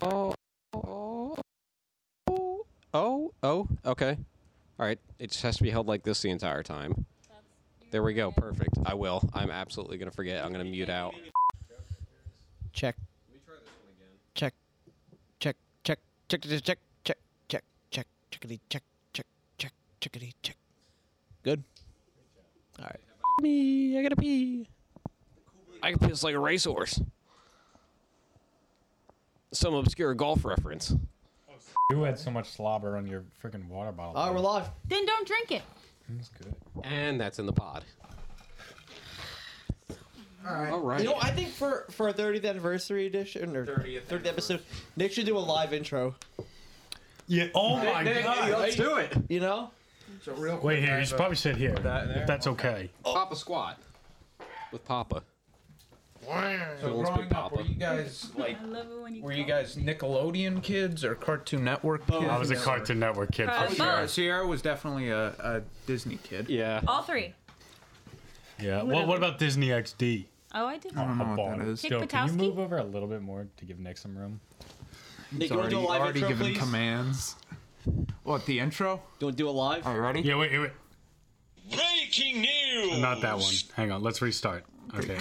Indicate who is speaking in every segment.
Speaker 1: Oh, oh, oh, oh, oh, okay. All right, it just has to be held like this the entire time. There we go, perfect. I will. I'm absolutely gonna forget. I'm gonna mute out.
Speaker 2: Check. Check. Check. Check. Check. Check. Check. Check. Check. Check. Checkity. Check. Check. Check. Checkity. Check. Good. All right.
Speaker 1: Me, I gotta pee. I can piss like a racehorse. Some obscure golf reference.
Speaker 3: You had so much slobber on your freaking water bottle.
Speaker 1: Uh,
Speaker 2: All right, Uh, we're live.
Speaker 4: Then don't drink it.
Speaker 3: That's good.
Speaker 1: And that's in the pod.
Speaker 2: All right.
Speaker 1: All right.
Speaker 2: You know, I think for for our 30th anniversary edition or
Speaker 1: 30th
Speaker 2: 30th episode, Nick should do a live intro.
Speaker 3: Yeah. Oh my
Speaker 1: let's do it.
Speaker 2: You know?
Speaker 5: So real quick,
Speaker 3: Wait here. You
Speaker 5: guys,
Speaker 3: should probably sit here.
Speaker 5: that in there?
Speaker 3: If that's okay.
Speaker 1: Papa squat with Papa.
Speaker 5: uh, so
Speaker 1: Joel's
Speaker 5: growing
Speaker 1: big
Speaker 5: up,
Speaker 1: papa.
Speaker 5: were you guys like,
Speaker 4: I love it when you.
Speaker 5: were you guys Nickelodeon kids or Cartoon Network kids?
Speaker 3: I was a Cartoon Network kid for
Speaker 4: Probably.
Speaker 3: sure.
Speaker 5: Sierra, Sierra was definitely a, a Disney kid.
Speaker 1: Yeah.
Speaker 4: All three.
Speaker 3: Yeah. Well, what about Disney XD?
Speaker 4: Oh, I did.
Speaker 5: I don't know
Speaker 3: A
Speaker 5: what
Speaker 3: ball.
Speaker 5: that is.
Speaker 4: Kick
Speaker 3: Yo, can you
Speaker 4: Patowski?
Speaker 3: move over a little bit more to give Nick some room?
Speaker 2: Nick,
Speaker 5: He's
Speaker 2: you want to
Speaker 5: already,
Speaker 2: do a live
Speaker 5: already
Speaker 2: intro,
Speaker 5: given
Speaker 2: please?
Speaker 5: commands. What, the intro?
Speaker 2: Do you want to do a live?
Speaker 5: All righty.
Speaker 3: Yeah. Wait. Wait. wait.
Speaker 6: Breaking news!
Speaker 3: Not that one. Hang on. Let's restart. Okay.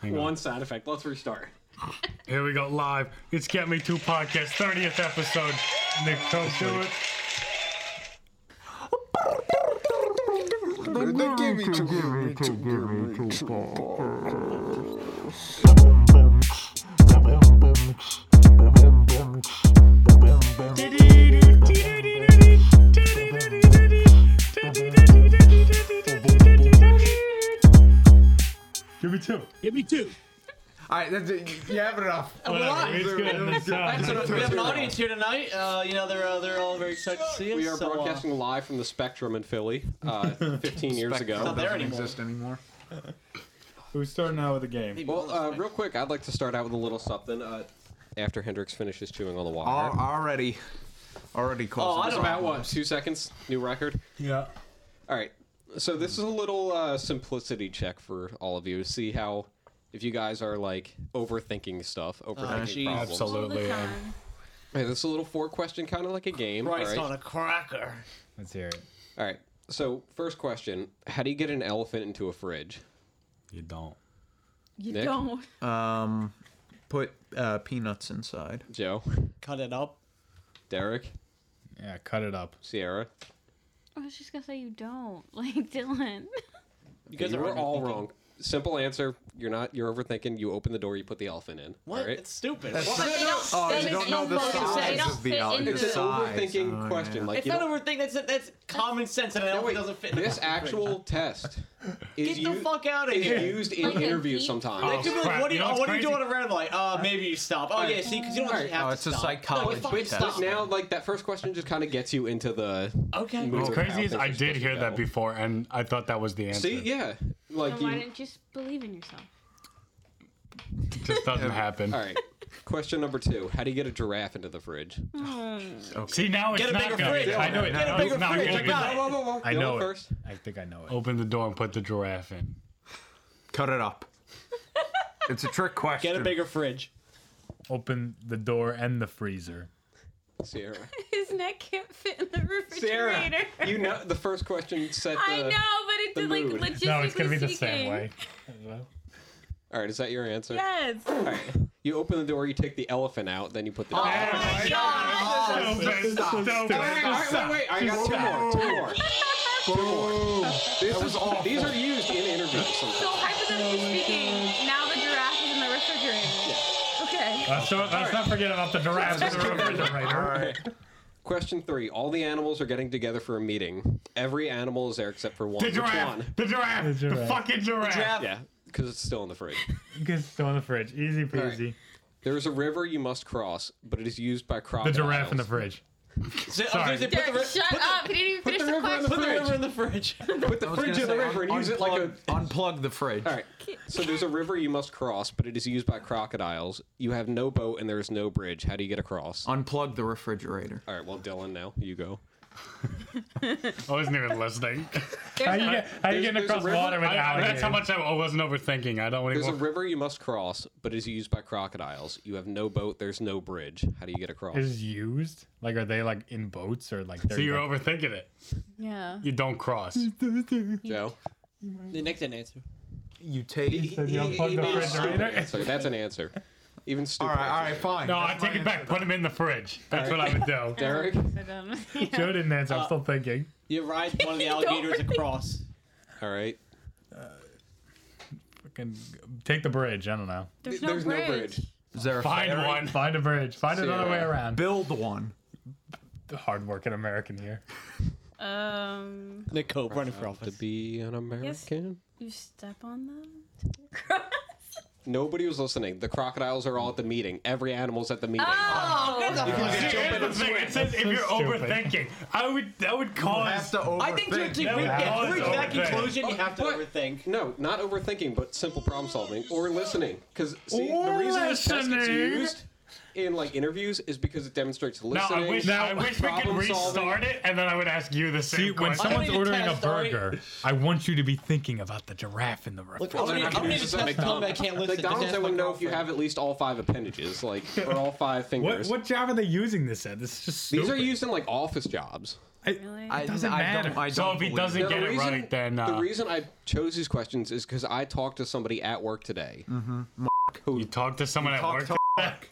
Speaker 3: Hang on.
Speaker 1: side effect. Let's restart.
Speaker 3: Here we go. Live. It's Get Me Two Podcast, 30th episode. Nick, don't do it. Give me two. Give me two.
Speaker 5: All right, that's it. you have it off.
Speaker 3: Whatever, it's good. It's done.
Speaker 2: So we have an audience here tonight. Uh, you know, they're uh, they're all very excited to see us.
Speaker 1: We are
Speaker 2: so, uh,
Speaker 1: broadcasting live from the Spectrum in Philly uh, 15 years ago.
Speaker 2: Not there
Speaker 5: doesn't
Speaker 2: anymore.
Speaker 5: exist anymore.
Speaker 3: Who's starting out with the game?
Speaker 1: Well, uh, real quick, I'd like to start out with a little something uh, after Hendrix finishes chewing on the wire.
Speaker 5: Al- Already, already close.
Speaker 2: Oh, I
Speaker 1: It's
Speaker 2: don't
Speaker 1: about what? Two seconds? New record?
Speaker 3: Yeah.
Speaker 1: All right. So this is a little uh, simplicity check for all of you. See how if you guys are like overthinking stuff, overthinking
Speaker 2: Ah, jeez.
Speaker 1: problems.
Speaker 3: Absolutely.
Speaker 4: All the time.
Speaker 1: Hey, this is a little four question, kind of like a game.
Speaker 2: Christ
Speaker 1: all right?
Speaker 2: on a cracker.
Speaker 3: Let's hear it.
Speaker 1: All right. So first question: How do you get an elephant into a fridge?
Speaker 3: You don't.
Speaker 4: You
Speaker 1: Nick?
Speaker 4: don't.
Speaker 5: Um, put uh, peanuts inside.
Speaker 1: Joe,
Speaker 2: Cut it up.
Speaker 1: Derek,
Speaker 3: Yeah, cut it up.
Speaker 1: Sierra.
Speaker 4: I was just gonna say you don't. Like Dylan.
Speaker 2: You guys
Speaker 1: You
Speaker 2: are
Speaker 1: were all
Speaker 2: overthinking.
Speaker 1: wrong. Simple answer. You're not. You're overthinking. You open the door. You put the elephant in.
Speaker 2: What?
Speaker 1: All right.
Speaker 2: It's stupid.
Speaker 5: That's
Speaker 2: What?
Speaker 5: not-
Speaker 4: Oh,
Speaker 5: Oh, you don't know the
Speaker 2: fucking say-
Speaker 5: size
Speaker 2: don't
Speaker 5: of the
Speaker 4: fit
Speaker 5: out-
Speaker 4: into
Speaker 5: the
Speaker 4: the-
Speaker 1: It's an
Speaker 5: size.
Speaker 1: overthinking
Speaker 5: Oh,
Speaker 1: question.
Speaker 5: yeah.
Speaker 1: Like
Speaker 2: It's
Speaker 1: you
Speaker 2: not
Speaker 1: don't-
Speaker 2: overthink. That's that's common sense, and an elephant
Speaker 1: wait,
Speaker 2: doesn't fit. in a
Speaker 1: This
Speaker 2: fucking fridge.
Speaker 1: actual test is
Speaker 2: Get the
Speaker 1: u-
Speaker 2: fuck out of
Speaker 1: is
Speaker 2: here.
Speaker 1: used in
Speaker 4: Like a
Speaker 1: interviews
Speaker 4: deep-
Speaker 1: sometimes.
Speaker 2: Like, you'll
Speaker 3: Oh,
Speaker 2: be like,
Speaker 3: crap.
Speaker 2: what do you,
Speaker 3: You know
Speaker 2: oh,
Speaker 3: what's
Speaker 2: what do you do on
Speaker 3: crazy?
Speaker 2: a red light? Uh, maybe you stop. Oh yeah, see, because you don't actually have
Speaker 5: Oh,
Speaker 2: to
Speaker 5: it's a
Speaker 2: stop.
Speaker 5: psychology
Speaker 2: No, fucking
Speaker 5: test.
Speaker 2: stop.
Speaker 1: But now, like that first question just kind of gets you into the.
Speaker 2: Okay.
Speaker 1: mood
Speaker 3: What's
Speaker 1: of how
Speaker 3: crazy is
Speaker 1: things
Speaker 3: I
Speaker 1: are
Speaker 3: did
Speaker 1: supposed to
Speaker 3: hear that
Speaker 1: go.
Speaker 3: before, and I thought that was the answer.
Speaker 1: See, yeah,
Speaker 4: Then
Speaker 1: like
Speaker 4: why
Speaker 1: you.
Speaker 4: didn't you just believe in yourself?
Speaker 3: It just doesn't happen.
Speaker 1: All right. Question number two: How do you get a giraffe into the fridge?
Speaker 3: See, now it's
Speaker 2: Get a
Speaker 3: not
Speaker 2: bigger
Speaker 3: gonna-
Speaker 2: fridge.
Speaker 3: I know it.
Speaker 2: Get a
Speaker 3: now
Speaker 2: bigger
Speaker 3: it's not
Speaker 2: fridge.
Speaker 3: gonna
Speaker 2: I
Speaker 3: be-
Speaker 2: got it.
Speaker 1: Whoa, whoa, whoa.
Speaker 3: I
Speaker 1: Dylan
Speaker 3: know it.
Speaker 1: First.
Speaker 3: I think I know it. Open the door and put the giraffe in.
Speaker 5: Cut it up. It's a trick question.
Speaker 2: Get a bigger fridge.
Speaker 3: Open the door and the freezer.
Speaker 1: Sierra.
Speaker 4: His neck can't fit in the
Speaker 1: Sierra,
Speaker 4: refrigerator.
Speaker 1: you know the first question set the.
Speaker 4: I know, but it
Speaker 1: the
Speaker 4: did like
Speaker 1: mood. No,
Speaker 4: logistically
Speaker 3: No, it's gonna be the same
Speaker 4: speaking.
Speaker 3: way.
Speaker 1: All right, is that your answer?
Speaker 4: Yes.
Speaker 5: Oh
Speaker 1: All right. You open the door, you take the elephant out, then you put the. Oh,
Speaker 3: Stupid,
Speaker 1: wait,
Speaker 3: stupid.
Speaker 1: wait, wait, I got two more. Two more. Two more. This is all. These are used in interviews.
Speaker 4: So
Speaker 1: Sometimes.
Speaker 4: hypothetically speaking, now the giraffe is in the refrigerator. Okay.
Speaker 3: Let's not- let's not forget about the giraffe in the refrigerator.
Speaker 1: Question three: All the animals are getting together for a meeting. Every animal is there except for one.
Speaker 3: The
Speaker 1: Which
Speaker 3: giraffe,
Speaker 1: one?
Speaker 3: the giraffe, the
Speaker 7: giraffe.
Speaker 3: fucking giraffe.
Speaker 2: Giraffe.
Speaker 1: Yeah, because it's still in the fridge.
Speaker 7: Because it's still in the fridge. Easy peasy.
Speaker 1: There is a river you must cross, but it is used by
Speaker 7: The
Speaker 1: crocodiles.
Speaker 7: giraffe in the fridge.
Speaker 2: So, I was gonna say, put the,
Speaker 4: Derek,
Speaker 2: ri-
Speaker 4: shut up. He didn't even finish the,
Speaker 1: river in the
Speaker 4: question.
Speaker 2: put the river in the fridge.
Speaker 1: Put the fridge in the river and use it like a.
Speaker 5: unplug the fridge.
Speaker 1: All right. So there's a river you must cross, but it is used by crocodiles. You have no boat and there is no bridge. How do you get across?
Speaker 5: Unplug the refrigerator.
Speaker 1: All right. Well, Dylan, now you go.
Speaker 3: I wasn't even listening.
Speaker 7: How you, get, how
Speaker 4: There's
Speaker 7: you
Speaker 1: There's-
Speaker 7: getting
Speaker 1: there's a
Speaker 7: across
Speaker 1: river.
Speaker 7: water
Speaker 3: I,
Speaker 7: without
Speaker 3: I- that's how
Speaker 7: alligators?
Speaker 3: much I, I wasn't overthinking. I don't want
Speaker 1: There's a
Speaker 3: anymore.
Speaker 1: river you must cross, but is used by crocodiles. You have no boat. There's no bridge. How do you get across?
Speaker 7: Is used? Like, are they like in boats or like? they're,
Speaker 3: So you're
Speaker 7: like,
Speaker 3: overthinking it.
Speaker 4: yeah.
Speaker 3: You don't cross.
Speaker 1: Joe.
Speaker 2: The next answer.
Speaker 5: You take.
Speaker 7: Did you unplug the
Speaker 1: Stupid
Speaker 7: refrigerator?
Speaker 1: answer. That's an answer. Even
Speaker 5: All
Speaker 1: stupid.
Speaker 5: right, all right, fine.
Speaker 3: No, I
Speaker 5: That's
Speaker 3: take
Speaker 5: my
Speaker 3: it back.
Speaker 5: answer.
Speaker 3: Put them in the fridge. That's what I would do.
Speaker 1: Derek.
Speaker 4: So dumb. um, Yeah.
Speaker 7: Joe didn't answer. I'm still thinking.
Speaker 2: You ride one of the
Speaker 4: Don't
Speaker 2: alligators
Speaker 4: really-
Speaker 2: across.
Speaker 1: All right.
Speaker 7: Fucking take the bridge. I don't know.
Speaker 4: There's, no, bridge.
Speaker 5: Is there a
Speaker 3: Find
Speaker 5: ferry?
Speaker 3: one.
Speaker 7: Find a bridge. Find
Speaker 1: See
Speaker 7: another
Speaker 1: ya.
Speaker 7: way around.
Speaker 5: Build one.
Speaker 7: Hardworking American here.
Speaker 4: Um,
Speaker 2: Nick Cope running for
Speaker 1: To
Speaker 2: office.
Speaker 1: be an American.
Speaker 4: you step on them. to cross.
Speaker 1: Nobody was listening. The crocodiles are all at the meeting. Every animal's at the meeting.
Speaker 4: Oh,
Speaker 3: See, here's the thing. It says if you're
Speaker 7: stupid.
Speaker 3: overthinking, I would that would
Speaker 5: I
Speaker 3: cause
Speaker 5: have to overthink.
Speaker 2: I think to, to
Speaker 3: That
Speaker 2: reach
Speaker 3: was
Speaker 2: yeah, to
Speaker 3: awesome.
Speaker 2: reach that
Speaker 3: Overthink.
Speaker 2: conclusion, you have to
Speaker 1: But-
Speaker 2: overthink.
Speaker 1: No, not overthinking, but simple problem solving or listening. Because see, the
Speaker 7: Or
Speaker 1: reason this test gets
Speaker 7: listening.
Speaker 1: used in like interviews is because it demonstrates
Speaker 3: No,
Speaker 1: listening.
Speaker 3: I wish, I wish we could
Speaker 1: problem
Speaker 3: restart
Speaker 1: solving.
Speaker 3: it, and then I would ask you the same
Speaker 7: See, when
Speaker 3: question.
Speaker 7: someone's
Speaker 2: need a
Speaker 7: ordering a
Speaker 2: test, all right?
Speaker 7: burger, I want you to be thinking about the giraffe in the
Speaker 2: Look,
Speaker 7: refrigerator.
Speaker 2: I don't need- I don't need
Speaker 1: Does that
Speaker 2: to test
Speaker 1: make
Speaker 2: Tom. I
Speaker 1: sense?
Speaker 2: can't listen.
Speaker 1: Like
Speaker 2: Just
Speaker 1: Donald's,
Speaker 2: ask
Speaker 1: I
Speaker 2: my
Speaker 1: would know if you
Speaker 2: girlfriend.
Speaker 1: have at least all five appendages, like or all five
Speaker 7: What
Speaker 1: fingers.
Speaker 7: what job are they using this at? This is just stupid.
Speaker 1: These are used in like office jobs.
Speaker 7: I,
Speaker 4: Really?
Speaker 5: I,
Speaker 7: it doesn't
Speaker 5: I
Speaker 7: matter.
Speaker 5: Don't, I don't
Speaker 3: So if he
Speaker 5: believe
Speaker 3: doesn't
Speaker 5: it.
Speaker 3: get it right, then
Speaker 1: the
Speaker 3: uh,
Speaker 1: reason I chose these questions is because I talked to somebody at work today.
Speaker 5: Mm.
Speaker 3: you talk to someone at
Speaker 5: Talk
Speaker 3: work.
Speaker 5: to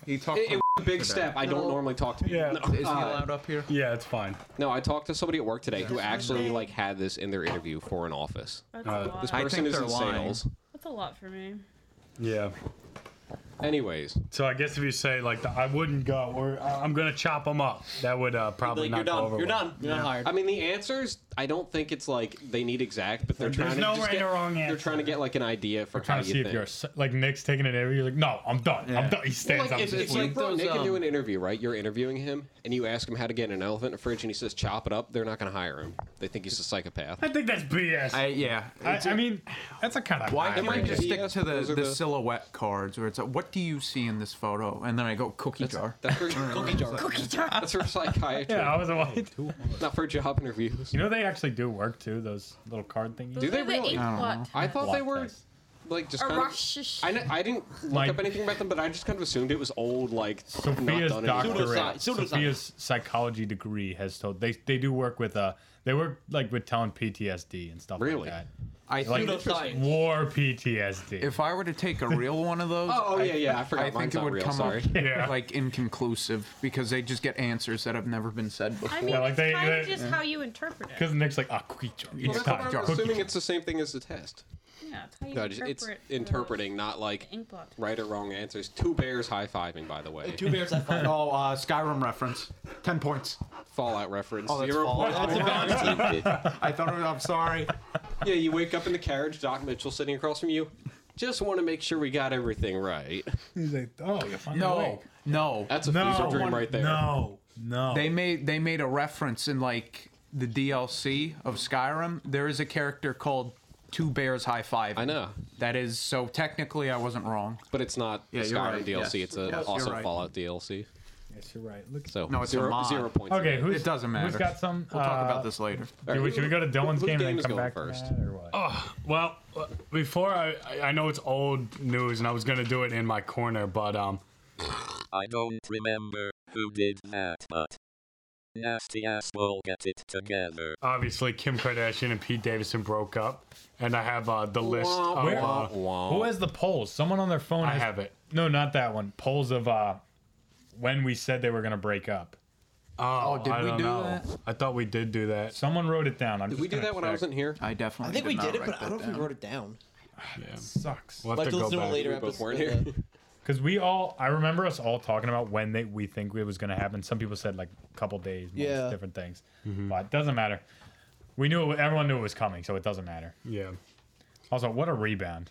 Speaker 5: He talked.
Speaker 1: It, it
Speaker 5: to-
Speaker 1: was a big step. I don't
Speaker 2: No.
Speaker 1: normally talk to people.
Speaker 7: Yeah.
Speaker 1: No,
Speaker 5: Is he
Speaker 1: uh,
Speaker 5: allowed up here?
Speaker 7: yeah, it's fine.
Speaker 1: no, I talked to somebody at work today who actually like had this in their interview for an office.
Speaker 4: That's, a lot.
Speaker 1: This
Speaker 5: I think
Speaker 1: person is
Speaker 5: they're
Speaker 1: in
Speaker 5: lying.
Speaker 1: sales.
Speaker 4: That's a lot for me.
Speaker 7: Yeah.
Speaker 1: Anyways,
Speaker 3: So I guess if you say like the, I wouldn't go, or I- I'm gonna chop them up, that would uh, probably
Speaker 2: Like,
Speaker 3: not
Speaker 2: you're
Speaker 3: go
Speaker 2: done.
Speaker 3: over.
Speaker 2: You're
Speaker 3: well.
Speaker 2: done. You're not hired.
Speaker 1: I mean the answers. I don't think it's like they need exact, but they're
Speaker 3: There's
Speaker 1: trying
Speaker 3: no
Speaker 1: to just
Speaker 3: right
Speaker 1: get,
Speaker 3: or wrong
Speaker 1: They're
Speaker 3: answer.
Speaker 1: trying to get like an idea for how
Speaker 7: Trying to
Speaker 1: you
Speaker 7: see
Speaker 1: think.
Speaker 7: if you're s- like Nick's taking an interview. You're like, no, I'm done. I'm
Speaker 5: Yeah.
Speaker 7: done. He
Speaker 1: Well,
Speaker 7: stands
Speaker 1: like,
Speaker 7: up.
Speaker 1: it's,
Speaker 7: and
Speaker 1: it's
Speaker 7: leaves.
Speaker 1: like though
Speaker 5: those,
Speaker 1: Nick can do
Speaker 5: um,
Speaker 1: an interview, right? You're interviewing him, and you ask him how to get an elephant in a fridge, and he says chop it up. They're not going to hire him. They think he's a psychopath.
Speaker 3: I think that's BS.
Speaker 5: I, yeah.
Speaker 7: I, I mean, that's a kind of.
Speaker 5: Why can't I
Speaker 1: might
Speaker 5: just
Speaker 1: be-
Speaker 5: stick
Speaker 1: yes,
Speaker 5: to
Speaker 1: those
Speaker 5: the,
Speaker 1: are
Speaker 5: the
Speaker 1: the-
Speaker 5: silhouette cards where it's like, what do you see in this photo? And then I go, cookie jar.
Speaker 1: That's for cookie jar. That's for psychiatry,
Speaker 7: Yeah, I was like,
Speaker 1: not for job interviews.
Speaker 7: you know, they actually do work too. Those little card thingies.
Speaker 1: Do they really?
Speaker 4: The
Speaker 1: I
Speaker 5: don't
Speaker 4: what?
Speaker 1: I thought they
Speaker 7: Block
Speaker 1: were
Speaker 7: test.
Speaker 1: like just
Speaker 4: A
Speaker 1: kind of.
Speaker 4: rush.
Speaker 1: I, kn- I didn't look
Speaker 7: Like-
Speaker 1: up anything about them, but I just kind of assumed it was old, like
Speaker 7: Sophia's
Speaker 1: not done anymore.
Speaker 7: doctorate,
Speaker 2: Pseudoscience, pseudoscience.
Speaker 7: Sophia's psychology degree has told they they do work with uh they work like with telling PTSD and stuff
Speaker 1: Really?
Speaker 7: like
Speaker 5: I
Speaker 7: that,
Speaker 5: think
Speaker 7: like
Speaker 2: Pseudoscience.
Speaker 7: war PTSD.
Speaker 5: if I were to take a real one of those,
Speaker 1: Oh, oh, yeah, yeah. I forgot.
Speaker 5: I
Speaker 1: mine's
Speaker 5: think it
Speaker 1: not
Speaker 5: would
Speaker 1: real.
Speaker 5: come
Speaker 1: sorry.
Speaker 5: up
Speaker 3: Yeah.
Speaker 5: like inconclusive because they just get answers that have never been said before.
Speaker 4: I mean,
Speaker 7: Yeah, like
Speaker 4: it's
Speaker 7: they-
Speaker 4: kind of
Speaker 7: they-
Speaker 4: just how you interpret it.
Speaker 7: because Nick's like ah cookie jar,
Speaker 1: Well,
Speaker 7: it's
Speaker 1: that's why
Speaker 7: time
Speaker 1: I'm
Speaker 7: cookie
Speaker 1: assuming
Speaker 7: jar."
Speaker 1: it's the same thing as the test.
Speaker 4: Yeah, it's how you
Speaker 1: No, just-
Speaker 4: interpret.
Speaker 1: it's
Speaker 4: the
Speaker 1: interpreting, not like
Speaker 4: Ink blot.
Speaker 1: right or wrong answers. Two bears high fiving, by the way.
Speaker 2: Two bears. I find.
Speaker 5: Oh, uh, Skyrim reference. Ten points.
Speaker 1: Fallout reference.
Speaker 5: Oh, that's
Speaker 1: Zero
Speaker 5: Fallout.
Speaker 1: points.
Speaker 5: I thought. It was, I'm sorry.
Speaker 1: Yeah, you wake up in the carriage, Doc Mitchell sitting across from you. Just want to make sure we got everything right.
Speaker 7: He's like, oh, you're fucking
Speaker 5: No,
Speaker 7: awake.
Speaker 5: no.
Speaker 1: That's a
Speaker 7: No,
Speaker 1: fever dream right there.
Speaker 7: No, no.
Speaker 5: They made they made a reference in like the DLC of Skyrim. There is a character called Two Bears High Five.
Speaker 1: I know.
Speaker 5: That is so technically I wasn't wrong.
Speaker 1: But it's not
Speaker 5: Yeah,
Speaker 1: a
Speaker 5: you're
Speaker 1: Skyrim
Speaker 5: right,
Speaker 1: DLC.
Speaker 5: yes.
Speaker 1: It's a
Speaker 5: Yes, you're
Speaker 1: also
Speaker 5: right.
Speaker 1: Fallout DLC.
Speaker 7: yes, you're right. Look.
Speaker 1: So
Speaker 5: No, it's a
Speaker 1: zero,
Speaker 5: mod.
Speaker 1: zero points.
Speaker 7: Okay, who's,
Speaker 5: It doesn't matter.
Speaker 7: Who's got some? uh,
Speaker 5: We'll talk about this later.
Speaker 7: Should we, should we go to Dylan's
Speaker 1: Whose
Speaker 7: game
Speaker 1: game
Speaker 7: and then
Speaker 1: is
Speaker 7: come
Speaker 1: going
Speaker 7: back
Speaker 1: first?
Speaker 7: To that, or what?
Speaker 3: Well, before I, I- I know it's old news, and I was gonna do it in my corner, but um,
Speaker 8: I don't remember who did that, but nasty ass will get it together.
Speaker 3: obviously Kim Kardashian and Pete Davidson broke up, and I have uh, the list. Of,
Speaker 7: Where-
Speaker 3: uh,
Speaker 7: Who has the polls? Someone on their phone.
Speaker 3: I
Speaker 7: has-
Speaker 3: have it.
Speaker 7: No, not that one. Polls of uh, when we said they were gonna break up.
Speaker 3: Oh,
Speaker 5: Oh, did
Speaker 3: I
Speaker 5: we
Speaker 3: don't
Speaker 5: do
Speaker 3: know.
Speaker 5: that?
Speaker 3: I thought we did do that.
Speaker 7: Someone wrote it down. I'm
Speaker 1: Did we do that when I wasn't here?
Speaker 5: I definitely.
Speaker 2: I think we
Speaker 5: not
Speaker 2: did it,
Speaker 5: write
Speaker 2: but I don't
Speaker 5: that
Speaker 2: know if
Speaker 5: down.
Speaker 2: we wrote it down.
Speaker 7: Sucks.
Speaker 3: We'll have
Speaker 2: Like
Speaker 3: to go
Speaker 2: listen to a
Speaker 3: back.
Speaker 2: later
Speaker 1: We both
Speaker 2: episode.
Speaker 1: weren't here.
Speaker 2: uh,
Speaker 7: Because we all, I remember us all talking about when they we think it was gonna happen. Some people said like a couple days, months,
Speaker 2: Yeah.
Speaker 7: different things.
Speaker 3: Mm-hmm.
Speaker 7: But it doesn't matter. We knew it, everyone knew it was coming, so it doesn't matter.
Speaker 3: Yeah.
Speaker 7: Also, what a rebound.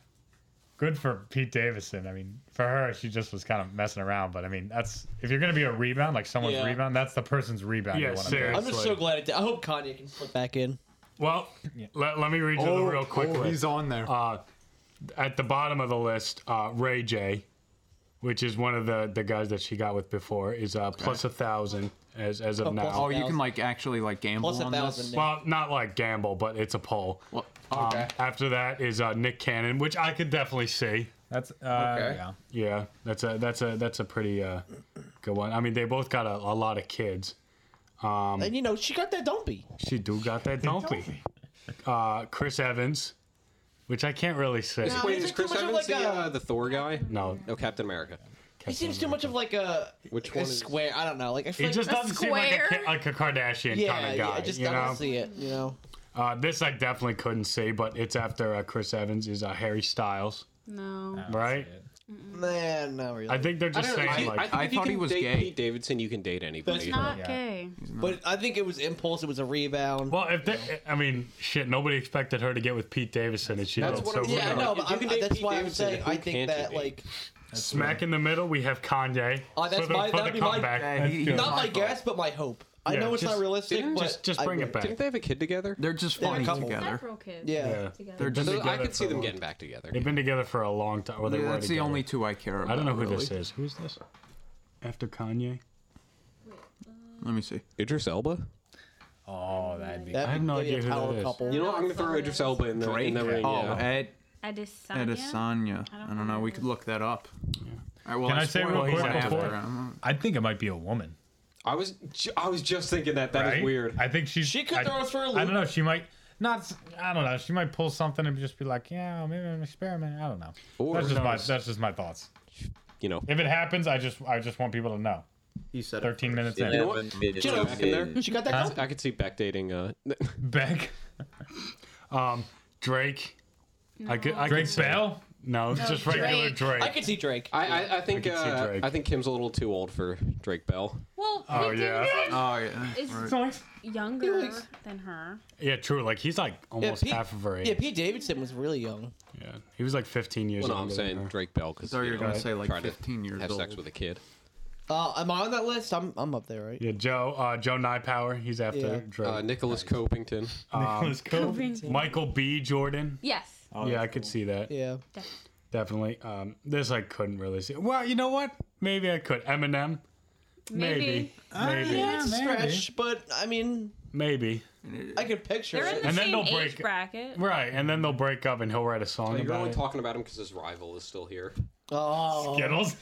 Speaker 7: Good for Pete Davidson. I mean, for her, she just was kind of messing around. But I mean, that's if you're gonna be a rebound, like someone's
Speaker 2: Yeah.
Speaker 7: rebound, that's the person's rebound. you
Speaker 3: Yeah,
Speaker 7: wanna be.
Speaker 3: seriously.
Speaker 2: I'm just so glad it did. I hope Kanye can slip back in.
Speaker 3: Well, let, let me read you the real quick
Speaker 5: oh,
Speaker 3: list.
Speaker 5: he's on there.
Speaker 3: At the bottom of the list, uh, Ray J, which is one of the the guys that she got with before, is uh, plus a thousand as as of
Speaker 2: Oh, plus
Speaker 3: now.
Speaker 5: Oh, you can like actually like gamble
Speaker 2: Plus a
Speaker 5: on
Speaker 2: thousand.
Speaker 5: this.
Speaker 2: now.
Speaker 3: Well, not like gamble, but it's a poll.
Speaker 5: Well,
Speaker 3: Um,
Speaker 5: okay.
Speaker 3: after that is uh, Nick Cannon, which I could definitely see.
Speaker 7: That's uh,
Speaker 5: Okay.
Speaker 7: yeah.
Speaker 3: Yeah, that's a that's a that's a pretty uh, good one. I mean, they both got a, a lot of kids.
Speaker 2: and you know, she got that dumpy.
Speaker 3: She do got that donkey. Uh, Chris Evans, which I can't really say.
Speaker 2: No.
Speaker 1: Wait,
Speaker 2: he's
Speaker 1: is
Speaker 2: like Oh,
Speaker 1: Chris
Speaker 2: too much of
Speaker 1: Evans
Speaker 2: like
Speaker 1: the,
Speaker 2: a-
Speaker 1: uh, the Thor guy?
Speaker 3: No,
Speaker 1: No, Captain America.
Speaker 2: He seems too much of like a
Speaker 1: Which
Speaker 2: a
Speaker 1: one is-
Speaker 2: square. I don't know. Like I feel
Speaker 3: It
Speaker 2: like
Speaker 3: just
Speaker 4: A
Speaker 3: doesn't seem like a,
Speaker 4: square?
Speaker 3: Ki- like a Kardashian
Speaker 2: yeah,
Speaker 3: kind of
Speaker 2: yeah.
Speaker 3: guy.
Speaker 2: I just
Speaker 3: you
Speaker 2: I
Speaker 3: know?
Speaker 2: don't see it. You know,
Speaker 3: Uh, this I definitely couldn't see, but it's after uh, Chris Evans is uh, Harry Styles,
Speaker 4: No.
Speaker 3: right?
Speaker 2: man, not really.
Speaker 3: I think they're just
Speaker 1: I,
Speaker 3: saying like,
Speaker 1: think if you
Speaker 5: thought he
Speaker 1: can
Speaker 5: was
Speaker 1: date
Speaker 5: gay.
Speaker 1: Pete Davidson, you can date anybody.
Speaker 2: That's
Speaker 4: Not
Speaker 7: Yeah.
Speaker 4: gay.
Speaker 2: but I think it was impulse. It was a rebound.
Speaker 3: well, if they, I mean, shit, nobody expected her to get with Pete Davidson, and she
Speaker 1: That's
Speaker 3: did.
Speaker 1: what
Speaker 3: So
Speaker 1: I'm
Speaker 2: yeah, I
Speaker 1: saying.
Speaker 2: know,
Speaker 1: If
Speaker 2: but
Speaker 1: you
Speaker 2: I'm,
Speaker 1: can date
Speaker 2: that's
Speaker 1: Pete
Speaker 2: why I'm
Speaker 1: Davidson,
Speaker 2: saying
Speaker 1: who
Speaker 2: I think
Speaker 1: can't you
Speaker 2: that
Speaker 1: date?
Speaker 2: like
Speaker 3: smack in the middle, we have Kanye.
Speaker 2: Oh, that's
Speaker 3: for the,
Speaker 2: my-
Speaker 3: for
Speaker 2: that'd
Speaker 3: the
Speaker 2: be my-
Speaker 3: comeback.
Speaker 5: Yeah, he-
Speaker 2: not my
Speaker 5: fault.
Speaker 2: guess, but my hope. I
Speaker 3: Yeah,
Speaker 2: know it's not
Speaker 3: just-
Speaker 2: realistic, but
Speaker 3: just just
Speaker 2: I
Speaker 3: bring
Speaker 2: would.
Speaker 3: it back.
Speaker 1: Didn't they have a kid together?
Speaker 5: They're just
Speaker 2: They're a
Speaker 5: funny
Speaker 2: couple.
Speaker 5: together.
Speaker 4: Several kids.
Speaker 2: Yeah.
Speaker 3: Yeah.
Speaker 4: Together.
Speaker 5: They're just.
Speaker 1: So I
Speaker 3: together
Speaker 1: could see
Speaker 3: for a
Speaker 1: them
Speaker 3: long
Speaker 1: getting back together.
Speaker 3: They've been together for a long time. Or they were
Speaker 5: That's the
Speaker 3: together.
Speaker 5: only two I care about.
Speaker 3: I don't know who
Speaker 5: really.
Speaker 3: this is. Who's this? After Kanye?
Speaker 5: Let me see.
Speaker 1: Idris Elba.
Speaker 7: Oh, that'd be.
Speaker 2: That
Speaker 3: I have no
Speaker 2: maybe a
Speaker 3: idea who that
Speaker 2: power
Speaker 3: is.
Speaker 2: couple.
Speaker 1: You know what? I'm gonna throw Idris Elba in the, in the ring.
Speaker 5: Oh,
Speaker 1: yeah.
Speaker 5: Ed
Speaker 4: Adesanya.
Speaker 5: Adesanya. I don't know. We could look that up. All right, well,
Speaker 7: Can
Speaker 5: I
Speaker 7: I say
Speaker 5: spoiled
Speaker 7: real
Speaker 5: one
Speaker 7: quick
Speaker 5: after.
Speaker 7: before-
Speaker 5: I'm-
Speaker 7: I think it might be a woman.
Speaker 1: I was ju- I was just thinking that. That is
Speaker 7: right?
Speaker 1: weird.
Speaker 7: I think she's.
Speaker 2: She could
Speaker 7: I,
Speaker 2: throw us for a
Speaker 7: I don't
Speaker 2: loop.
Speaker 7: know. She might not. s- I don't know. She might pull something and just be like, "Yeah, maybe I'm experimenting." I don't know.
Speaker 1: Or-
Speaker 7: that's just my.
Speaker 3: knows?
Speaker 7: That's just my thoughts.
Speaker 1: You know.
Speaker 7: If it happens, I just. I just want people to know.
Speaker 5: He said it
Speaker 7: Thirteen
Speaker 5: first.
Speaker 7: minutes in.
Speaker 1: know what?
Speaker 8: 11 minutes
Speaker 2: Get
Speaker 1: Back in
Speaker 8: in.
Speaker 1: there.
Speaker 2: She got that. couple.
Speaker 1: I could see Beck dating. Uh,
Speaker 7: Beck.
Speaker 3: Um, Drake. I could, I
Speaker 7: Drake
Speaker 3: could say-
Speaker 7: Bell.
Speaker 3: No, just regular
Speaker 4: Drake.
Speaker 3: Drake.
Speaker 2: I could see Drake.
Speaker 1: I, I, I think
Speaker 3: I could see
Speaker 1: uh,
Speaker 3: Drake.
Speaker 1: I think Kim's a little too old for Drake Bell.
Speaker 4: Well,
Speaker 3: Oh,
Speaker 4: Pete
Speaker 3: yeah.
Speaker 4: Davidson
Speaker 5: Oh yeah.
Speaker 4: is
Speaker 2: He
Speaker 4: younger
Speaker 2: looks-
Speaker 4: than her.
Speaker 3: Yeah, true. Like he's like almost
Speaker 2: Pete-
Speaker 3: half of her age.
Speaker 2: Yeah, Pete Davidson was really young.
Speaker 3: Yeah, he was like 15 years
Speaker 1: Well,
Speaker 3: old.
Speaker 1: no, I'm saying Drake Bell because
Speaker 5: So you're gonna say like
Speaker 1: trying to
Speaker 5: 15 years
Speaker 1: have
Speaker 5: old.
Speaker 1: sex with a kid.
Speaker 2: Uh, am I on that list? I'm I'm up there, right?
Speaker 3: Yeah, Joe. Uh, Joe Nypower. He's after
Speaker 2: Yeah.
Speaker 3: Drake.
Speaker 1: Uh, Nicholas Copington.
Speaker 7: Nicholas Cove.
Speaker 3: Michael B. Jordan.
Speaker 4: Yes.
Speaker 3: yeah, I could see that
Speaker 2: Oh, Yeah.
Speaker 3: definitely. Um, this I couldn't really see. Well, you know what? Maybe I could. Eminem. Maybe.
Speaker 4: Maybe. Oh,
Speaker 3: Maybe.
Speaker 2: It's a stretch, but I mean,
Speaker 3: Maybe.
Speaker 2: I could picture
Speaker 4: They're in
Speaker 2: it.
Speaker 4: the
Speaker 3: And then
Speaker 4: same
Speaker 3: they'll
Speaker 4: age
Speaker 3: break-
Speaker 4: bracket.
Speaker 3: Right, and then they'll break up, and he'll write a song
Speaker 1: You're
Speaker 3: about
Speaker 1: only
Speaker 3: it.
Speaker 1: talking about him because his rival is still here.
Speaker 2: Oh,
Speaker 7: Skittles.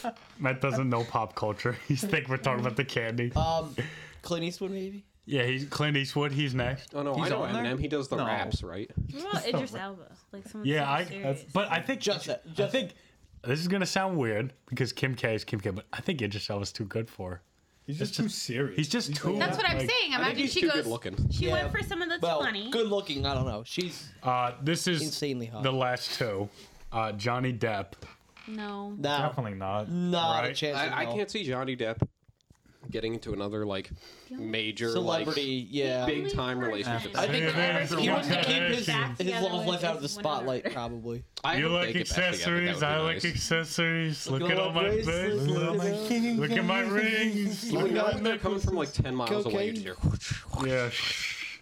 Speaker 3: Matt doesn't know pop culture. He's think we're talking about the candy.
Speaker 2: um, Clint Eastwood maybe.
Speaker 3: Yeah, he's Clint Eastwood. He's next.
Speaker 1: Oh no,
Speaker 5: He's
Speaker 1: I know
Speaker 5: on there?
Speaker 1: Eminem. He does the
Speaker 5: No.
Speaker 1: raps, right?
Speaker 4: What about Idris Elba? Like someone
Speaker 3: Yeah, I.
Speaker 4: so
Speaker 3: That's,
Speaker 4: serious.
Speaker 3: but I think
Speaker 2: Just that. Just
Speaker 3: I think this is gonna sound weird because Kim K is Kim K, but I think Idris Elba's too good for. her.
Speaker 7: He's just too serious.
Speaker 3: He's just too.
Speaker 4: That's what I'm
Speaker 3: like-
Speaker 4: saying.
Speaker 1: I think
Speaker 4: Imagine
Speaker 1: he's
Speaker 4: she
Speaker 1: too good
Speaker 4: goes.
Speaker 1: looking.
Speaker 4: She
Speaker 2: Yeah.
Speaker 4: went for someone that's
Speaker 2: Well,
Speaker 4: funny.
Speaker 2: good looking. I don't know. She's
Speaker 3: Uh, this is
Speaker 2: Insanely hot.
Speaker 3: The last two, uh, Johnny Depp.
Speaker 4: No.
Speaker 2: nah,
Speaker 7: Definitely not.
Speaker 2: not a
Speaker 3: Right.
Speaker 2: chance. in
Speaker 1: I, I
Speaker 2: hell.
Speaker 1: can't see Johnny Depp getting into another like major
Speaker 2: Celebrity. yeah.
Speaker 1: Big time relationship.
Speaker 4: I
Speaker 2: I think
Speaker 3: Yeah, there's
Speaker 2: he
Speaker 3: the
Speaker 2: wants to
Speaker 3: one
Speaker 2: keep
Speaker 3: guy
Speaker 2: his,
Speaker 3: that
Speaker 2: his love life out of the spotlight, probably.
Speaker 1: Like, I
Speaker 3: You
Speaker 1: hope they
Speaker 3: like
Speaker 1: get back together, that
Speaker 3: accessories.
Speaker 1: would
Speaker 3: I
Speaker 1: be
Speaker 3: like
Speaker 1: nice.
Speaker 3: accessories. Look, at all my
Speaker 2: bracelets,
Speaker 3: things.
Speaker 2: look at all-
Speaker 3: Look at my rings.
Speaker 1: You know, when they're coming from like ten miles away. You
Speaker 2: Cocaine.
Speaker 1: just hear.
Speaker 3: Yeah. shh.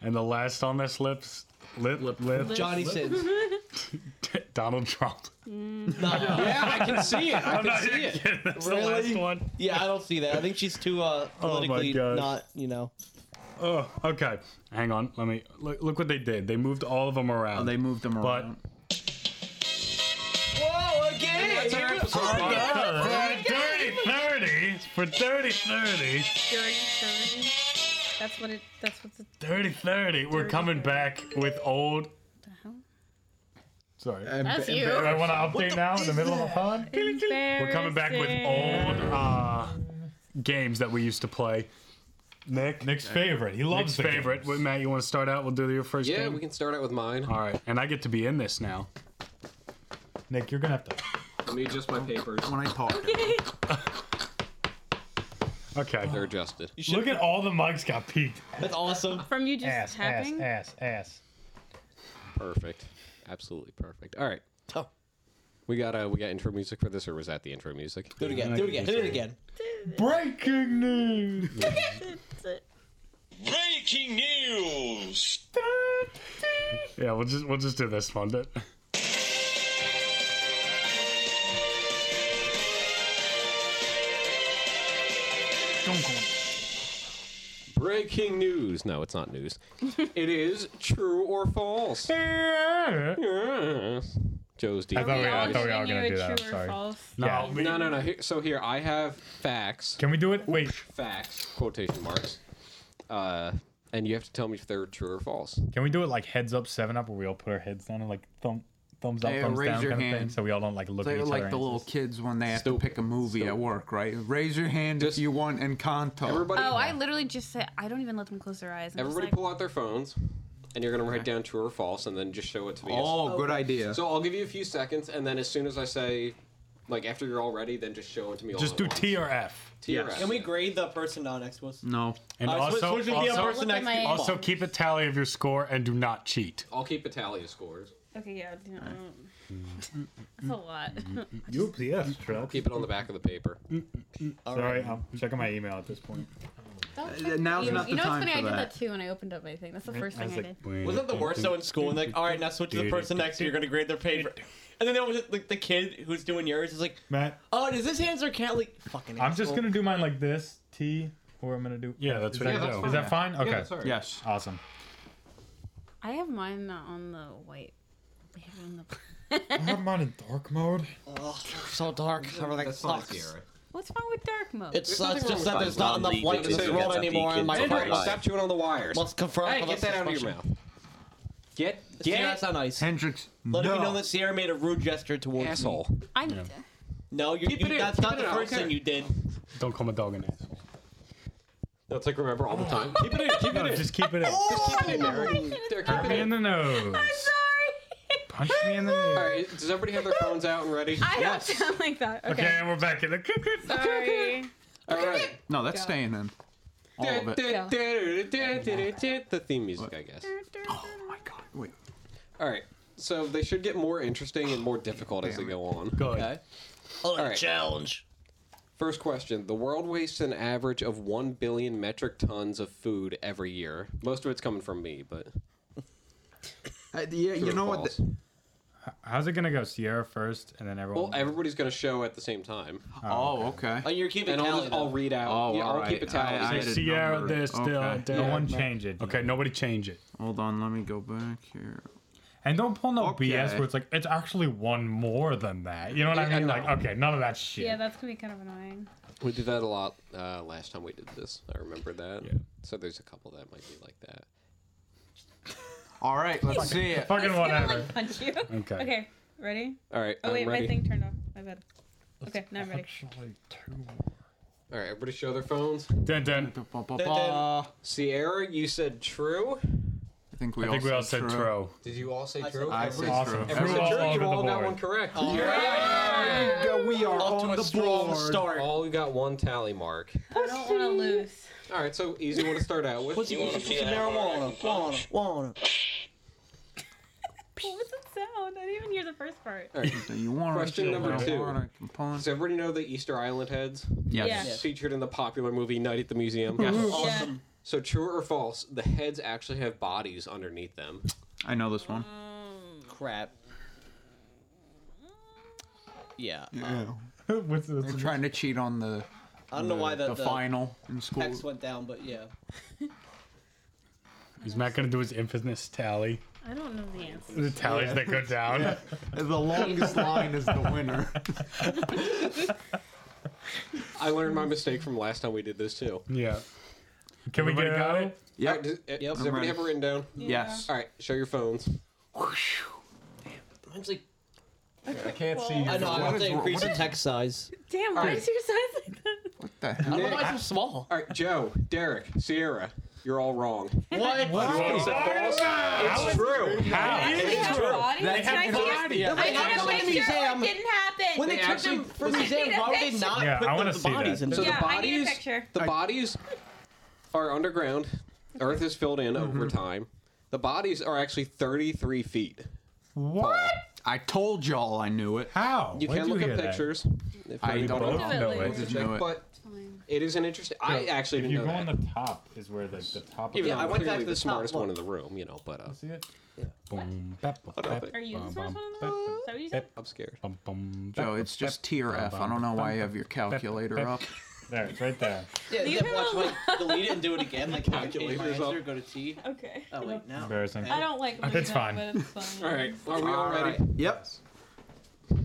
Speaker 3: And the last on this lips, lip, lip, lip.
Speaker 2: Johnny Sins.
Speaker 3: Donald Trump.
Speaker 2: Nah, yeah, I can see it. I
Speaker 3: I'm
Speaker 2: can
Speaker 3: not
Speaker 2: see
Speaker 3: even
Speaker 2: it.
Speaker 3: kidding. That's the
Speaker 2: Really?
Speaker 3: last one.
Speaker 2: Yeah, I don't see that. I think she's too uh,
Speaker 3: Oh my
Speaker 2: politically
Speaker 3: gosh.
Speaker 2: not, you know.
Speaker 3: Oh, okay. Hang on. Let me look. Look what they did. They moved all of them around.
Speaker 5: Oh, they moved them
Speaker 3: But-
Speaker 5: around.
Speaker 2: Whoa, again!
Speaker 1: That's our episode.
Speaker 3: Oh, for dirty thirty. For dirty thirty.
Speaker 4: That's what it. That's what the.
Speaker 3: Dirty 30. We're coming back with old. Sorry.
Speaker 4: That's you.
Speaker 7: I want to update now in the middle of the pod.
Speaker 3: We're coming back with old uh, games that we used to play. Nick,
Speaker 7: Nick's favorite. He
Speaker 3: Nick's
Speaker 7: loves the
Speaker 3: favorite.
Speaker 7: games.
Speaker 3: Wait, Matt, you want to start out? We'll do your first
Speaker 1: Yeah,
Speaker 3: game.
Speaker 1: we can start out with mine.
Speaker 3: All right, and I get to be in this now.
Speaker 7: Nick, you're gonna have to.
Speaker 1: Let me adjust my papers.
Speaker 5: When I talk,
Speaker 3: Okay.
Speaker 1: They're adjusted.
Speaker 7: Look at all the mics got peaked.
Speaker 2: That's awesome.
Speaker 4: From you just
Speaker 7: Ass, ass,
Speaker 4: tapping.
Speaker 7: ass, ass.
Speaker 1: Perfect. Absolutely perfect. All right.
Speaker 2: Oh,
Speaker 1: We got uh, we got intro music for this, or was that the intro music?
Speaker 2: do it again. Do it again. Do it again.
Speaker 7: Breaking news.
Speaker 6: Breaking news!
Speaker 3: Yeah, we'll just we'll just do this one. But Stone Cold.
Speaker 1: Breaking news. No, it's not news. it is true or false. Yes. Joe's deep.
Speaker 7: I thought we, Oh, I thought we all
Speaker 4: giving
Speaker 7: gonna do
Speaker 4: you
Speaker 7: that.
Speaker 4: a true
Speaker 7: I'm
Speaker 4: or
Speaker 7: sorry.
Speaker 4: false?
Speaker 3: No,
Speaker 7: Yeah.
Speaker 3: me-
Speaker 1: No, no, no. Here- So here, I have facts.
Speaker 7: Can we do it? Wait,
Speaker 1: Facts. Quotation marks. Uh, and you have to tell me if they're true or false.
Speaker 7: can we do it like heads up, seven up, where we all put our heads down and like thumb, thumbs up,
Speaker 5: Yeah,
Speaker 7: thumbs
Speaker 5: raise
Speaker 7: down
Speaker 5: your
Speaker 7: kind of thing,
Speaker 5: hand.
Speaker 7: so we all don't like look at
Speaker 5: They
Speaker 7: each
Speaker 5: are like
Speaker 7: other.
Speaker 5: the little kids when they have to
Speaker 1: Stupid.
Speaker 5: pick a movie at
Speaker 1: Stupid.
Speaker 5: work, right? Raise your hand
Speaker 1: Just-
Speaker 5: if you want Encanto.
Speaker 1: Everybody,
Speaker 4: Oh, I literally just said I don't even let them close their eyes. I'm
Speaker 1: everybody,
Speaker 4: just like,
Speaker 1: pull out their phones, and you're gonna write down true or false, and then just show it to me. as-
Speaker 5: oh, good idea.
Speaker 1: So I'll give you a few seconds, and then as soon as I say, like after you're all ready, then just show it to me. all
Speaker 3: Just
Speaker 1: at
Speaker 3: do
Speaker 1: once.
Speaker 3: T or F.
Speaker 1: T or
Speaker 5: Yes.
Speaker 1: F.
Speaker 9: Can we grade the person on next was?
Speaker 5: no.
Speaker 3: And
Speaker 9: Uh,
Speaker 3: also,
Speaker 9: switch with the
Speaker 3: also,
Speaker 9: person
Speaker 4: Look at
Speaker 9: next
Speaker 4: my-
Speaker 3: also keep a tally of your score and do not cheat.
Speaker 1: I'll keep a tally of scores.
Speaker 4: okay, yeah, you know, that's a lot.
Speaker 7: UPS truck.
Speaker 1: Keep it on the back of the paper.
Speaker 7: Sorry, I'm checking my email at this point.
Speaker 5: Uh, now's
Speaker 4: you,
Speaker 5: not
Speaker 4: you know
Speaker 5: the
Speaker 4: what's
Speaker 5: time
Speaker 4: funny?
Speaker 5: for
Speaker 4: I did
Speaker 5: that.
Speaker 4: that too when I opened up my thing. That's the first thing I, did.
Speaker 9: Wasn't that the worst though in school? And like, all right, now switch to the person next to you. You're gonna grade their paper. And then there was like the kid who's doing yours is like,
Speaker 7: Matt,
Speaker 9: oh, does this answer count? Like, fucking.
Speaker 7: I'm just
Speaker 2: oh.
Speaker 9: asshole.
Speaker 7: gonna do mine like this. T, or I'm gonna do.
Speaker 3: Yeah, that's
Speaker 7: is
Speaker 3: what
Speaker 7: that,
Speaker 3: you do.
Speaker 7: Is that fine? Okay.
Speaker 1: Yeah, sorry.
Speaker 5: Yes.
Speaker 7: Awesome.
Speaker 4: I have mine not on the white. I have it on the-
Speaker 7: I have mine in dark mode.
Speaker 9: Oh, so dark. Everything
Speaker 1: That's fine,
Speaker 9: sucks.
Speaker 1: Sierra.
Speaker 4: What's wrong with dark mode?
Speaker 9: It's, uh,
Speaker 1: nothing
Speaker 9: it's
Speaker 1: wrong
Speaker 9: just
Speaker 1: with
Speaker 9: that there's not
Speaker 8: Bond
Speaker 9: enough
Speaker 8: League
Speaker 9: light in
Speaker 8: because
Speaker 9: this
Speaker 8: you
Speaker 9: world
Speaker 8: got the
Speaker 9: anymore, and my
Speaker 8: kids
Speaker 9: partner
Speaker 1: Andrew,
Speaker 8: Right.
Speaker 1: stop chewing on the wires.
Speaker 9: must confirm.
Speaker 1: Hey,
Speaker 9: for
Speaker 1: get
Speaker 9: this
Speaker 1: that out of your
Speaker 9: discussion.
Speaker 1: mouth. Get,
Speaker 9: See, that's
Speaker 1: get,
Speaker 9: not nice.
Speaker 5: Hendrix.
Speaker 9: Let
Speaker 5: no.
Speaker 9: it be known that Sierra made a rude gesture towards me.
Speaker 1: asshole.
Speaker 4: I'm.
Speaker 9: No, you're,
Speaker 1: Keep it
Speaker 9: you,
Speaker 1: in,
Speaker 9: that's
Speaker 1: keep
Speaker 9: not
Speaker 1: it
Speaker 9: the
Speaker 1: in,
Speaker 9: first
Speaker 1: okay.
Speaker 9: thing you did.
Speaker 3: Don't call my dog an asshole.
Speaker 1: That's like remember all the time. keep it in, keep it in.
Speaker 7: Just keep it in.
Speaker 1: Just
Speaker 4: Oh
Speaker 1: keep it in there. There, keep
Speaker 7: Punch
Speaker 1: it
Speaker 7: me in
Speaker 1: in.
Speaker 7: the nose.
Speaker 4: Sorry.
Speaker 7: Punch me in the nose.
Speaker 1: All right, does everybody have their phones out and ready?
Speaker 4: I don't sound like that.
Speaker 7: Okay,
Speaker 4: Okay.
Speaker 7: and we're back in the cricket.
Speaker 4: Sorry.
Speaker 1: All right.
Speaker 5: No, that's staying in. All of it.
Speaker 1: The theme music, I guess.
Speaker 5: Oh my god. Wait.
Speaker 1: All right. So they should get more interesting and more difficult as they go on. Good. Okay.
Speaker 9: Oh,
Speaker 1: right.
Speaker 9: challenge.
Speaker 1: First question: The world wastes an average of one billion metric tons of food every year. Most of it's coming from me, but
Speaker 5: Uh, yeah, you
Speaker 1: True or
Speaker 5: know what?
Speaker 1: false?
Speaker 5: the-
Speaker 7: How's it gonna go? Sierra first, and then everyone.
Speaker 1: well, everybody's gonna show at the same time,
Speaker 5: Oh, okay.
Speaker 9: Oh, you're keeping
Speaker 1: and I'll
Speaker 9: tally.
Speaker 1: just, I'll
Speaker 9: though.
Speaker 1: read out.
Speaker 5: Oh,
Speaker 1: yeah, I'll
Speaker 5: alright.
Speaker 1: keep a tally.
Speaker 5: I- I
Speaker 1: So-
Speaker 5: did
Speaker 3: Sierra,
Speaker 5: number it.
Speaker 3: this, still,
Speaker 5: Okay.
Speaker 7: no
Speaker 3: there.
Speaker 7: one change it.
Speaker 3: Okay, nobody change it.
Speaker 5: Hold on, let me go back here.
Speaker 7: And don't pull no
Speaker 5: Okay.
Speaker 7: BS where it's like it's actually one more than that. You know what I mean? Like, okay, none of that shit.
Speaker 4: Yeah, that's gonna be kind of annoying.
Speaker 1: we did that a lot uh, last time we did this. I remember that. So there's a couple that might be like that.
Speaker 5: All right, let's see it.
Speaker 7: Fucking
Speaker 4: gonna
Speaker 7: whatever.
Speaker 4: like punch you.
Speaker 7: Okay.
Speaker 4: Okay. Ready?
Speaker 1: All right.
Speaker 4: Oh
Speaker 1: I'm
Speaker 4: wait,
Speaker 1: ready.
Speaker 4: my thing turned off. My bad. Okay, now I'm ready.
Speaker 7: Actually, two.
Speaker 1: All right, everybody show their phones.
Speaker 7: Dun, dun.
Speaker 9: Uh,
Speaker 5: Ba-ba-ba-ba.
Speaker 1: Sierra, you said true.
Speaker 5: I think we
Speaker 7: I think we all
Speaker 5: all
Speaker 7: said
Speaker 5: said true.
Speaker 7: true.
Speaker 1: Did you all say true?
Speaker 5: I
Speaker 1: Everybody-
Speaker 5: said
Speaker 7: Awesome.
Speaker 5: true.
Speaker 1: everybody
Speaker 7: We're
Speaker 1: said true.
Speaker 7: all
Speaker 1: You
Speaker 7: over the
Speaker 1: all got
Speaker 7: board.
Speaker 1: one correct.
Speaker 5: Yeah, we are
Speaker 9: Off to
Speaker 5: on
Speaker 9: a
Speaker 5: the
Speaker 9: strong
Speaker 5: board.
Speaker 9: start.
Speaker 1: All we got one tally mark.
Speaker 4: I don't want to lose.
Speaker 1: All right, so easy one to start out with.
Speaker 9: Pussy,
Speaker 6: You wanna
Speaker 9: pussy,
Speaker 6: see
Speaker 9: pussy,
Speaker 6: that
Speaker 9: marijuana, wanna, wanna.
Speaker 4: What was that sound? I didn't even hear the first part.
Speaker 5: Do you want
Speaker 1: Question
Speaker 5: to-
Speaker 1: number
Speaker 5: do you
Speaker 1: two.
Speaker 5: want to complain?
Speaker 1: Does everybody know the Easter Island heads?
Speaker 4: Yeah.
Speaker 5: Yes.
Speaker 4: Yes.
Speaker 1: Featured in the popular movie Night at the Museum. Yes.
Speaker 9: Awesome.
Speaker 1: So true or false, the heads actually have bodies underneath them.
Speaker 5: I know this one.
Speaker 9: Crap. Yeah.
Speaker 7: What's this?
Speaker 5: They're trying to cheat on the
Speaker 9: I don't know why
Speaker 5: the,
Speaker 9: the,
Speaker 5: final in school.
Speaker 9: text went down, but yeah.
Speaker 7: He's not gonna do his infamous tally.
Speaker 4: I don't know the answer.
Speaker 7: The tallies that go down.
Speaker 5: The longest line is the winner.
Speaker 1: I learned my mistake from last time we did this too.
Speaker 7: Yeah. Can we get
Speaker 3: Everybody got
Speaker 7: it?
Speaker 3: it?
Speaker 1: All right, does, uh, does everybody
Speaker 5: ready.
Speaker 1: have it written down?
Speaker 5: Yes.
Speaker 1: All right, show your phones.
Speaker 9: Mine's like,
Speaker 7: I can't see.
Speaker 9: I know, I
Speaker 5: What
Speaker 9: have
Speaker 5: is
Speaker 9: to
Speaker 5: wrong-
Speaker 9: increase
Speaker 5: what
Speaker 9: the text size.
Speaker 4: Damn, why is your size like that?
Speaker 5: What the hell?
Speaker 9: I don't know why it's so small.
Speaker 1: All right, Joe, Derek, Sierra, you're all wrong.
Speaker 9: What?
Speaker 1: Is it false? It's true.
Speaker 4: They have bodies?
Speaker 9: They have
Speaker 4: Can I see-
Speaker 9: bodies. Yeah,
Speaker 4: I
Speaker 9: they have
Speaker 4: gotta
Speaker 9: bodies.
Speaker 4: make sure
Speaker 9: Museum.
Speaker 4: it didn't happen.
Speaker 9: When they,
Speaker 1: They
Speaker 9: took
Speaker 1: actually-
Speaker 9: them from
Speaker 1: Listen,
Speaker 9: museum, why would they
Speaker 4: picture.
Speaker 9: not
Speaker 7: Yeah,
Speaker 9: put
Speaker 7: I wanna
Speaker 9: the
Speaker 7: see that.
Speaker 9: bodies in
Speaker 1: So
Speaker 9: there?
Speaker 4: Yeah,
Speaker 1: the
Speaker 4: I need a
Speaker 1: bodies,
Speaker 4: picture.
Speaker 1: the bodies are underground. Earth is filled in over time. The bodies are actually 33 feet.
Speaker 7: What?
Speaker 5: I told y'all I knew it.
Speaker 7: How?
Speaker 1: You
Speaker 7: Where'd
Speaker 1: can look
Speaker 7: hear
Speaker 1: up
Speaker 7: that?
Speaker 1: pictures. If
Speaker 5: I
Speaker 1: anybody
Speaker 5: don't
Speaker 1: wants
Speaker 7: Both
Speaker 1: to
Speaker 4: it
Speaker 7: know
Speaker 4: later.
Speaker 7: it.
Speaker 5: just know it.
Speaker 1: But it is an interesting. I actually
Speaker 7: If
Speaker 1: didn't
Speaker 7: you
Speaker 1: know
Speaker 7: go
Speaker 1: that.
Speaker 7: on the top, is where the, the top.
Speaker 1: Even
Speaker 9: Yeah,
Speaker 1: though
Speaker 9: I
Speaker 1: I'm
Speaker 9: went back
Speaker 1: clearly
Speaker 9: to
Speaker 1: the
Speaker 9: the top
Speaker 1: smartest one in
Speaker 9: look.
Speaker 1: the room, you know. But uh,
Speaker 7: See it? Boom, bap, bap,
Speaker 1: don't
Speaker 7: bap,
Speaker 1: think-
Speaker 4: Are you the
Speaker 7: bum,
Speaker 4: smartest
Speaker 7: bum,
Speaker 4: one in the
Speaker 7: bap,
Speaker 4: room? Is that what you said?
Speaker 7: bap,
Speaker 1: I'm scared.
Speaker 7: bum, bum,
Speaker 5: Joe,
Speaker 7: bap,
Speaker 5: it's just
Speaker 7: bap,
Speaker 5: T or F. I don't know why you have your calculator up.
Speaker 7: There, it's right there.
Speaker 10: Yeah,
Speaker 4: You
Speaker 10: then
Speaker 4: have
Speaker 10: watch
Speaker 4: a
Speaker 10: like delete it and do it again. Like have it change my
Speaker 1: Calculators up.
Speaker 10: answer, go to T.
Speaker 4: Okay.
Speaker 10: Oh wait, no.
Speaker 7: Embarrassing.
Speaker 4: I don't like losing
Speaker 7: It's
Speaker 4: that,
Speaker 7: fine.
Speaker 4: but it's fun.
Speaker 1: All right, are we all ready?
Speaker 5: Yep.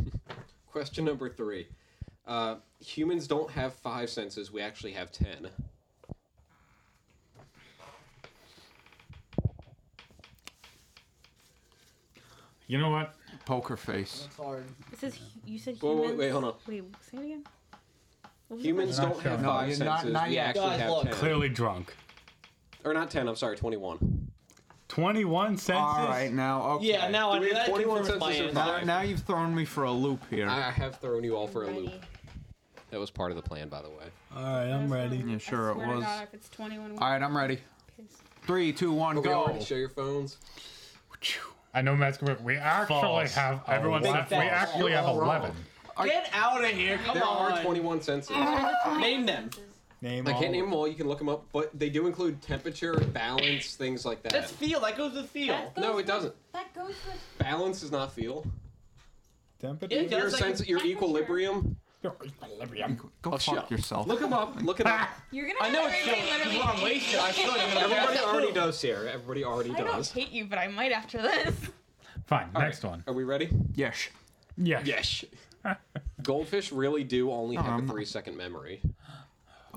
Speaker 1: Question number three. Uh, humans don't have five senses. We actually have ten.
Speaker 7: You know what?
Speaker 5: Poker face.
Speaker 10: Hard.
Speaker 4: It says you said
Speaker 1: Wait,
Speaker 4: humans.
Speaker 1: wait, wait, hold on.
Speaker 4: Wait, say it again. What was the
Speaker 1: Humans
Speaker 7: Not
Speaker 1: don't
Speaker 7: sure.
Speaker 1: have
Speaker 7: No,
Speaker 1: five
Speaker 5: you're
Speaker 1: senses.
Speaker 5: not- not
Speaker 1: we
Speaker 5: yet.
Speaker 1: actually
Speaker 10: Guys,
Speaker 1: have
Speaker 10: look.
Speaker 1: ten.
Speaker 3: Clearly drunk.
Speaker 1: Or not ten. I'm sorry, twenty-one.
Speaker 3: 21 senses.
Speaker 5: All right, now okay.
Speaker 10: Yeah, now
Speaker 1: Do
Speaker 10: I
Speaker 1: we
Speaker 10: mean
Speaker 1: have
Speaker 10: that
Speaker 1: 21
Speaker 10: confirms my
Speaker 1: senses or
Speaker 10: answer.
Speaker 1: not?
Speaker 5: now, now you've thrown me for a loop here.
Speaker 1: I I have thrown you all for a
Speaker 4: question?
Speaker 1: loop.
Speaker 4: Ready.
Speaker 1: That was part of the plan, by the way.
Speaker 3: All right, I'm ready.
Speaker 5: yeah, sure
Speaker 4: I
Speaker 5: it
Speaker 4: swear to
Speaker 5: was.
Speaker 4: God, if it's 21,
Speaker 5: All right, I'm ready.
Speaker 4: pissed.
Speaker 5: Three, two, one,
Speaker 1: Are we all
Speaker 5: go.
Speaker 1: ready to show your phones?
Speaker 7: I know Matt's going We actually
Speaker 3: False.
Speaker 7: have.
Speaker 3: Everyone said
Speaker 7: 11. We
Speaker 10: false.
Speaker 7: actually
Speaker 5: You're
Speaker 7: have
Speaker 5: all wrong.
Speaker 7: eleven.
Speaker 10: Get out of here! Come
Speaker 1: There are
Speaker 10: on.
Speaker 1: 21 senses.
Speaker 10: Name them.
Speaker 7: Name
Speaker 1: I can't
Speaker 7: all-
Speaker 1: name them all. You can look them up, but they do include temperature, balance, things like that.
Speaker 10: That's feel. That goes with feel.
Speaker 4: That's
Speaker 1: no,
Speaker 4: goes
Speaker 1: it doesn't.
Speaker 4: with- That goes with.
Speaker 1: Balance is not feel.
Speaker 7: Temperature.
Speaker 10: It does.
Speaker 1: Your
Speaker 10: like-
Speaker 1: sense, your
Speaker 4: Temperature.
Speaker 1: equilibrium.
Speaker 7: Equilibrium.
Speaker 5: Go fuck
Speaker 1: shut up.
Speaker 5: yourself.
Speaker 1: Look them up. Look them up.
Speaker 4: You're gonna.
Speaker 10: I know it's
Speaker 4: everybody
Speaker 10: feel.
Speaker 4: literally
Speaker 10: People are
Speaker 4: hate
Speaker 10: wasted. I feel like I'm gonna
Speaker 1: Everybody
Speaker 10: pass out.
Speaker 1: already knows here. Everybody already
Speaker 4: I don't
Speaker 1: does.
Speaker 4: hate you, but I might after this.
Speaker 7: Fine. next one.
Speaker 1: Are we ready?
Speaker 5: Yes.
Speaker 7: Yeah.
Speaker 1: Yes. Goldfish really do only have
Speaker 5: Um,
Speaker 1: a three-second memory.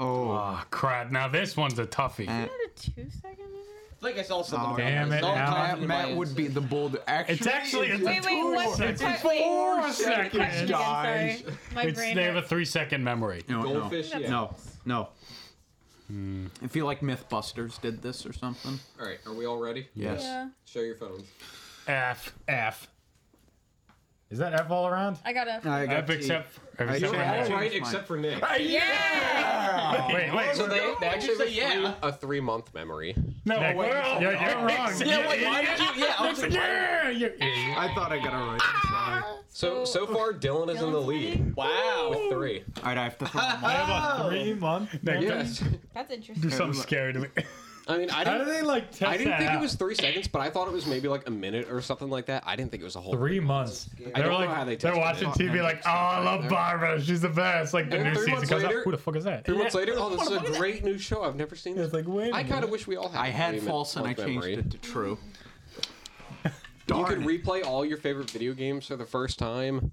Speaker 5: Oh.
Speaker 3: Oh,
Speaker 7: Ah,
Speaker 3: crap. Now this one's a toughie.
Speaker 5: Uh,
Speaker 4: Is that a two-second memory?
Speaker 10: I think I saw something.
Speaker 5: Oh,
Speaker 7: Damn it,
Speaker 10: All
Speaker 7: Alan.
Speaker 10: confident
Speaker 5: Matt,
Speaker 10: in my
Speaker 5: Matt would
Speaker 10: answer.
Speaker 5: be the bold. Actually,
Speaker 7: It's actually it's
Speaker 4: Wait,
Speaker 7: a
Speaker 4: wait,
Speaker 7: two
Speaker 4: what's the
Speaker 7: second.
Speaker 4: question? Wait,
Speaker 7: Four
Speaker 4: what's the
Speaker 7: seconds.
Speaker 4: question again? Sorry. My
Speaker 7: It's
Speaker 4: brain
Speaker 7: they have
Speaker 4: hurt.
Speaker 7: a three second memory.
Speaker 5: No, no,
Speaker 1: Goldfish, yeah.
Speaker 5: No, no. I feel like MythBusters did this or something.
Speaker 1: All right, are we all ready?
Speaker 5: Yes.
Speaker 4: Yeah.
Speaker 1: Show your phones.
Speaker 7: F F. Is that F all around?
Speaker 4: I got a.
Speaker 5: I got
Speaker 7: F except. F
Speaker 5: I
Speaker 7: except
Speaker 5: don't
Speaker 7: for
Speaker 5: have
Speaker 1: All
Speaker 5: Change
Speaker 1: right,
Speaker 5: mine.
Speaker 1: except for Nick.
Speaker 7: F. Wait, wait.
Speaker 1: So they, they actually have a,
Speaker 10: say yeah.
Speaker 1: three- a three-month memory.
Speaker 7: No, wait. You're, you're wrong.
Speaker 10: Yeah, wait, why
Speaker 7: idiot.
Speaker 10: did you? Yeah, I was like,
Speaker 7: Yeah, you idiot.
Speaker 5: I thought I got it right. I'm sorry.
Speaker 1: So so far, Dylan is in the
Speaker 4: Dylan's
Speaker 1: lead
Speaker 10: wow.
Speaker 1: with three.
Speaker 5: All right, I have to throw them all.
Speaker 1: Oh.
Speaker 7: Three month. Next
Speaker 1: Yes.
Speaker 4: That's
Speaker 7: Do
Speaker 4: interesting.
Speaker 7: something scary to me.
Speaker 1: I mean, I
Speaker 7: How do
Speaker 1: didn't.
Speaker 7: they like test
Speaker 1: I didn't
Speaker 7: that
Speaker 1: think it
Speaker 7: out?
Speaker 1: was three seconds, but I thought it was maybe like a minute or something like that. I didn't think it was a whole.
Speaker 7: Three months. They were
Speaker 1: don't know
Speaker 7: like,
Speaker 1: how they
Speaker 7: they're
Speaker 1: tested
Speaker 7: watching
Speaker 5: it.
Speaker 7: TV like, oh, I love Barbara. She's the best. Like the
Speaker 1: And
Speaker 7: new
Speaker 1: three
Speaker 7: season
Speaker 1: months
Speaker 7: comes out.
Speaker 1: later-
Speaker 7: Who the fuck is that?
Speaker 1: Three months
Speaker 7: Yeah.
Speaker 1: later, oh, this is a great new show. I've never seen this.
Speaker 7: It's like, wait. a
Speaker 1: I kind
Speaker 7: minute.
Speaker 1: of wish we all had.
Speaker 5: I had
Speaker 1: three
Speaker 5: false and I
Speaker 1: month
Speaker 5: changed
Speaker 1: memory.
Speaker 5: it to true.
Speaker 1: You
Speaker 5: Darn
Speaker 1: could
Speaker 5: it.
Speaker 1: replay all your favorite video games for the first time.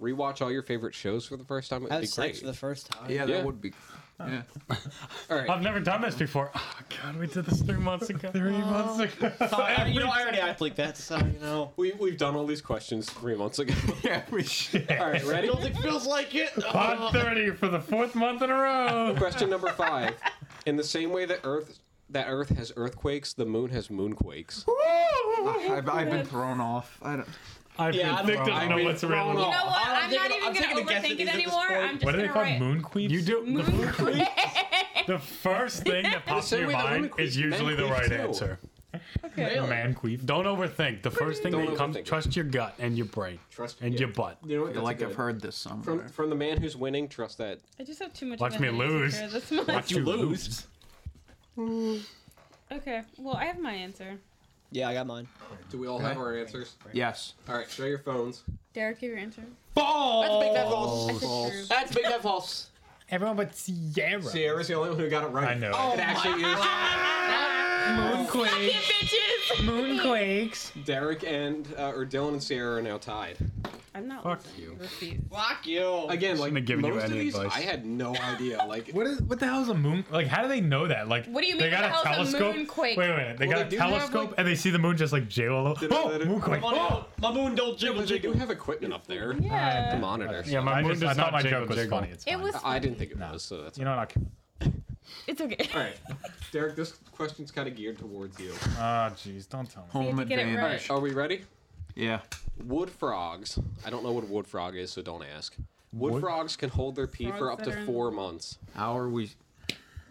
Speaker 1: Rewatch all your favorite shows for the first time. It would
Speaker 10: That
Speaker 1: be
Speaker 10: was sex
Speaker 1: great.
Speaker 10: for the first time.
Speaker 5: Yeah, that
Speaker 1: Yeah.
Speaker 5: would be. Yeah.
Speaker 1: All right.
Speaker 7: I've never done this before. Oh, God, we did this three months ago. Oh. Three months ago.
Speaker 10: I, you know, I already act like that, so you know.
Speaker 1: We, we've done all these questions three months ago.
Speaker 5: yeah, we should.
Speaker 1: all right, ready?
Speaker 10: Don't think feels like it. Uh,
Speaker 7: Pod 30 for the fourth month in a row.
Speaker 1: Question number five. In the same way that Earth that Earth has earthquakes, the moon has moonquakes.
Speaker 5: I've, I've been thrown off. I don't.
Speaker 7: I
Speaker 10: Yeah,
Speaker 7: yeah,
Speaker 10: I'm
Speaker 7: Nick
Speaker 10: thrown-
Speaker 7: doesn't know
Speaker 1: I've
Speaker 7: what's
Speaker 1: been
Speaker 7: real.
Speaker 1: thrown
Speaker 4: You know
Speaker 1: off.
Speaker 4: what?
Speaker 10: Oh, I'm
Speaker 4: I'm, not
Speaker 10: taking-
Speaker 4: even
Speaker 10: I'm
Speaker 4: gonna
Speaker 10: taking a guess at these
Speaker 4: overthink it
Speaker 10: at this
Speaker 4: anymore.
Speaker 10: point.
Speaker 4: I'm just
Speaker 7: What are they
Speaker 4: gonna
Speaker 7: called?
Speaker 4: write.
Speaker 7: Moon queeps?
Speaker 5: You do.
Speaker 7: The,
Speaker 4: Moon
Speaker 7: fir- the first thing that pops
Speaker 1: same
Speaker 7: in your
Speaker 1: way that women
Speaker 7: mind
Speaker 1: queef,
Speaker 7: is
Speaker 1: men
Speaker 7: usually the
Speaker 1: queef
Speaker 7: right
Speaker 1: too.
Speaker 7: answer.
Speaker 4: Okay.
Speaker 7: Man queef. Don't overthink. The first thing
Speaker 1: Don't
Speaker 7: that comes,
Speaker 1: overthink it.
Speaker 7: trust your gut and your brain
Speaker 1: Trust
Speaker 7: and
Speaker 1: yeah.
Speaker 7: your butt.
Speaker 1: You know what?
Speaker 5: feel
Speaker 1: That's
Speaker 5: like
Speaker 1: a
Speaker 5: I've
Speaker 1: good-
Speaker 5: heard this
Speaker 1: from
Speaker 5: somewhere.
Speaker 1: from the man who's winning. Trust that.
Speaker 4: I just have too much.
Speaker 7: Watch me
Speaker 4: imagination
Speaker 7: lose.
Speaker 4: here This much.
Speaker 7: you
Speaker 10: lose.
Speaker 4: Okay. Well, I have my answer.
Speaker 10: Yeah, I got mine.
Speaker 1: Do we all have our answers?
Speaker 5: Yes.
Speaker 1: All right, show your phones.
Speaker 4: Derek, give your answer.
Speaker 10: That's big that
Speaker 4: I
Speaker 10: false.
Speaker 4: said true.
Speaker 10: That's big that false.
Speaker 7: Everyone but Sierra.
Speaker 1: Sierra's the only one who got it right.
Speaker 7: I know.
Speaker 10: Oh
Speaker 1: It actually is
Speaker 7: Moonquake.
Speaker 4: bitches.
Speaker 7: Moonquakes.
Speaker 1: Derek and uh, or Dylan and Sierra are now tied.
Speaker 4: I'm not.
Speaker 7: Fuck
Speaker 4: listening.
Speaker 7: you.
Speaker 4: Refuse.
Speaker 10: Fuck you.
Speaker 1: Again, like
Speaker 7: Shouldn't have given you
Speaker 1: most of
Speaker 7: any
Speaker 1: these,
Speaker 7: advice.
Speaker 1: I had no idea. Like
Speaker 7: What is what the hell is a moon? Like, how do they know that? Like,
Speaker 4: What do you
Speaker 7: They
Speaker 4: mean,
Speaker 7: got
Speaker 4: what
Speaker 7: a
Speaker 4: the hell's a
Speaker 7: telescope.
Speaker 4: moonquake?
Speaker 7: Wait, wait, wait. They
Speaker 1: Well,
Speaker 7: got
Speaker 1: they do
Speaker 7: a
Speaker 1: have,
Speaker 7: telescope
Speaker 1: like-
Speaker 7: and they see the moon just like jiggle. Oh, moonquake.
Speaker 10: Come on
Speaker 7: Oh!
Speaker 10: out. My moon don't jiggle
Speaker 1: they do
Speaker 10: jiggle.
Speaker 1: have equipment up there.
Speaker 4: Yeah.
Speaker 1: Monitors.
Speaker 7: Yeah, my
Speaker 9: I
Speaker 7: moon
Speaker 9: just- I
Speaker 7: does
Speaker 9: thought
Speaker 7: not
Speaker 9: my
Speaker 7: jiggle,
Speaker 9: joke was
Speaker 7: jiggle.
Speaker 9: funny.
Speaker 7: It's
Speaker 4: It
Speaker 7: fine.
Speaker 4: was.
Speaker 1: I didn't think it was, so that's
Speaker 7: You know what?
Speaker 4: It's okay.
Speaker 1: all right. Derek, this question's kind of geared towards you.
Speaker 7: Ah, jeez, don't tell me.
Speaker 5: Home
Speaker 4: to get it
Speaker 5: advantage.
Speaker 1: All right, are we ready?
Speaker 5: Yeah.
Speaker 1: Wood frogs. I don't know what a wood frog is, so don't ask. Wood,
Speaker 7: Wood-
Speaker 1: frogs can hold their pee for
Speaker 4: Frogs
Speaker 1: up
Speaker 4: that
Speaker 1: to
Speaker 4: are in-
Speaker 1: four months.
Speaker 5: How are we?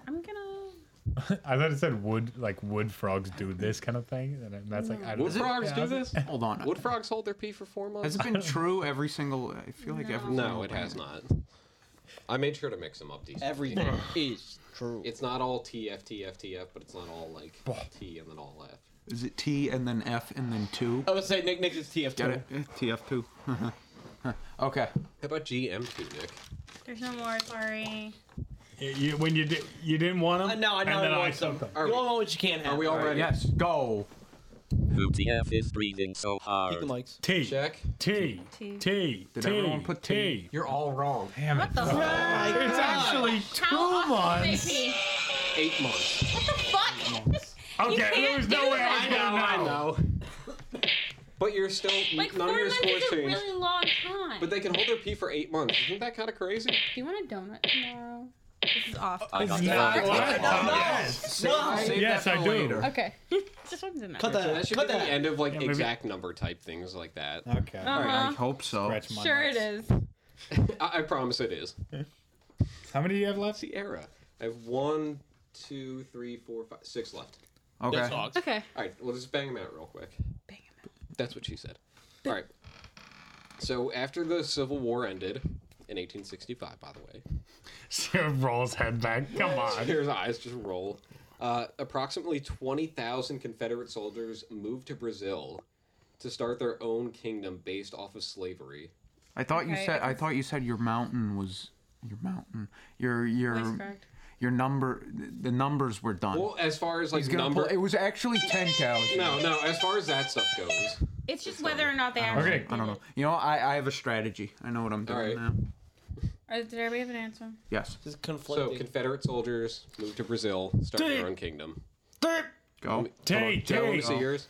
Speaker 4: I'm gonna.
Speaker 7: I thought it said wood, like wood frogs do this kind of thing, and then that's like I don't
Speaker 1: Wood
Speaker 7: know.
Speaker 1: frogs
Speaker 7: Yeah,
Speaker 1: do
Speaker 7: I was-
Speaker 1: this?
Speaker 5: Hold on.
Speaker 1: Wood frogs hold their pee for four months?
Speaker 5: Has it been true every single? I feel like every.
Speaker 1: No,
Speaker 5: single
Speaker 1: it has
Speaker 5: thing.
Speaker 1: not. I made sure to mix them up decently.
Speaker 10: Everything is true.
Speaker 1: It's not all T F T F T F, but it's not all like T and then all F.
Speaker 5: Is it T and then F and then two?
Speaker 10: I would say Nick Nick is TF2.
Speaker 5: Got it.
Speaker 1: Oh.
Speaker 5: Eh, TF two. okay.
Speaker 1: How about GM two, Nick?
Speaker 4: There's no more. Sorry.
Speaker 3: You, when you di- you didn't want them,
Speaker 10: Uh, no, I know
Speaker 3: and then
Speaker 10: I
Speaker 3: I
Speaker 10: want some.
Speaker 3: took them.
Speaker 10: You all know what you can't have.
Speaker 9: Are we all ready?
Speaker 5: Yes, go.
Speaker 8: Who the F is breathing so hard?
Speaker 10: Keep the mics.
Speaker 3: T
Speaker 9: Check.
Speaker 3: T
Speaker 4: T.
Speaker 3: T.
Speaker 5: Did
Speaker 3: T,
Speaker 5: everyone put T?
Speaker 9: You're all wrong.
Speaker 7: Damn it.
Speaker 4: What the fuck?
Speaker 7: It's actually two
Speaker 4: How often do they
Speaker 7: months.
Speaker 4: pee?
Speaker 9: Eight months.
Speaker 4: What the fuck?
Speaker 3: Okay,
Speaker 4: can't
Speaker 3: there's no
Speaker 4: do
Speaker 3: way
Speaker 4: that.
Speaker 3: I don't
Speaker 9: I
Speaker 3: know.
Speaker 9: know.
Speaker 1: But you're still
Speaker 4: Like four
Speaker 1: none of your
Speaker 4: months
Speaker 1: scores
Speaker 4: is a
Speaker 1: changed.
Speaker 4: really long time.
Speaker 1: But they can hold their pee for eight months. Isn't that kind of crazy?
Speaker 4: Do you want a donut tomorrow? This is off.
Speaker 8: I got
Speaker 3: not
Speaker 8: that.
Speaker 3: what I thought.
Speaker 5: Save
Speaker 7: Yes,
Speaker 5: that
Speaker 7: I
Speaker 5: for
Speaker 7: do.
Speaker 5: later.
Speaker 4: Okay. Just wanted to know.
Speaker 10: Cut that.
Speaker 1: That should
Speaker 10: Cut
Speaker 1: be the
Speaker 10: that.
Speaker 1: end of like
Speaker 7: maybe-
Speaker 1: exact number type things like that.
Speaker 7: Okay.
Speaker 5: I
Speaker 4: Uh-huh.
Speaker 5: hope so.
Speaker 7: Stretch my
Speaker 4: Sure it
Speaker 7: nuts.
Speaker 4: is.
Speaker 1: I, I promise it is.
Speaker 7: How many do you have left?
Speaker 1: The era. I have one, two, three, four, five, six left.
Speaker 5: Okay.
Speaker 4: Okay.
Speaker 1: All right, we'll just bang them out real quick.
Speaker 4: Bang 'em out.
Speaker 1: That's what she said. All right. So after the Civil War ended in 1865, by the way,
Speaker 3: Sarah rolls head back. Come on.
Speaker 1: His eyes just roll. Uh, approximately 20,000 Confederate soldiers moved to Brazil to start their own kingdom based off of slavery.
Speaker 5: I thought you
Speaker 4: Okay,
Speaker 5: said.
Speaker 4: I
Speaker 5: I thought you said your mountain was your mountain. Your your
Speaker 4: correct.
Speaker 5: your number. The numbers were done.
Speaker 1: Well, as far as like
Speaker 5: He's gonna
Speaker 1: number,
Speaker 5: pull- it was actually ten thousand.
Speaker 1: no, no, as far as that stuff goes.
Speaker 4: It's just whether or not they actually.
Speaker 7: Okay.
Speaker 5: I don't know. You know, I, I have a strategy. I know what I'm doing
Speaker 1: Alright.
Speaker 5: now.
Speaker 4: Are, did everybody have an answer?
Speaker 5: Yes.
Speaker 10: This is
Speaker 1: So
Speaker 10: conflicting.
Speaker 1: Confederate soldiers moved to Brazil, started their own kingdom.
Speaker 5: Go.
Speaker 3: T
Speaker 1: Joe, let me
Speaker 3: T.
Speaker 1: see yours.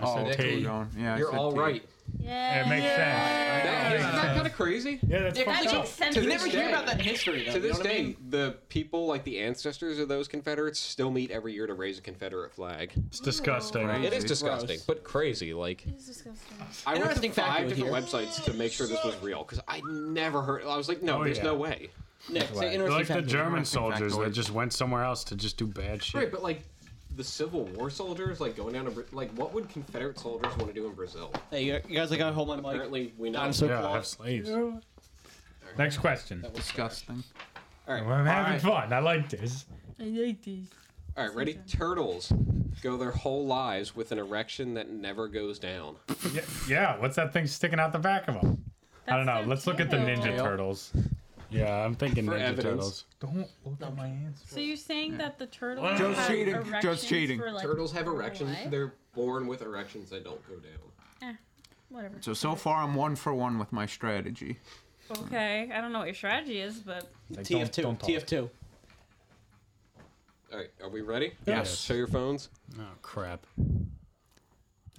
Speaker 5: Oh,
Speaker 3: said
Speaker 5: okay,
Speaker 3: T.
Speaker 5: John. Yeah, I
Speaker 1: You're
Speaker 5: said
Speaker 1: all
Speaker 5: T.
Speaker 1: right.
Speaker 4: Yeah.
Speaker 7: It makes
Speaker 1: That,
Speaker 7: sense.
Speaker 1: isn't that kind of crazy?
Speaker 7: Yeah, that's
Speaker 4: That
Speaker 7: fucked up.
Speaker 4: makes sense.
Speaker 1: To
Speaker 10: You
Speaker 1: this
Speaker 10: never hear
Speaker 1: day-
Speaker 10: about that in history, though.
Speaker 1: To this
Speaker 10: you know what
Speaker 1: day,
Speaker 10: I mean?
Speaker 1: the people, like the ancestors of those Confederates, still meet every year to raise a Confederate flag.
Speaker 3: It's disgusting.
Speaker 1: It is
Speaker 5: Gross.
Speaker 1: disgusting, but crazy. Like,
Speaker 4: It's disgusting.
Speaker 1: I went to
Speaker 10: Interesting fact
Speaker 1: five
Speaker 10: right
Speaker 1: different
Speaker 10: here.
Speaker 1: websites to make sure this was real because I never heard. I was like, no,
Speaker 3: Oh,
Speaker 1: there's no
Speaker 3: yeah.
Speaker 1: way.
Speaker 10: Nick, say interesting
Speaker 3: Like the
Speaker 10: fact.
Speaker 3: German
Speaker 5: Interesting
Speaker 3: soldiers
Speaker 5: factoid.
Speaker 3: that just went somewhere else to just do bad shit.
Speaker 1: Right, but like the Civil War soldiers, like going down to Bra- like, what would Confederate soldiers want to do in Brazil?
Speaker 10: Hey, you you guys, like, I hold my mic.
Speaker 1: Apparently, we know.
Speaker 10: Dinosaur
Speaker 3: yeah,
Speaker 10: claw.
Speaker 3: have slaves.
Speaker 7: Next question.
Speaker 5: Disgusting.
Speaker 7: I'm having fun. I like this.
Speaker 4: I like these.
Speaker 1: All right, ready? Turtles go their whole lives with an erection that never goes down.
Speaker 7: Yeah, yeah, what's that thing sticking out the back of them? I don't know.
Speaker 4: so
Speaker 7: Let's look at the
Speaker 4: cute.
Speaker 7: Ninja Turtles.
Speaker 3: Yeah, I'm thinking
Speaker 1: For
Speaker 3: Ninja
Speaker 1: evidence.
Speaker 3: Turtles.
Speaker 7: Don't look at my answer.
Speaker 4: So you're saying that the turtles
Speaker 5: Joe's
Speaker 4: have
Speaker 5: cheating. Joe's
Speaker 4: erections
Speaker 5: cheating.
Speaker 4: For like
Speaker 1: Turtles have erections;
Speaker 4: life?
Speaker 1: they're born with erections that don't go down.
Speaker 4: eh, Whatever.
Speaker 5: So so far I'm one for one with my strategy.
Speaker 4: Okay. I don't know what your strategy is, but
Speaker 10: TF2. TF2.
Speaker 1: All right, are we ready?
Speaker 5: Yes.
Speaker 1: Show your phones.
Speaker 3: Oh crap.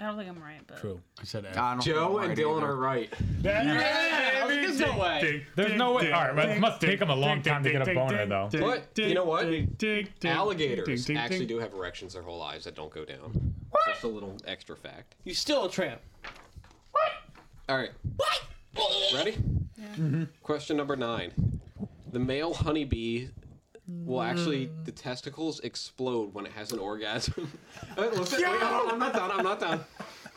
Speaker 4: I don't think I'm right. But
Speaker 3: True. I said F.
Speaker 5: I don't think I'm
Speaker 1: Joe and
Speaker 5: right
Speaker 1: Dylan
Speaker 5: either.
Speaker 1: are right.
Speaker 10: There's no way.
Speaker 7: There's no way. All right, well, it must take them a long time to get a boner, though.
Speaker 1: But, you know what? Alligators actually do have erections their whole lives that don't go down. Just a little extra fact.
Speaker 10: You still a tramp.
Speaker 1: All right. Ready? Question number nine. The male honeybee will actually, the testicles explode when it has an orgasm. Wait, listen, wait, hold on, I'm not done. I'm not done.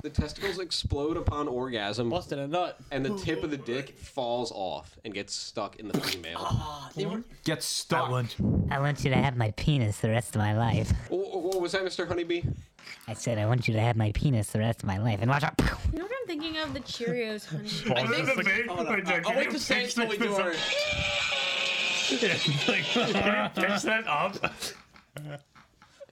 Speaker 1: The testicles explode upon orgasm,
Speaker 10: Busted a nut.
Speaker 1: and the tip of the dick falls off and gets stuck in the female.
Speaker 5: Get stuck.
Speaker 11: I want you to have my penis the rest of my life.
Speaker 1: Wh- wh- What was that, Mr. Honeybee?
Speaker 11: I said I want you to have my penis the rest of my life. And watch out.
Speaker 4: you know what I'm thinking of? The Cheerios honey.
Speaker 7: I think
Speaker 10: Hold on. I- I'll wait to say until we do our.
Speaker 7: Fix that up.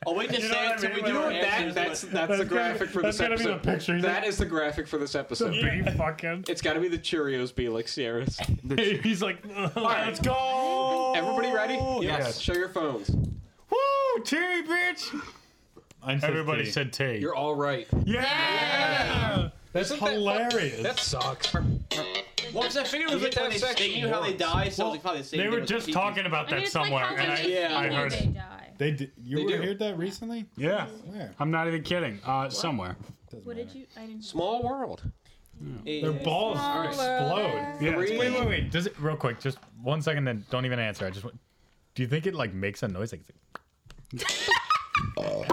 Speaker 10: I'll wait to say
Speaker 7: know what I
Speaker 10: until we
Speaker 7: mean?
Speaker 10: do
Speaker 7: You know
Speaker 10: our
Speaker 7: what
Speaker 10: answers,
Speaker 1: that's
Speaker 10: but-
Speaker 1: that's, the graphic for this
Speaker 7: That's gonna be
Speaker 1: episode.
Speaker 7: the picture.
Speaker 1: That is the graphic for this episode.
Speaker 7: big fucking.
Speaker 1: It's got to be the Cheerios, be like Sierra's.
Speaker 7: He's like, let's go.
Speaker 1: Everybody ready?
Speaker 7: Yes.
Speaker 1: Show your phones.
Speaker 7: Woo, T, bitch.
Speaker 3: Everybody said T.
Speaker 1: You're all right.
Speaker 7: yeah. That's
Speaker 1: that fuck-
Speaker 7: hilarious.
Speaker 1: That sucks.
Speaker 10: Well, because I figured it was
Speaker 1: You
Speaker 10: like
Speaker 1: get
Speaker 10: when
Speaker 1: that
Speaker 10: they
Speaker 1: sex
Speaker 10: sting you, how they
Speaker 1: once.
Speaker 10: die, so I was like, probably the same
Speaker 7: They
Speaker 10: thing
Speaker 7: were
Speaker 10: with
Speaker 7: just
Speaker 10: the
Speaker 7: talking
Speaker 10: peepees.
Speaker 7: about
Speaker 4: I mean,
Speaker 7: that
Speaker 4: it's like
Speaker 7: somewhere,
Speaker 4: how
Speaker 7: and I,
Speaker 4: they
Speaker 10: Yeah.
Speaker 7: I
Speaker 4: feel
Speaker 7: heard
Speaker 4: they
Speaker 7: it.
Speaker 4: die.
Speaker 7: They did. You
Speaker 1: They
Speaker 7: were
Speaker 1: do.
Speaker 7: heard that recently?
Speaker 3: yeah.
Speaker 7: Where?
Speaker 3: I'm not even kidding. Uh, somewhere.
Speaker 4: What did you? I didn't.
Speaker 1: Small world.
Speaker 7: Their balls
Speaker 4: Smaller.
Speaker 7: explode. Yeah.
Speaker 1: Three.
Speaker 7: Wait, wait, wait. Does it real quick? Just one second. Then don't even answer. I just. want- Do you think it like makes a noise? Like, it's like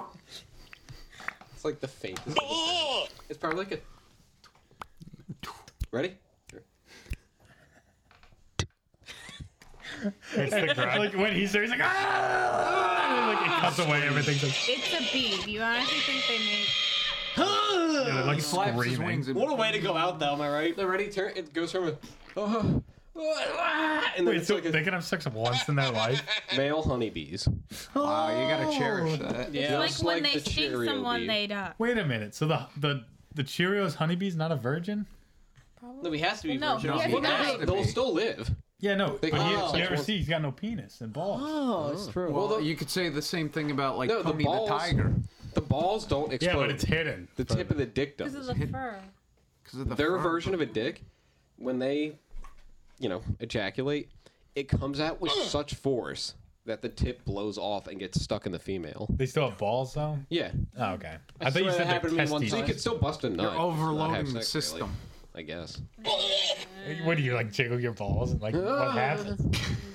Speaker 1: It's like the faintest. It's probably like a. Ready?
Speaker 7: it's the ground. like when he's there, he's like ah. And, like it cuts away everything. Like,
Speaker 4: It's a bee. Do you honestly think they made?
Speaker 7: yeah, they're, like
Speaker 5: Flaps his
Speaker 7: screaming.
Speaker 5: wings and
Speaker 10: What a way to go out, though, am I right?
Speaker 1: They're ready. Turn. It goes from. A, oh,
Speaker 9: And then
Speaker 7: Wait,
Speaker 9: it's
Speaker 7: so
Speaker 9: like a-
Speaker 7: they can have sex once in their life?
Speaker 1: Male honeybees.
Speaker 7: Wow,
Speaker 5: ah, you gotta cherish
Speaker 7: that.
Speaker 4: It's like when they sting someone, they die.
Speaker 7: Wait a minute. So the the the Cheerios honeybee's not a virgin?
Speaker 10: No, he has to be
Speaker 4: No,
Speaker 10: virgin.
Speaker 4: he has
Speaker 10: Well,
Speaker 4: to
Speaker 10: no,
Speaker 4: die.
Speaker 10: no, They'll still live.
Speaker 7: Yeah, no.
Speaker 5: They
Speaker 7: but
Speaker 5: can
Speaker 7: he-
Speaker 5: have
Speaker 7: you
Speaker 5: sex
Speaker 7: ever
Speaker 5: once-
Speaker 7: see he's got no penis and balls.
Speaker 2: Oh, that's true.
Speaker 5: Well, you could say the same thing about like
Speaker 1: No, the
Speaker 5: Tony the,
Speaker 1: balls-
Speaker 5: Tiger
Speaker 1: The balls don't explode.
Speaker 7: it's hidden.
Speaker 1: The tip of the dick does.
Speaker 4: Because of the fur.
Speaker 5: of the
Speaker 1: Their
Speaker 5: fur.
Speaker 1: version of a dick, when they, you know, ejaculate, it comes out with such force that the tip blows off and gets stuck in the female.
Speaker 7: They still have balls though?
Speaker 1: Yeah.
Speaker 7: Oh, okay.
Speaker 1: I
Speaker 7: I, thought
Speaker 1: swear
Speaker 7: you
Speaker 1: that
Speaker 7: said
Speaker 1: happened
Speaker 7: they're
Speaker 1: to me one
Speaker 7: testes.
Speaker 1: time. So you could still bust a nut.
Speaker 5: You're
Speaker 1: just not have
Speaker 5: overloading
Speaker 1: sex,
Speaker 5: the
Speaker 1: really,
Speaker 5: system.
Speaker 1: I guess.
Speaker 7: What do you like jiggle your balls and like what happens?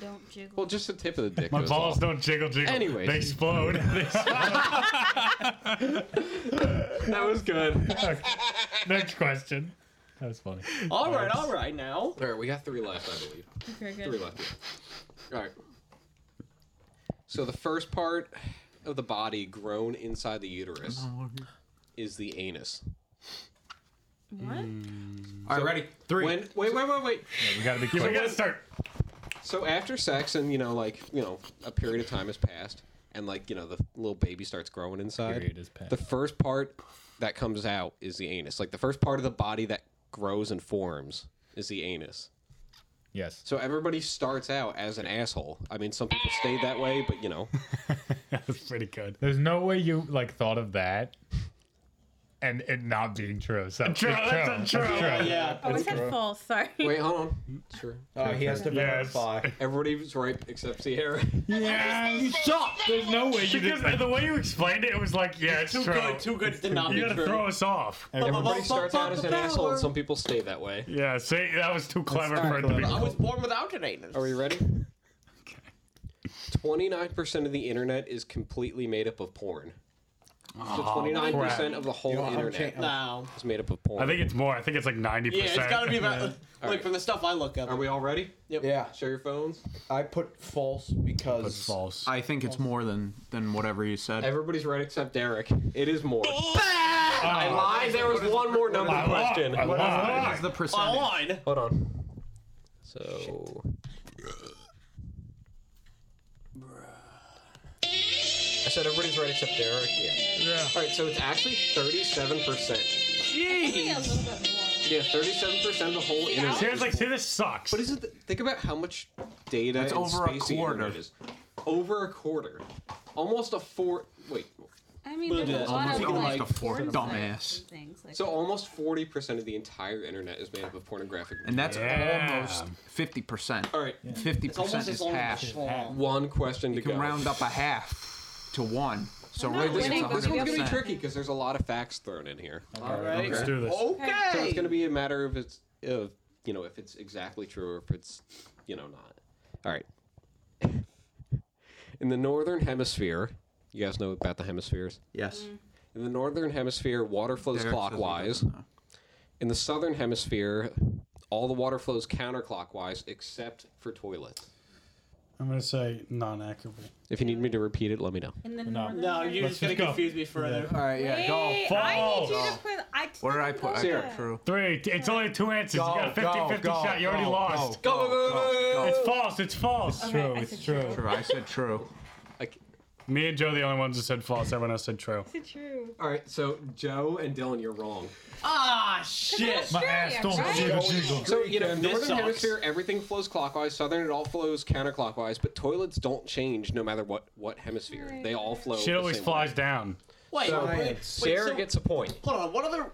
Speaker 4: Don't jiggle.
Speaker 1: Well, just the tip of the dick.
Speaker 7: My
Speaker 1: goes
Speaker 7: balls
Speaker 1: off.
Speaker 7: don't jiggle jiggle.
Speaker 1: Anyways.
Speaker 7: They explode. They
Speaker 9: That was good.
Speaker 7: explode. Next question. That was funny.
Speaker 9: All right, all right now.
Speaker 1: All right, we got three left, I believe.
Speaker 4: Okay,
Speaker 1: Three
Speaker 4: good.
Speaker 1: left. All right. So the first part of the body grown inside the uterus is the anus.
Speaker 4: What?
Speaker 7: Mm.
Speaker 5: All right, ready?
Speaker 1: Three. When, wait, wait, wait, wait.
Speaker 7: We gotta be
Speaker 1: Yeah, we
Speaker 7: quick.
Speaker 1: gotta
Speaker 7: start.
Speaker 1: So after sex, and you know, like you know, a period of time has passed, and like you know, the little baby starts growing inside.
Speaker 7: Period has passed.
Speaker 1: The first part that comes out is the anus. Like the first part of the body that grows and forms is the anus.
Speaker 7: Yes.
Speaker 1: So everybody starts out as an asshole. I mean, some people stay that way, but you know,
Speaker 7: That was pretty good. There's no way you like thought of that and it not being true. So
Speaker 3: True,
Speaker 7: it's
Speaker 3: that's untrue.
Speaker 7: It's true.
Speaker 9: Yeah.
Speaker 4: Oh, I said false. Sorry.
Speaker 1: wait, hold on. Sure.
Speaker 10: he has to
Speaker 7: Yes.
Speaker 10: verify.
Speaker 1: Everybody's right except Sierra.
Speaker 7: Yes.
Speaker 10: Stop!
Speaker 7: There's no way you
Speaker 3: Because
Speaker 7: did
Speaker 3: the way you explained it, it was like, yeah, it's
Speaker 9: Too
Speaker 3: true.
Speaker 9: good, too good to not
Speaker 3: you
Speaker 9: be
Speaker 3: gotta
Speaker 9: true.
Speaker 3: throw us off.
Speaker 1: Everybody
Speaker 10: Fuck,
Speaker 1: starts
Speaker 10: fuck
Speaker 1: out as
Speaker 10: the
Speaker 1: an asshole,
Speaker 10: power.
Speaker 1: and some people stay that way.
Speaker 7: Yeah, see, that was too clever for it to be.
Speaker 10: I was born without an anus.
Speaker 1: Are we ready? Okay. Twenty-nine percent of the internet is completely made up of porn.
Speaker 7: Oh,
Speaker 1: So twenty-nine percent of the whole internet
Speaker 10: No.
Speaker 1: is made up of porn.
Speaker 7: I think it's more. I think it's like 90%.
Speaker 10: Yeah, it's gotta be about like
Speaker 1: right.
Speaker 10: from the stuff I look up.
Speaker 1: Are we all ready?
Speaker 10: Yep.
Speaker 12: Yeah,
Speaker 1: Show your phones.
Speaker 12: I put false because
Speaker 7: That's false.
Speaker 5: I think it's more than than whatever you said.
Speaker 1: Everybody's right except Derek. It is more. I
Speaker 7: Ah.
Speaker 1: lied. There was one more number
Speaker 7: I lied.
Speaker 1: question.
Speaker 7: I lied.
Speaker 5: What is the percentage?
Speaker 10: Online.
Speaker 1: Hold on. So. I said everybody's right except Derek. Yeah.
Speaker 7: Yeah.
Speaker 1: All right. So it's actually thirty-seven percent.
Speaker 4: Yeah, a
Speaker 10: Jeez.
Speaker 4: little bit more.
Speaker 1: Yeah, thirty-seven percent of the whole internet.
Speaker 7: Sarah's like, see, this sucks.
Speaker 1: But is it? th- think about how much data
Speaker 5: That's
Speaker 1: and
Speaker 5: over a
Speaker 1: space the internet
Speaker 5: quarter.
Speaker 1: is. Over a quarter, almost a four. Wait,
Speaker 4: I mean, there's
Speaker 10: Buddha.
Speaker 4: a lot
Speaker 10: Almost
Speaker 4: of
Speaker 10: like
Speaker 4: like,
Speaker 5: a fork,
Speaker 4: porn
Speaker 5: dumbass.
Speaker 4: sites and Things like
Speaker 1: so almost forty percent of the entire internet is made up of pornographic.
Speaker 5: And that's
Speaker 7: Yeah.
Speaker 5: almost 50%.
Speaker 1: all right.
Speaker 5: Fifty
Speaker 10: It's almost
Speaker 5: percent
Speaker 10: as
Speaker 5: is
Speaker 10: long
Speaker 5: half.
Speaker 10: as it's long.
Speaker 1: One question
Speaker 5: You
Speaker 1: to go.
Speaker 5: can round up a half to one. So
Speaker 4: not
Speaker 5: really,
Speaker 1: This,
Speaker 5: it's
Speaker 4: winning,
Speaker 1: one, this one's gonna be
Speaker 5: 100%.
Speaker 1: tricky because there's a lot of facts thrown in here.
Speaker 10: All right.
Speaker 7: Let's do this.
Speaker 1: So it's
Speaker 10: Okay.
Speaker 1: gonna be a matter of it's of you know if it's exactly true or if it's you know not. All right. In the northern hemisphere, you guys know about the hemispheres.
Speaker 5: Yes.
Speaker 1: In the northern hemisphere, water flows
Speaker 5: Derek says he
Speaker 1: clockwise.
Speaker 5: doesn't know.
Speaker 1: In the southern hemisphere, all the water flows counterclockwise except for toilets.
Speaker 13: I'm gonna say non-accurable.
Speaker 1: If you need me to repeat it, let me know.
Speaker 4: in the
Speaker 7: No.
Speaker 4: northern
Speaker 10: No, you're
Speaker 7: Let's
Speaker 10: just gonna
Speaker 7: just go.
Speaker 10: confuse me further.
Speaker 5: All right, yeah,
Speaker 4: Wait,
Speaker 5: go.
Speaker 4: I need
Speaker 7: False.
Speaker 4: you to put. I
Speaker 5: What did I put? I
Speaker 1: Sarah.
Speaker 5: put true.
Speaker 7: Three. It's only two answers.
Speaker 5: Go,
Speaker 7: you got a 50
Speaker 5: go,
Speaker 7: 50
Speaker 5: go,
Speaker 7: shot. You already
Speaker 5: go,
Speaker 7: lost.
Speaker 5: Go, go, go,
Speaker 7: It's false. It's false.
Speaker 4: Okay, I said true.
Speaker 5: True, I said true.
Speaker 1: Like,
Speaker 7: Me and Joe, are the only ones that said false. Everyone else said true.
Speaker 4: It's true.
Speaker 1: all right, so Joe and Dylan, you're wrong.
Speaker 10: Ah, shit.
Speaker 7: My ass don't
Speaker 4: right?
Speaker 7: jiggle jiggle.
Speaker 1: So you know, northern
Speaker 10: sucks.
Speaker 1: hemisphere, everything flows clockwise. Southern, it all flows counterclockwise. But toilets don't change no matter what what hemisphere. They all flow.
Speaker 7: Shit
Speaker 1: the
Speaker 7: always
Speaker 1: same
Speaker 7: flies
Speaker 1: way.
Speaker 7: down.
Speaker 10: Wait,
Speaker 1: So,
Speaker 10: wait, wait,
Speaker 1: Sarah
Speaker 10: so-
Speaker 1: gets a point.
Speaker 10: Hold on, what other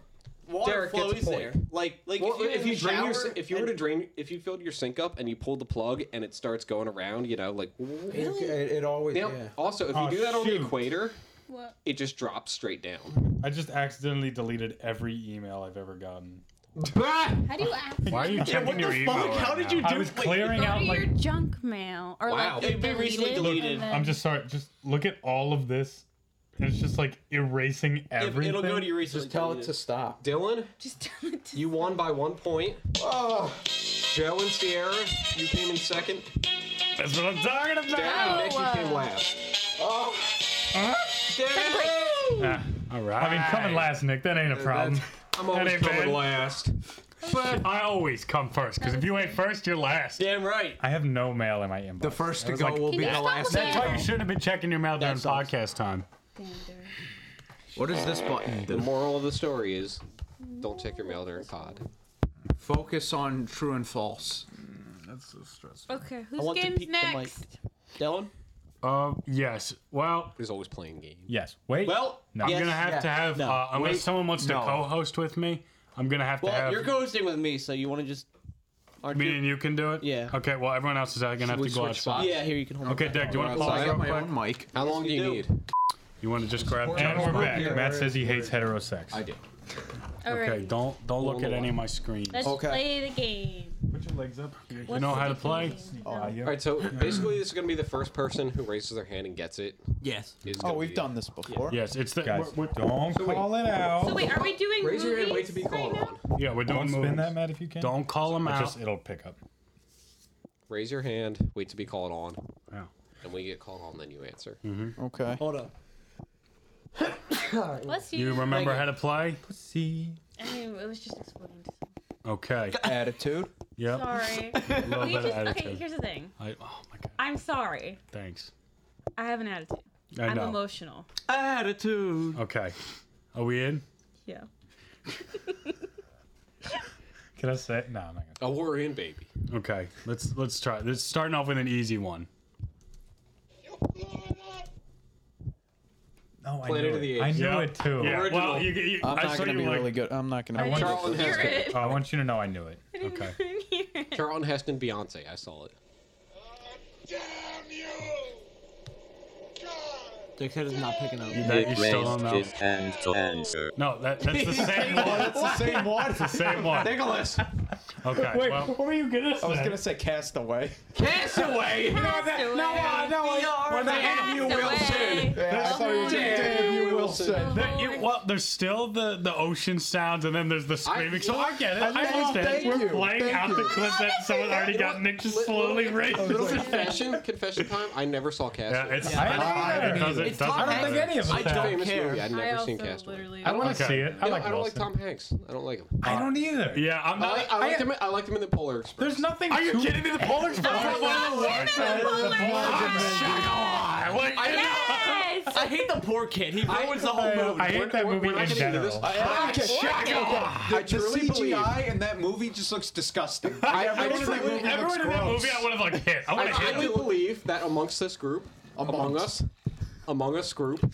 Speaker 10: water
Speaker 1: Derek gets
Speaker 10: flow
Speaker 1: a
Speaker 10: is there?
Speaker 1: point.
Speaker 10: Like, like
Speaker 1: Well,
Speaker 10: if
Speaker 1: if you
Speaker 10: you're
Speaker 1: drain
Speaker 10: in the
Speaker 1: your,
Speaker 10: shower,
Speaker 1: si- if you were to drain, if you filled your sink up and you pulled the plug and it starts going around, you know, like.
Speaker 12: It, it, it always
Speaker 1: Now,
Speaker 12: yeah.
Speaker 1: Also, if you
Speaker 7: Oh,
Speaker 1: do that on the
Speaker 7: shoot.
Speaker 1: equator,
Speaker 4: What?
Speaker 1: it just drops straight down.
Speaker 7: I just accidentally deleted every email I've ever gotten.
Speaker 4: How do you act?
Speaker 7: Why are you
Speaker 10: Yeah, what
Speaker 7: checking
Speaker 10: the
Speaker 7: your
Speaker 10: fuck?
Speaker 7: email? right
Speaker 10: How did
Speaker 7: now?
Speaker 10: you
Speaker 7: I
Speaker 10: do-
Speaker 7: was
Speaker 10: wait,
Speaker 7: clearing
Speaker 4: Go
Speaker 7: out
Speaker 4: to
Speaker 7: like
Speaker 4: your junk mail or
Speaker 1: Wow.
Speaker 4: like you
Speaker 10: It'd be recently
Speaker 4: deleted,
Speaker 10: deleted.
Speaker 4: and then-
Speaker 7: I'm just sorry. Just look at all of this. and It's just like erasing
Speaker 10: if
Speaker 7: everything.
Speaker 10: it'll go to your research.
Speaker 12: Just tell it to stop.
Speaker 1: Dylan,
Speaker 4: just tell it to
Speaker 1: you won by one point.
Speaker 12: Oh,
Speaker 1: Joe and Sierra, you came in second.
Speaker 7: That's what I'm talking
Speaker 1: Derek
Speaker 7: about.
Speaker 1: and Nick, you came last.
Speaker 12: oh.
Speaker 7: Ah, all right. I mean, coming last, Nick. That ain't a problem.
Speaker 1: I'm always
Speaker 7: ain't bad.
Speaker 1: coming last.
Speaker 3: But I always come first because if you ain't first, you're last.
Speaker 9: Damn right.
Speaker 7: I have no mail in my inbox. The first
Speaker 3: to go will
Speaker 9: be Can you the stop last to
Speaker 3: That's
Speaker 9: go.
Speaker 3: why you should have been checking your mail during podcast time.
Speaker 5: What is this button
Speaker 1: The moral of the story is don't check your mail during pod.
Speaker 5: Focus on true and false.
Speaker 3: That's so stressful.
Speaker 4: Okay, whose game's next?
Speaker 9: Dylan?
Speaker 3: Um, yes. Well,
Speaker 1: he's always playing games.
Speaker 7: Yes. Wait.
Speaker 9: Well,
Speaker 3: I'm
Speaker 9: yes,
Speaker 3: gonna have to
Speaker 9: yeah,
Speaker 3: have
Speaker 9: no.
Speaker 3: uh, unless
Speaker 9: Wait,
Speaker 3: someone wants to
Speaker 9: no.
Speaker 3: co-host with me. I'm gonna have
Speaker 9: Well,
Speaker 3: to have
Speaker 9: you're ghosting with me, so you want to just. Aren't
Speaker 3: me
Speaker 9: you?
Speaker 3: and you can do it. Yeah. Okay. Well, everyone else is gonna have
Speaker 9: we
Speaker 3: to go
Speaker 9: switch
Speaker 3: outside.
Speaker 9: spots? Yeah, here, you can hold my
Speaker 3: Okay,
Speaker 9: mic.
Speaker 3: Dick, do you want to
Speaker 9: Go
Speaker 3: pause?
Speaker 9: outside.
Speaker 3: real
Speaker 9: I got my
Speaker 3: quick?
Speaker 9: own
Speaker 5: mic.
Speaker 1: How long do you need?
Speaker 3: You want to just grab?
Speaker 7: And we're
Speaker 3: Animal
Speaker 7: back.
Speaker 3: Beer?
Speaker 7: Matt says he hates heterosex. I
Speaker 1: do.
Speaker 3: Okay.
Speaker 4: Alrighty.
Speaker 3: Don't don't look at
Speaker 7: Little
Speaker 3: any of
Speaker 7: one.
Speaker 3: my screens.
Speaker 4: Let's play the game.
Speaker 7: Put your legs up.
Speaker 3: You know how to play.
Speaker 1: All right, so basically, this is gonna be the first person who raises their hand and gets it.
Speaker 9: Yes.
Speaker 1: oh,
Speaker 13: we've done this before.
Speaker 3: Yes, it's the
Speaker 7: Guys,
Speaker 3: we're,
Speaker 7: don't call it out.
Speaker 4: So wait, are we doing
Speaker 1: Raise your hand,
Speaker 4: movies
Speaker 1: wait to be
Speaker 4: right
Speaker 1: called
Speaker 4: now?
Speaker 1: on.
Speaker 3: Yeah, we're doing
Speaker 7: Don't spin
Speaker 3: movies.
Speaker 7: that, Matt, if you can.
Speaker 3: Don't call them
Speaker 7: It
Speaker 3: out.
Speaker 7: just- it'll pick up.
Speaker 1: Raise your hand, wait to be called on.
Speaker 3: Yeah.
Speaker 1: And when you get called on, then you answer.
Speaker 13: Okay.
Speaker 10: Hold up.
Speaker 4: Bless you.
Speaker 3: You remember how to play?
Speaker 7: See.
Speaker 4: I mean, it was just exploding.
Speaker 3: Okay.
Speaker 13: Attitude.
Speaker 3: Yep.
Speaker 4: Sorry.
Speaker 3: A little
Speaker 4: Well, you
Speaker 3: bit of
Speaker 4: just- okay,
Speaker 3: attitude.
Speaker 4: here's the thing.
Speaker 3: I, oh my god.
Speaker 4: I'm sorry.
Speaker 3: Thanks.
Speaker 4: I have an attitude.
Speaker 3: I
Speaker 4: am
Speaker 3: know.
Speaker 4: emotional.
Speaker 9: Attitude.
Speaker 3: Okay. Are we in?
Speaker 4: Yeah.
Speaker 7: Can I say? No, I'm not
Speaker 1: Oh, we're in, baby.
Speaker 3: Okay. Let's let's try. Let's starting off with an easy one.
Speaker 7: gonna. No, I
Speaker 1: Planet
Speaker 7: knew
Speaker 1: of the
Speaker 7: it. I
Speaker 1: Apes.
Speaker 7: knew
Speaker 1: Yeah.
Speaker 7: it too.
Speaker 3: Yeah,
Speaker 1: Original.
Speaker 3: well, you, you,
Speaker 13: I'm
Speaker 3: I
Speaker 13: not
Speaker 3: saw
Speaker 13: gonna
Speaker 3: you
Speaker 13: be
Speaker 3: like,
Speaker 13: really good. I'm not gonna.
Speaker 7: I
Speaker 13: be
Speaker 7: want,
Speaker 13: good.
Speaker 1: Charlton Heston.
Speaker 7: I want you to know I knew it.
Speaker 3: Okay.
Speaker 1: Charlton Heston, Beyonce. I saw it.
Speaker 9: Dickhead is not picking up.
Speaker 3: That you
Speaker 8: Dick
Speaker 3: still
Speaker 8: raised
Speaker 3: don't know.
Speaker 8: his hand to answer.
Speaker 3: No, that, that's the same one.
Speaker 13: That's the same one.
Speaker 3: It's the same one.
Speaker 10: Nicholas.
Speaker 3: Okay.
Speaker 13: Wait,
Speaker 3: well,
Speaker 13: what were you gonna say? I was
Speaker 3: say?
Speaker 13: gonna say Castaway.
Speaker 10: Castaway.
Speaker 4: Castaway.
Speaker 13: No, uh,
Speaker 10: Oh,
Speaker 13: no, wait.
Speaker 10: When they interview Wilson.
Speaker 13: Yeah, I thought you were
Speaker 10: Damn.
Speaker 13: saying you Wilson.
Speaker 3: that- you- well, there's still the, the ocean sounds, and then there's the screaming. so I get it. I,
Speaker 13: thank-
Speaker 3: understand.
Speaker 13: thank
Speaker 3: We're
Speaker 13: you,
Speaker 3: playing
Speaker 13: thank
Speaker 3: out the
Speaker 13: you.
Speaker 3: clip that someone already got. Nick just
Speaker 13: Oh,
Speaker 3: slowly
Speaker 1: Little
Speaker 3: raises.
Speaker 1: confession, confession time. I never saw
Speaker 3: Yeah,
Speaker 1: Castaway.
Speaker 3: it's.
Speaker 7: I
Speaker 3: I,
Speaker 7: don't
Speaker 3: it
Speaker 7: either.
Speaker 3: doesn't,
Speaker 9: It's
Speaker 3: doesn't
Speaker 9: Tom
Speaker 7: I don't
Speaker 3: matter.
Speaker 7: think any of us.
Speaker 9: I don't
Speaker 1: famous movie.
Speaker 9: care.
Speaker 1: I've
Speaker 4: I
Speaker 1: never
Speaker 4: also
Speaker 1: seen Castaway.
Speaker 4: literally.
Speaker 7: I want to
Speaker 3: Okay.
Speaker 7: see it. I
Speaker 1: You know, I
Speaker 7: like
Speaker 1: don't like
Speaker 7: Wilson.
Speaker 1: Tom Hanks. I don't like him.
Speaker 7: I don't either.
Speaker 3: Yeah, I'm
Speaker 1: I
Speaker 3: not.
Speaker 1: like, I liked him. I liked him in the Polar Express.
Speaker 7: There's nothing.
Speaker 3: Are you
Speaker 7: to-
Speaker 3: kidding me? The Polar Express.
Speaker 4: Yes.
Speaker 9: I hate the poor kid. He ruins the whole movie.
Speaker 7: I hate that
Speaker 1: We're-
Speaker 7: movie
Speaker 1: we're not
Speaker 7: in
Speaker 1: getting into this.
Speaker 7: general.
Speaker 13: I, okay,
Speaker 1: I
Speaker 13: okay. The, the
Speaker 1: truly
Speaker 13: CGI
Speaker 1: believe-
Speaker 13: in that movie just looks disgusting.
Speaker 1: I- I
Speaker 13: Everyone in that
Speaker 1: truly-
Speaker 13: movie looks
Speaker 3: Everyone in that
Speaker 13: gross.
Speaker 3: movie, I would have like hit. I
Speaker 1: I
Speaker 3: would have hit.
Speaker 1: truly believe that amongst this group, among
Speaker 13: Amongst.
Speaker 1: us, among us group,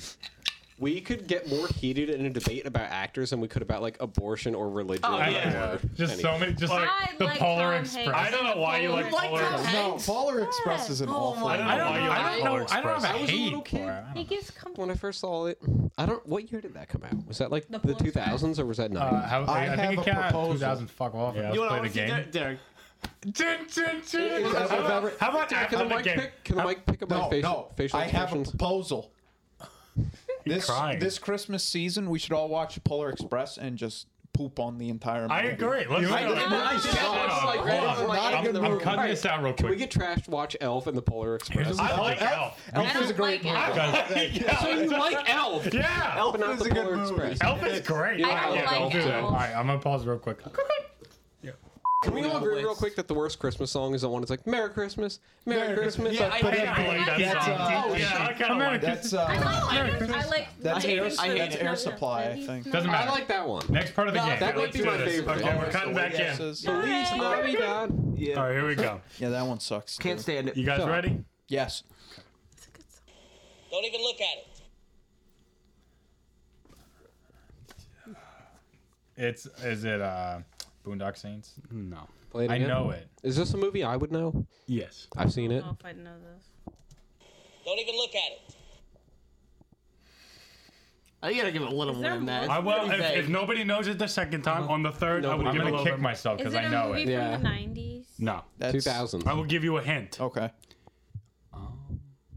Speaker 1: we could get more heated in a debate about actors than we could about like abortion or religion.
Speaker 9: Oh,
Speaker 1: or
Speaker 9: yeah.
Speaker 1: whatever.
Speaker 7: Just so
Speaker 1: Anyway.
Speaker 7: many. Just
Speaker 4: I
Speaker 7: like
Speaker 4: like
Speaker 7: the
Speaker 4: Tom
Speaker 7: Polar
Speaker 4: Hanks.
Speaker 7: Express.
Speaker 3: I don't know why you like
Speaker 9: You like
Speaker 3: Polar
Speaker 9: Tom
Speaker 3: Express.
Speaker 13: No, Polar Express
Speaker 4: Oh
Speaker 13: is an awful.
Speaker 3: I don't
Speaker 7: I
Speaker 3: know
Speaker 7: don't
Speaker 3: why you
Speaker 7: know. I
Speaker 3: like
Speaker 7: don't
Speaker 3: Polar
Speaker 7: know. I don't
Speaker 3: Express.
Speaker 7: have
Speaker 1: I
Speaker 7: a
Speaker 1: was a
Speaker 7: hate
Speaker 1: little
Speaker 7: for
Speaker 1: kid.
Speaker 7: it. I
Speaker 4: He
Speaker 7: don't
Speaker 4: gets comfortable.
Speaker 1: When I first saw it, I don't. What year did that come out? Was that like
Speaker 4: The
Speaker 1: the,
Speaker 4: Polar
Speaker 1: 2000s or was that
Speaker 7: know. Uh,
Speaker 1: 90s?
Speaker 13: I
Speaker 7: how, I, I
Speaker 13: have
Speaker 7: think
Speaker 13: a
Speaker 7: it came out in
Speaker 13: proposal.
Speaker 7: 2000. Fuck off. and
Speaker 9: You
Speaker 7: Let's
Speaker 9: wanna
Speaker 7: play the
Speaker 9: see
Speaker 7: game.
Speaker 9: Derek- Derek?
Speaker 7: Dun, dun, dun.
Speaker 1: Is that-
Speaker 7: How
Speaker 1: is that
Speaker 7: about-
Speaker 1: right?
Speaker 7: How about
Speaker 1: can
Speaker 7: after
Speaker 1: the
Speaker 7: the
Speaker 1: mic
Speaker 7: game?
Speaker 1: pick? Can the mic pick up my
Speaker 13: No,
Speaker 1: facial,
Speaker 13: no.
Speaker 1: facial
Speaker 13: I have a
Speaker 1: expressions?
Speaker 13: proposal. This
Speaker 7: crying.
Speaker 13: this Christmas season, we should all watch Polar Express and just poop on the entire. Movie.
Speaker 7: I agree. Let's
Speaker 13: I
Speaker 7: do
Speaker 13: did
Speaker 7: it.
Speaker 13: not
Speaker 7: Let's
Speaker 13: see
Speaker 7: do
Speaker 13: that.
Speaker 7: it.
Speaker 13: It's
Speaker 1: like
Speaker 7: Hold
Speaker 1: right
Speaker 7: on.
Speaker 1: in front
Speaker 13: Not a
Speaker 1: of
Speaker 13: good
Speaker 1: the
Speaker 7: I'm
Speaker 13: movie.
Speaker 7: cutting this out real
Speaker 1: Can we
Speaker 7: quick.
Speaker 1: get trashed? Watch Elf and the Polar Express.
Speaker 7: I like Elf.
Speaker 13: Elf is a great
Speaker 4: I don't like
Speaker 13: movie.
Speaker 1: so you like Elf?
Speaker 7: Yeah.
Speaker 1: Elf, not
Speaker 13: is
Speaker 1: the
Speaker 13: a good
Speaker 1: Polar
Speaker 13: movie.
Speaker 1: Express.
Speaker 7: Elf is great.
Speaker 4: I don't
Speaker 7: Yeah,
Speaker 4: like
Speaker 7: I'll do that.
Speaker 4: Elf.
Speaker 7: All right, I'm gonna pause real quick.
Speaker 1: Can we all agree real quick that the worst Christmas song is the one that's like Merry Christmas, Merry,
Speaker 13: Merry
Speaker 1: Christmas?
Speaker 13: Christmas. Yeah,
Speaker 1: I-
Speaker 13: but
Speaker 7: I
Speaker 13: that-
Speaker 7: like that
Speaker 13: that's,
Speaker 7: song.
Speaker 13: uh,
Speaker 7: Dude, yeah, I kind of like that.
Speaker 13: That's uh,
Speaker 4: I know. I, I like.
Speaker 13: that's
Speaker 4: David
Speaker 13: air,
Speaker 4: Smith.
Speaker 13: that's
Speaker 4: No,
Speaker 13: air
Speaker 4: no,
Speaker 13: supply. I
Speaker 4: David
Speaker 13: think.
Speaker 4: Smith.
Speaker 7: Doesn't
Speaker 1: I
Speaker 7: matter.
Speaker 1: like that one.
Speaker 7: Next part of the game.
Speaker 1: that might
Speaker 7: Let's
Speaker 1: be
Speaker 7: do
Speaker 1: my
Speaker 7: this.
Speaker 1: favorite.
Speaker 7: Okay, we're
Speaker 1: Oh,
Speaker 7: cutting back in.
Speaker 13: Yeses.
Speaker 1: Please, Bobby God.
Speaker 3: All right, here we go.
Speaker 13: Yeah, that one sucks.
Speaker 9: Can't
Speaker 13: too.
Speaker 9: stand it.
Speaker 7: You guys ready?
Speaker 13: Yes.
Speaker 4: It's a good song.
Speaker 6: Don't even look at it.
Speaker 7: It's is it uh Boondock Saints?
Speaker 3: No.
Speaker 1: Play it
Speaker 7: I
Speaker 1: again.
Speaker 7: know it.
Speaker 1: Is this a movie I would know?
Speaker 3: Yes.
Speaker 1: I've seen
Speaker 4: I
Speaker 1: it.
Speaker 4: don't know if I know this.
Speaker 6: Don't even look at it.
Speaker 9: I gotta give it a little
Speaker 4: Is
Speaker 9: more
Speaker 4: there
Speaker 9: than that.
Speaker 4: more?
Speaker 3: I will.
Speaker 9: Pretty
Speaker 3: If,
Speaker 9: vague.
Speaker 3: if nobody knows it the second time, on the third, I will
Speaker 7: I'm
Speaker 3: give it
Speaker 7: gonna
Speaker 3: a little
Speaker 7: kick
Speaker 3: bit-
Speaker 7: myself
Speaker 4: Is
Speaker 7: because
Speaker 4: it
Speaker 7: I
Speaker 4: a
Speaker 7: know
Speaker 4: movie
Speaker 7: it.
Speaker 4: from
Speaker 1: Yeah.
Speaker 4: the 90s?
Speaker 3: No.
Speaker 13: That's,
Speaker 1: 2000.
Speaker 3: I will give you a hint.
Speaker 13: Okay.
Speaker 3: Oh,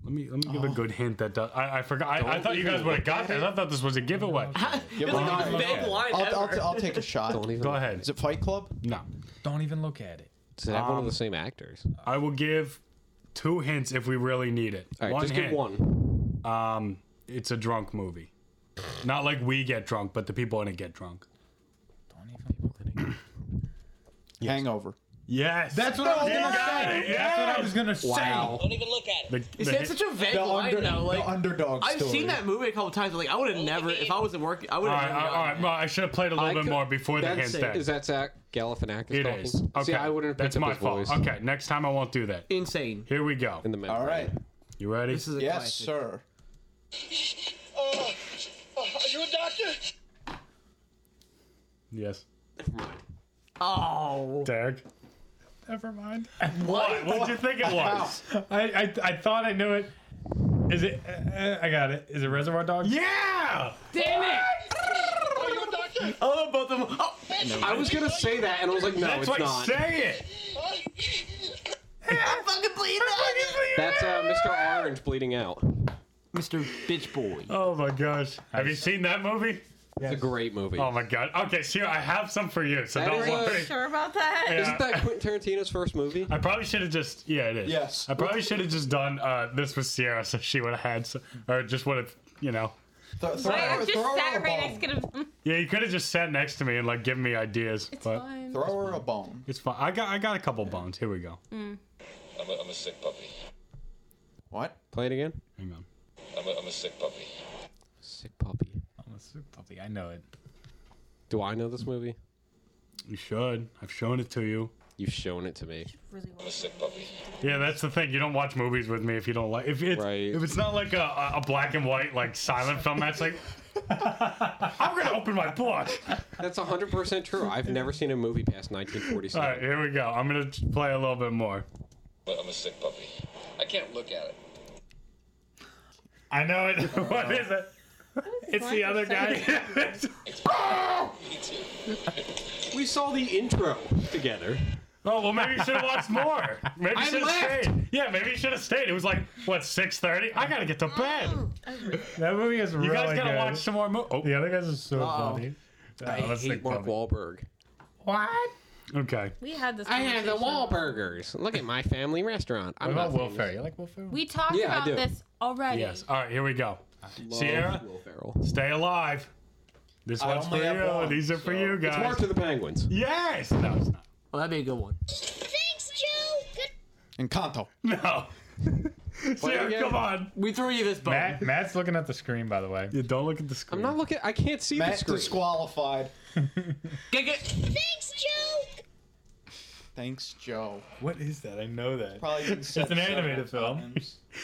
Speaker 3: Let me let me give a good hint that does. I, I forgot. I, I
Speaker 1: Don't
Speaker 3: thought you guys
Speaker 1: even
Speaker 3: would have got this. I thought this was a giveaway.
Speaker 9: It's like the
Speaker 13: I'll-
Speaker 9: most vague line
Speaker 13: I'll,
Speaker 9: ever.
Speaker 13: I'll, I'll take a shot.
Speaker 1: Don't even.
Speaker 3: Go ahead.
Speaker 13: Is it Fight Club?
Speaker 3: No.
Speaker 7: Don't even look at it.
Speaker 1: Does it have one of the same actors?
Speaker 3: I will give two hints if we really need it.
Speaker 1: All right, just
Speaker 3: hint.
Speaker 1: give one.
Speaker 3: Um, it's a drunk movie. Not like we get drunk, but the people in it get drunk.
Speaker 7: Don't even.
Speaker 13: Hangover.
Speaker 3: Yes.
Speaker 13: That's what I was
Speaker 10: You
Speaker 13: gonna
Speaker 10: got
Speaker 13: say.
Speaker 10: it.
Speaker 13: That's what I
Speaker 10: Yes.
Speaker 13: was gonna say.
Speaker 10: Wow.
Speaker 6: Don't even look at it.
Speaker 9: Is that such a vague line though? Like I've seen that movie a couple times. But like I would have never, if I wasn't working, I
Speaker 3: All
Speaker 9: would have.
Speaker 3: right, all right. Well, I should have played a little
Speaker 9: I
Speaker 3: bit
Speaker 9: could-
Speaker 3: more before the
Speaker 9: that's it.
Speaker 3: handstand.
Speaker 9: Is
Speaker 1: that Zach Galifianakis?
Speaker 3: It
Speaker 1: talking?
Speaker 3: is.
Speaker 1: See,
Speaker 3: Okay.
Speaker 1: I wouldn't have
Speaker 3: That's
Speaker 1: picked up
Speaker 3: my
Speaker 1: his
Speaker 3: fault.
Speaker 1: voice.
Speaker 3: Okay, next time I won't do that.
Speaker 9: Insane.
Speaker 3: Here we go.
Speaker 1: In the middle.
Speaker 13: All right.
Speaker 3: You ready?
Speaker 13: This is a Yes, classic. sir.
Speaker 10: Oh, are you a doctor?
Speaker 3: Yes.
Speaker 9: Oh.
Speaker 3: Derek. Never mind. What?
Speaker 10: What?
Speaker 3: What'd you think it was? I, I I thought I knew it. Is it? uh, Uh, I got it. Is it Reservoir Dogs? Yeah.
Speaker 9: Damn it!
Speaker 10: Are you a doctor?
Speaker 9: Oh, both of them. Oh,
Speaker 1: I was gonna say that, and I was like, no,
Speaker 10: That's
Speaker 1: it's
Speaker 10: why-
Speaker 1: not.
Speaker 10: say
Speaker 3: it.
Speaker 10: I'm fucking bleeding out.
Speaker 1: That's uh, Mr. Orange bleeding out.
Speaker 9: Mr. Bitch Boy.
Speaker 3: Oh my gosh. Have you seen that movie?
Speaker 1: It's a great movie.
Speaker 3: Oh my god. Okay, so I have some for you. So
Speaker 1: That
Speaker 3: don't
Speaker 1: is a-
Speaker 3: worry.
Speaker 4: Sure about that?
Speaker 3: Yeah.
Speaker 1: Isn't that Quentin Tarantino's first movie?
Speaker 3: I probably should have just yeah it is.
Speaker 1: Yes.
Speaker 3: I probably should have just done uh, this with Sierra so she would have had some, or just would have you know.
Speaker 4: Wait, I just sat right next to him.
Speaker 3: Yeah, you could have just sat next to me and like given me ideas. It's but
Speaker 4: fine.
Speaker 13: Throw her a bone.
Speaker 3: It's fine. I got I got a couple bones. Here we go.
Speaker 4: Mm.
Speaker 14: I'm a, I'm a sick puppy.
Speaker 13: What?
Speaker 1: Play it again.
Speaker 3: Hang on.
Speaker 14: I'm a, I'm a sick puppy.
Speaker 1: Sick puppy.
Speaker 3: I'm a sick puppy. I know it.
Speaker 1: Do I know this movie?
Speaker 3: You should. I've shown it to you.
Speaker 1: You've shown it to me.
Speaker 14: I'm a sick puppy.
Speaker 3: Yeah, that's the thing. You don't watch movies with me if you don't like if it's if it's not like a, a- a black and white like silent film. That's like I'm gonna open my book.
Speaker 1: That's 100% true. I've never seen a movie past
Speaker 3: All
Speaker 1: 1947.
Speaker 3: right, here we go. I'm gonna just play a little bit more.
Speaker 14: But I'm a sick puppy. I can't look at it.
Speaker 3: I know it. what is it? It's the other guy.
Speaker 1: we saw the intro together.
Speaker 3: Oh well, maybe you should have watched more. Maybe you
Speaker 1: I
Speaker 3: should have
Speaker 1: left.
Speaker 3: stayed. Yeah, maybe you should have stayed. It was like what six thirty. I gotta get to bed.
Speaker 4: Mm.
Speaker 3: That movie is you
Speaker 7: really
Speaker 3: guys gotta
Speaker 7: good.
Speaker 3: watch some more movies. Oh. The
Speaker 7: other guys are so
Speaker 3: Uh-oh.
Speaker 7: funny.
Speaker 1: I
Speaker 3: let's
Speaker 1: hate
Speaker 3: think
Speaker 1: Mark
Speaker 3: puppy.
Speaker 1: Wahlberg.
Speaker 3: What? Okay.
Speaker 4: We had this.
Speaker 1: I have the
Speaker 4: conversation.
Speaker 1: Wahlburgers. Look at my family restaurant. I'm
Speaker 3: What
Speaker 1: not
Speaker 3: about Will
Speaker 1: famous.
Speaker 3: Ferrell? You like Will Ferrell?
Speaker 4: We talked
Speaker 1: Yeah, I
Speaker 4: about
Speaker 1: do.
Speaker 4: this already.
Speaker 3: Yes. uh, All right, here we go.
Speaker 1: Love
Speaker 3: Sierra,
Speaker 1: Will
Speaker 3: stay alive. This
Speaker 1: I
Speaker 3: one's for
Speaker 1: only have
Speaker 3: you.
Speaker 1: one,
Speaker 3: These are for you guys.
Speaker 1: It's Mark to the Penguins.
Speaker 3: Yes. No, it's not.
Speaker 9: Well, that'd be a good one.
Speaker 10: Thanks, Joe. Good.
Speaker 13: Encanto.
Speaker 3: No.
Speaker 10: again. come
Speaker 3: on.
Speaker 9: We threw you this bone.
Speaker 7: Matt, Matt's looking at the screen, by the way.
Speaker 3: You don't look at the screen.
Speaker 1: I'm not looking. I can't see the
Speaker 13: Matt
Speaker 1: screen.
Speaker 13: disqualified.
Speaker 9: Get, it.
Speaker 10: Thanks, Joe.
Speaker 13: Thanks, Joe.
Speaker 7: What is that? I know that.
Speaker 13: Probably been
Speaker 7: it's
Speaker 13: said
Speaker 7: an
Speaker 13: several
Speaker 7: animated film.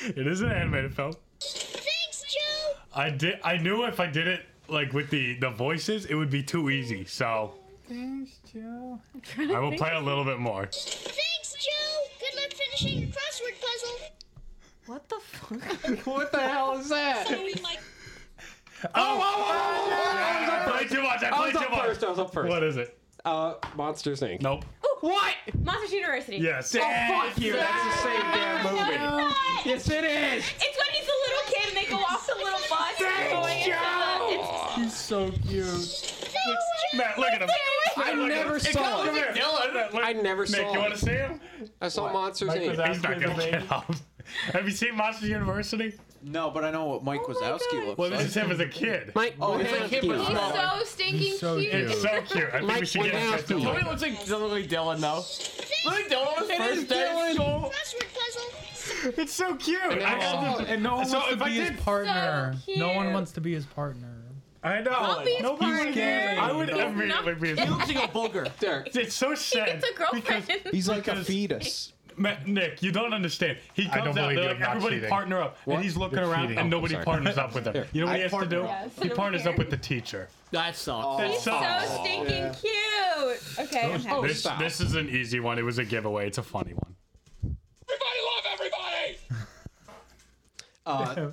Speaker 3: It is an animated film.
Speaker 10: Thanks, Joe.
Speaker 3: I did. I knew if I did it like with the the voices, it would be too easy. So
Speaker 10: Thanks, Joe.
Speaker 3: I will play a little bit more.
Speaker 10: Thanks, Joe. Good luck finishing your crossword puzzle.
Speaker 4: What the fuck?
Speaker 1: what the hell is that?
Speaker 10: Oh,
Speaker 3: oh, oh, I played too much. I
Speaker 1: I
Speaker 3: played
Speaker 1: was
Speaker 3: too
Speaker 1: up
Speaker 3: much.
Speaker 1: first. I was up first.
Speaker 3: What is it?
Speaker 1: Uh, Monsters Inc.
Speaker 3: Nope.
Speaker 4: What? Monsters University.
Speaker 3: Yes.
Speaker 4: Oh, fuck you.
Speaker 1: That's the same damn movie. Yes, it is.
Speaker 4: It's when he's a little kid and they go off the little bus.
Speaker 10: Thanks,
Speaker 4: going into
Speaker 10: Joe.
Speaker 4: the- it's-
Speaker 7: He's so cute.
Speaker 3: Matt, look at him.
Speaker 1: I
Speaker 3: Look at
Speaker 1: never
Speaker 3: him.
Speaker 1: saw
Speaker 3: Come
Speaker 1: it.
Speaker 3: here. Matt, look.
Speaker 1: I never
Speaker 3: Nick,
Speaker 1: saw
Speaker 3: you
Speaker 1: it.
Speaker 3: want to see him?
Speaker 1: I saw Monsters
Speaker 7: Mike
Speaker 1: Inc.
Speaker 7: was out.
Speaker 3: He's not gonna get out. Have you seen Monsters University?
Speaker 13: No, but I know what Mike
Speaker 5: Oh
Speaker 13: Wazowski looks
Speaker 3: Well,
Speaker 13: like.
Speaker 3: this is him as a kid.
Speaker 1: Mike
Speaker 13: Oh, he's a kid, but
Speaker 4: He's
Speaker 13: small.
Speaker 4: so stinking cute.
Speaker 3: It's so cute. I think we
Speaker 13: Mike
Speaker 3: should get him.
Speaker 13: Wazowski.
Speaker 9: Somebody looks like doesn't look like Dylan though. Look at Dylan on his first day at school.
Speaker 3: It's so cute.
Speaker 7: And,
Speaker 3: I got this-
Speaker 7: no one
Speaker 3: so
Speaker 7: wants
Speaker 3: if
Speaker 7: to
Speaker 3: I
Speaker 7: be his
Speaker 3: did-
Speaker 7: partner.
Speaker 4: So
Speaker 7: no one
Speaker 4: cute.
Speaker 7: wants to be his partner.
Speaker 3: I know.
Speaker 4: Don't be his
Speaker 3: Nobody's
Speaker 4: partner.
Speaker 3: gay. I would
Speaker 4: He's
Speaker 3: immediately
Speaker 4: not
Speaker 3: be his
Speaker 4: gay. He looks
Speaker 9: like a booger.
Speaker 1: Derek.
Speaker 3: It's so sad.
Speaker 4: It's a girlfriend.
Speaker 13: He's like a fetus.
Speaker 3: Matt, Nick, you don't understand. He
Speaker 7: I
Speaker 3: comes
Speaker 7: don't
Speaker 3: out,
Speaker 7: believe you.
Speaker 3: they're like,
Speaker 7: I'm not
Speaker 3: everybody
Speaker 7: cheating."
Speaker 3: partner up.
Speaker 7: What?
Speaker 3: And he's looking
Speaker 7: You're
Speaker 3: around
Speaker 7: cheating.
Speaker 3: and
Speaker 7: Oh,
Speaker 3: nobody
Speaker 7: sorry.
Speaker 3: partners up with him. You know what
Speaker 7: I
Speaker 3: he has to
Speaker 7: partner
Speaker 3: do?
Speaker 7: up.
Speaker 4: Yes, I
Speaker 3: he
Speaker 4: don't
Speaker 3: partners
Speaker 4: care.
Speaker 3: up with the teacher.
Speaker 9: That sucks.
Speaker 3: That
Speaker 4: He's
Speaker 3: sucks.
Speaker 4: so stinking cute. Okay, I'm happy.
Speaker 3: this, this is an easy one. It was a giveaway. It's a funny one.
Speaker 14: Everybody love everybody!
Speaker 1: Uh,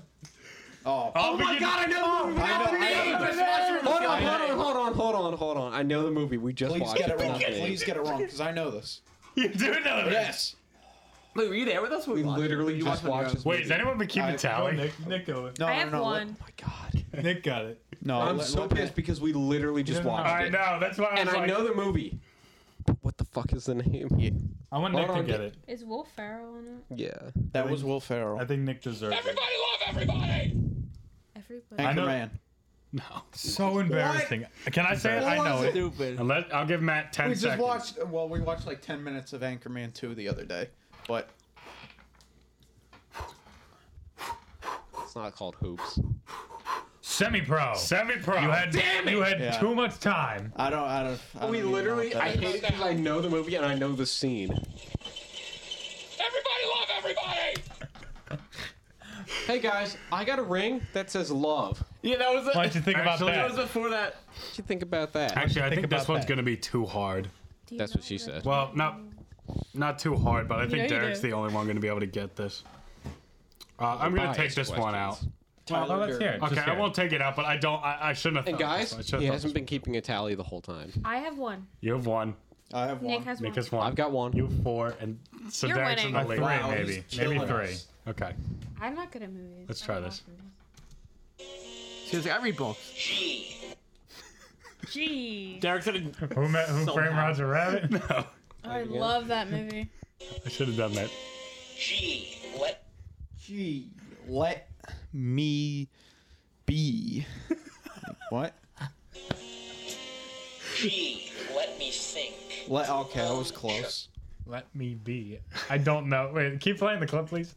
Speaker 13: oh.
Speaker 3: Oh my God, I know
Speaker 1: the movie.
Speaker 13: I know- I know-
Speaker 1: Hold on, hold on, hold on, hold on, hold on. I know the movie. We just
Speaker 13: Please
Speaker 1: watched
Speaker 13: get
Speaker 1: it.
Speaker 13: it
Speaker 1: but
Speaker 13: wrong.
Speaker 1: not me.
Speaker 13: Please get it wrong, because I know this.
Speaker 3: You do know this.
Speaker 13: Yes.
Speaker 9: Wait, were you there with us? We
Speaker 1: literally
Speaker 9: you
Speaker 1: just watched this
Speaker 3: Wait, has anyone been keeping tally?
Speaker 7: Nick, Nick got it.
Speaker 13: No,
Speaker 4: I
Speaker 13: no,
Speaker 4: have
Speaker 13: no, let-
Speaker 4: one.
Speaker 7: Nick got it.
Speaker 13: No,
Speaker 1: I'm
Speaker 13: let-
Speaker 1: so
Speaker 13: let-
Speaker 1: pissed because we literally just watched
Speaker 3: I
Speaker 1: it.
Speaker 3: know. That's why I was
Speaker 1: And I
Speaker 3: like-
Speaker 1: know the movie. But what the fuck is the name?
Speaker 7: I want
Speaker 1: Hold
Speaker 7: Nick to
Speaker 1: on,
Speaker 7: get
Speaker 1: Nick.
Speaker 7: it.
Speaker 4: Is Will Ferrell in it?
Speaker 1: Yeah.
Speaker 13: That was Will Ferrell.
Speaker 7: I think Nick deserves it.
Speaker 14: Everybody love everybody!
Speaker 4: Everybody.
Speaker 7: I know-
Speaker 13: Anchorman.
Speaker 3: No. So embarrassing. Can I say it? I know it. Unless, I'll give Matt 10
Speaker 5: we just
Speaker 3: seconds.
Speaker 5: watched. Well, we watched like ten minutes of Anchorman Two the other day, but
Speaker 1: It's not called hoops.
Speaker 3: Semi pro. Semi pro. You had,
Speaker 1: Damn it!
Speaker 3: You had
Speaker 1: Yeah.
Speaker 3: too much time.
Speaker 5: I don't. I don't.
Speaker 1: we literally, I hate it because I know the movie and I know the scene.
Speaker 15: Everybody love everybody!
Speaker 1: Hey guys, I got a ring that says love.
Speaker 2: Yeah, that was.
Speaker 3: Why'd you think about
Speaker 1: Actually,
Speaker 3: that?
Speaker 1: that was
Speaker 2: before that.
Speaker 1: What'd you think about that?
Speaker 3: Actually, I think, this one's
Speaker 1: good.
Speaker 3: going to be too hard.
Speaker 1: That's what she said.
Speaker 3: Well, not not too hard, but I
Speaker 2: Yeah,
Speaker 3: think
Speaker 2: you
Speaker 3: Derek's
Speaker 2: do.
Speaker 3: the only one going to be able to get this. Uh, I'm going to
Speaker 1: bias
Speaker 3: take this one out.
Speaker 1: questions.
Speaker 3: Tyler let's hear it.
Speaker 1: Durden.
Speaker 3: Okay,
Speaker 1: Just hear
Speaker 3: I won't take it out, but I don't. I, I shouldn't have.
Speaker 1: And
Speaker 3: thought of
Speaker 1: guys,
Speaker 3: this one. I should have
Speaker 1: he
Speaker 3: thought
Speaker 1: hasn't been keeping a tally the whole time.
Speaker 4: I have one.
Speaker 3: You have one.
Speaker 5: I have
Speaker 4: Nick one. has
Speaker 3: Nick
Speaker 4: one.
Speaker 3: has one. I've got
Speaker 1: one.
Speaker 3: You have four, and so
Speaker 4: You're
Speaker 3: Derek's in the
Speaker 4: winning.
Speaker 3: lead.
Speaker 5: Wow,
Speaker 3: Three,
Speaker 5: he's
Speaker 3: maybe,
Speaker 5: killing
Speaker 3: maybe three.
Speaker 5: us.
Speaker 3: Okay,
Speaker 4: I'm not good at movies.
Speaker 3: let's
Speaker 4: I
Speaker 3: try
Speaker 4: don't
Speaker 3: this.
Speaker 16: She was like, I read books.
Speaker 4: watch- Gee.
Speaker 2: Derek's in
Speaker 3: a. Who, met, who framed
Speaker 2: Somehow.
Speaker 3: Roger Rabbit? No,
Speaker 4: Oh, I love that movie.
Speaker 3: I should have done that.
Speaker 6: Gee, let
Speaker 5: Gee, let me be. what?
Speaker 6: gee, let me think.
Speaker 5: Let. Okay, I was close.
Speaker 3: Let me be. I don't know. Wait, keep playing the clip, please.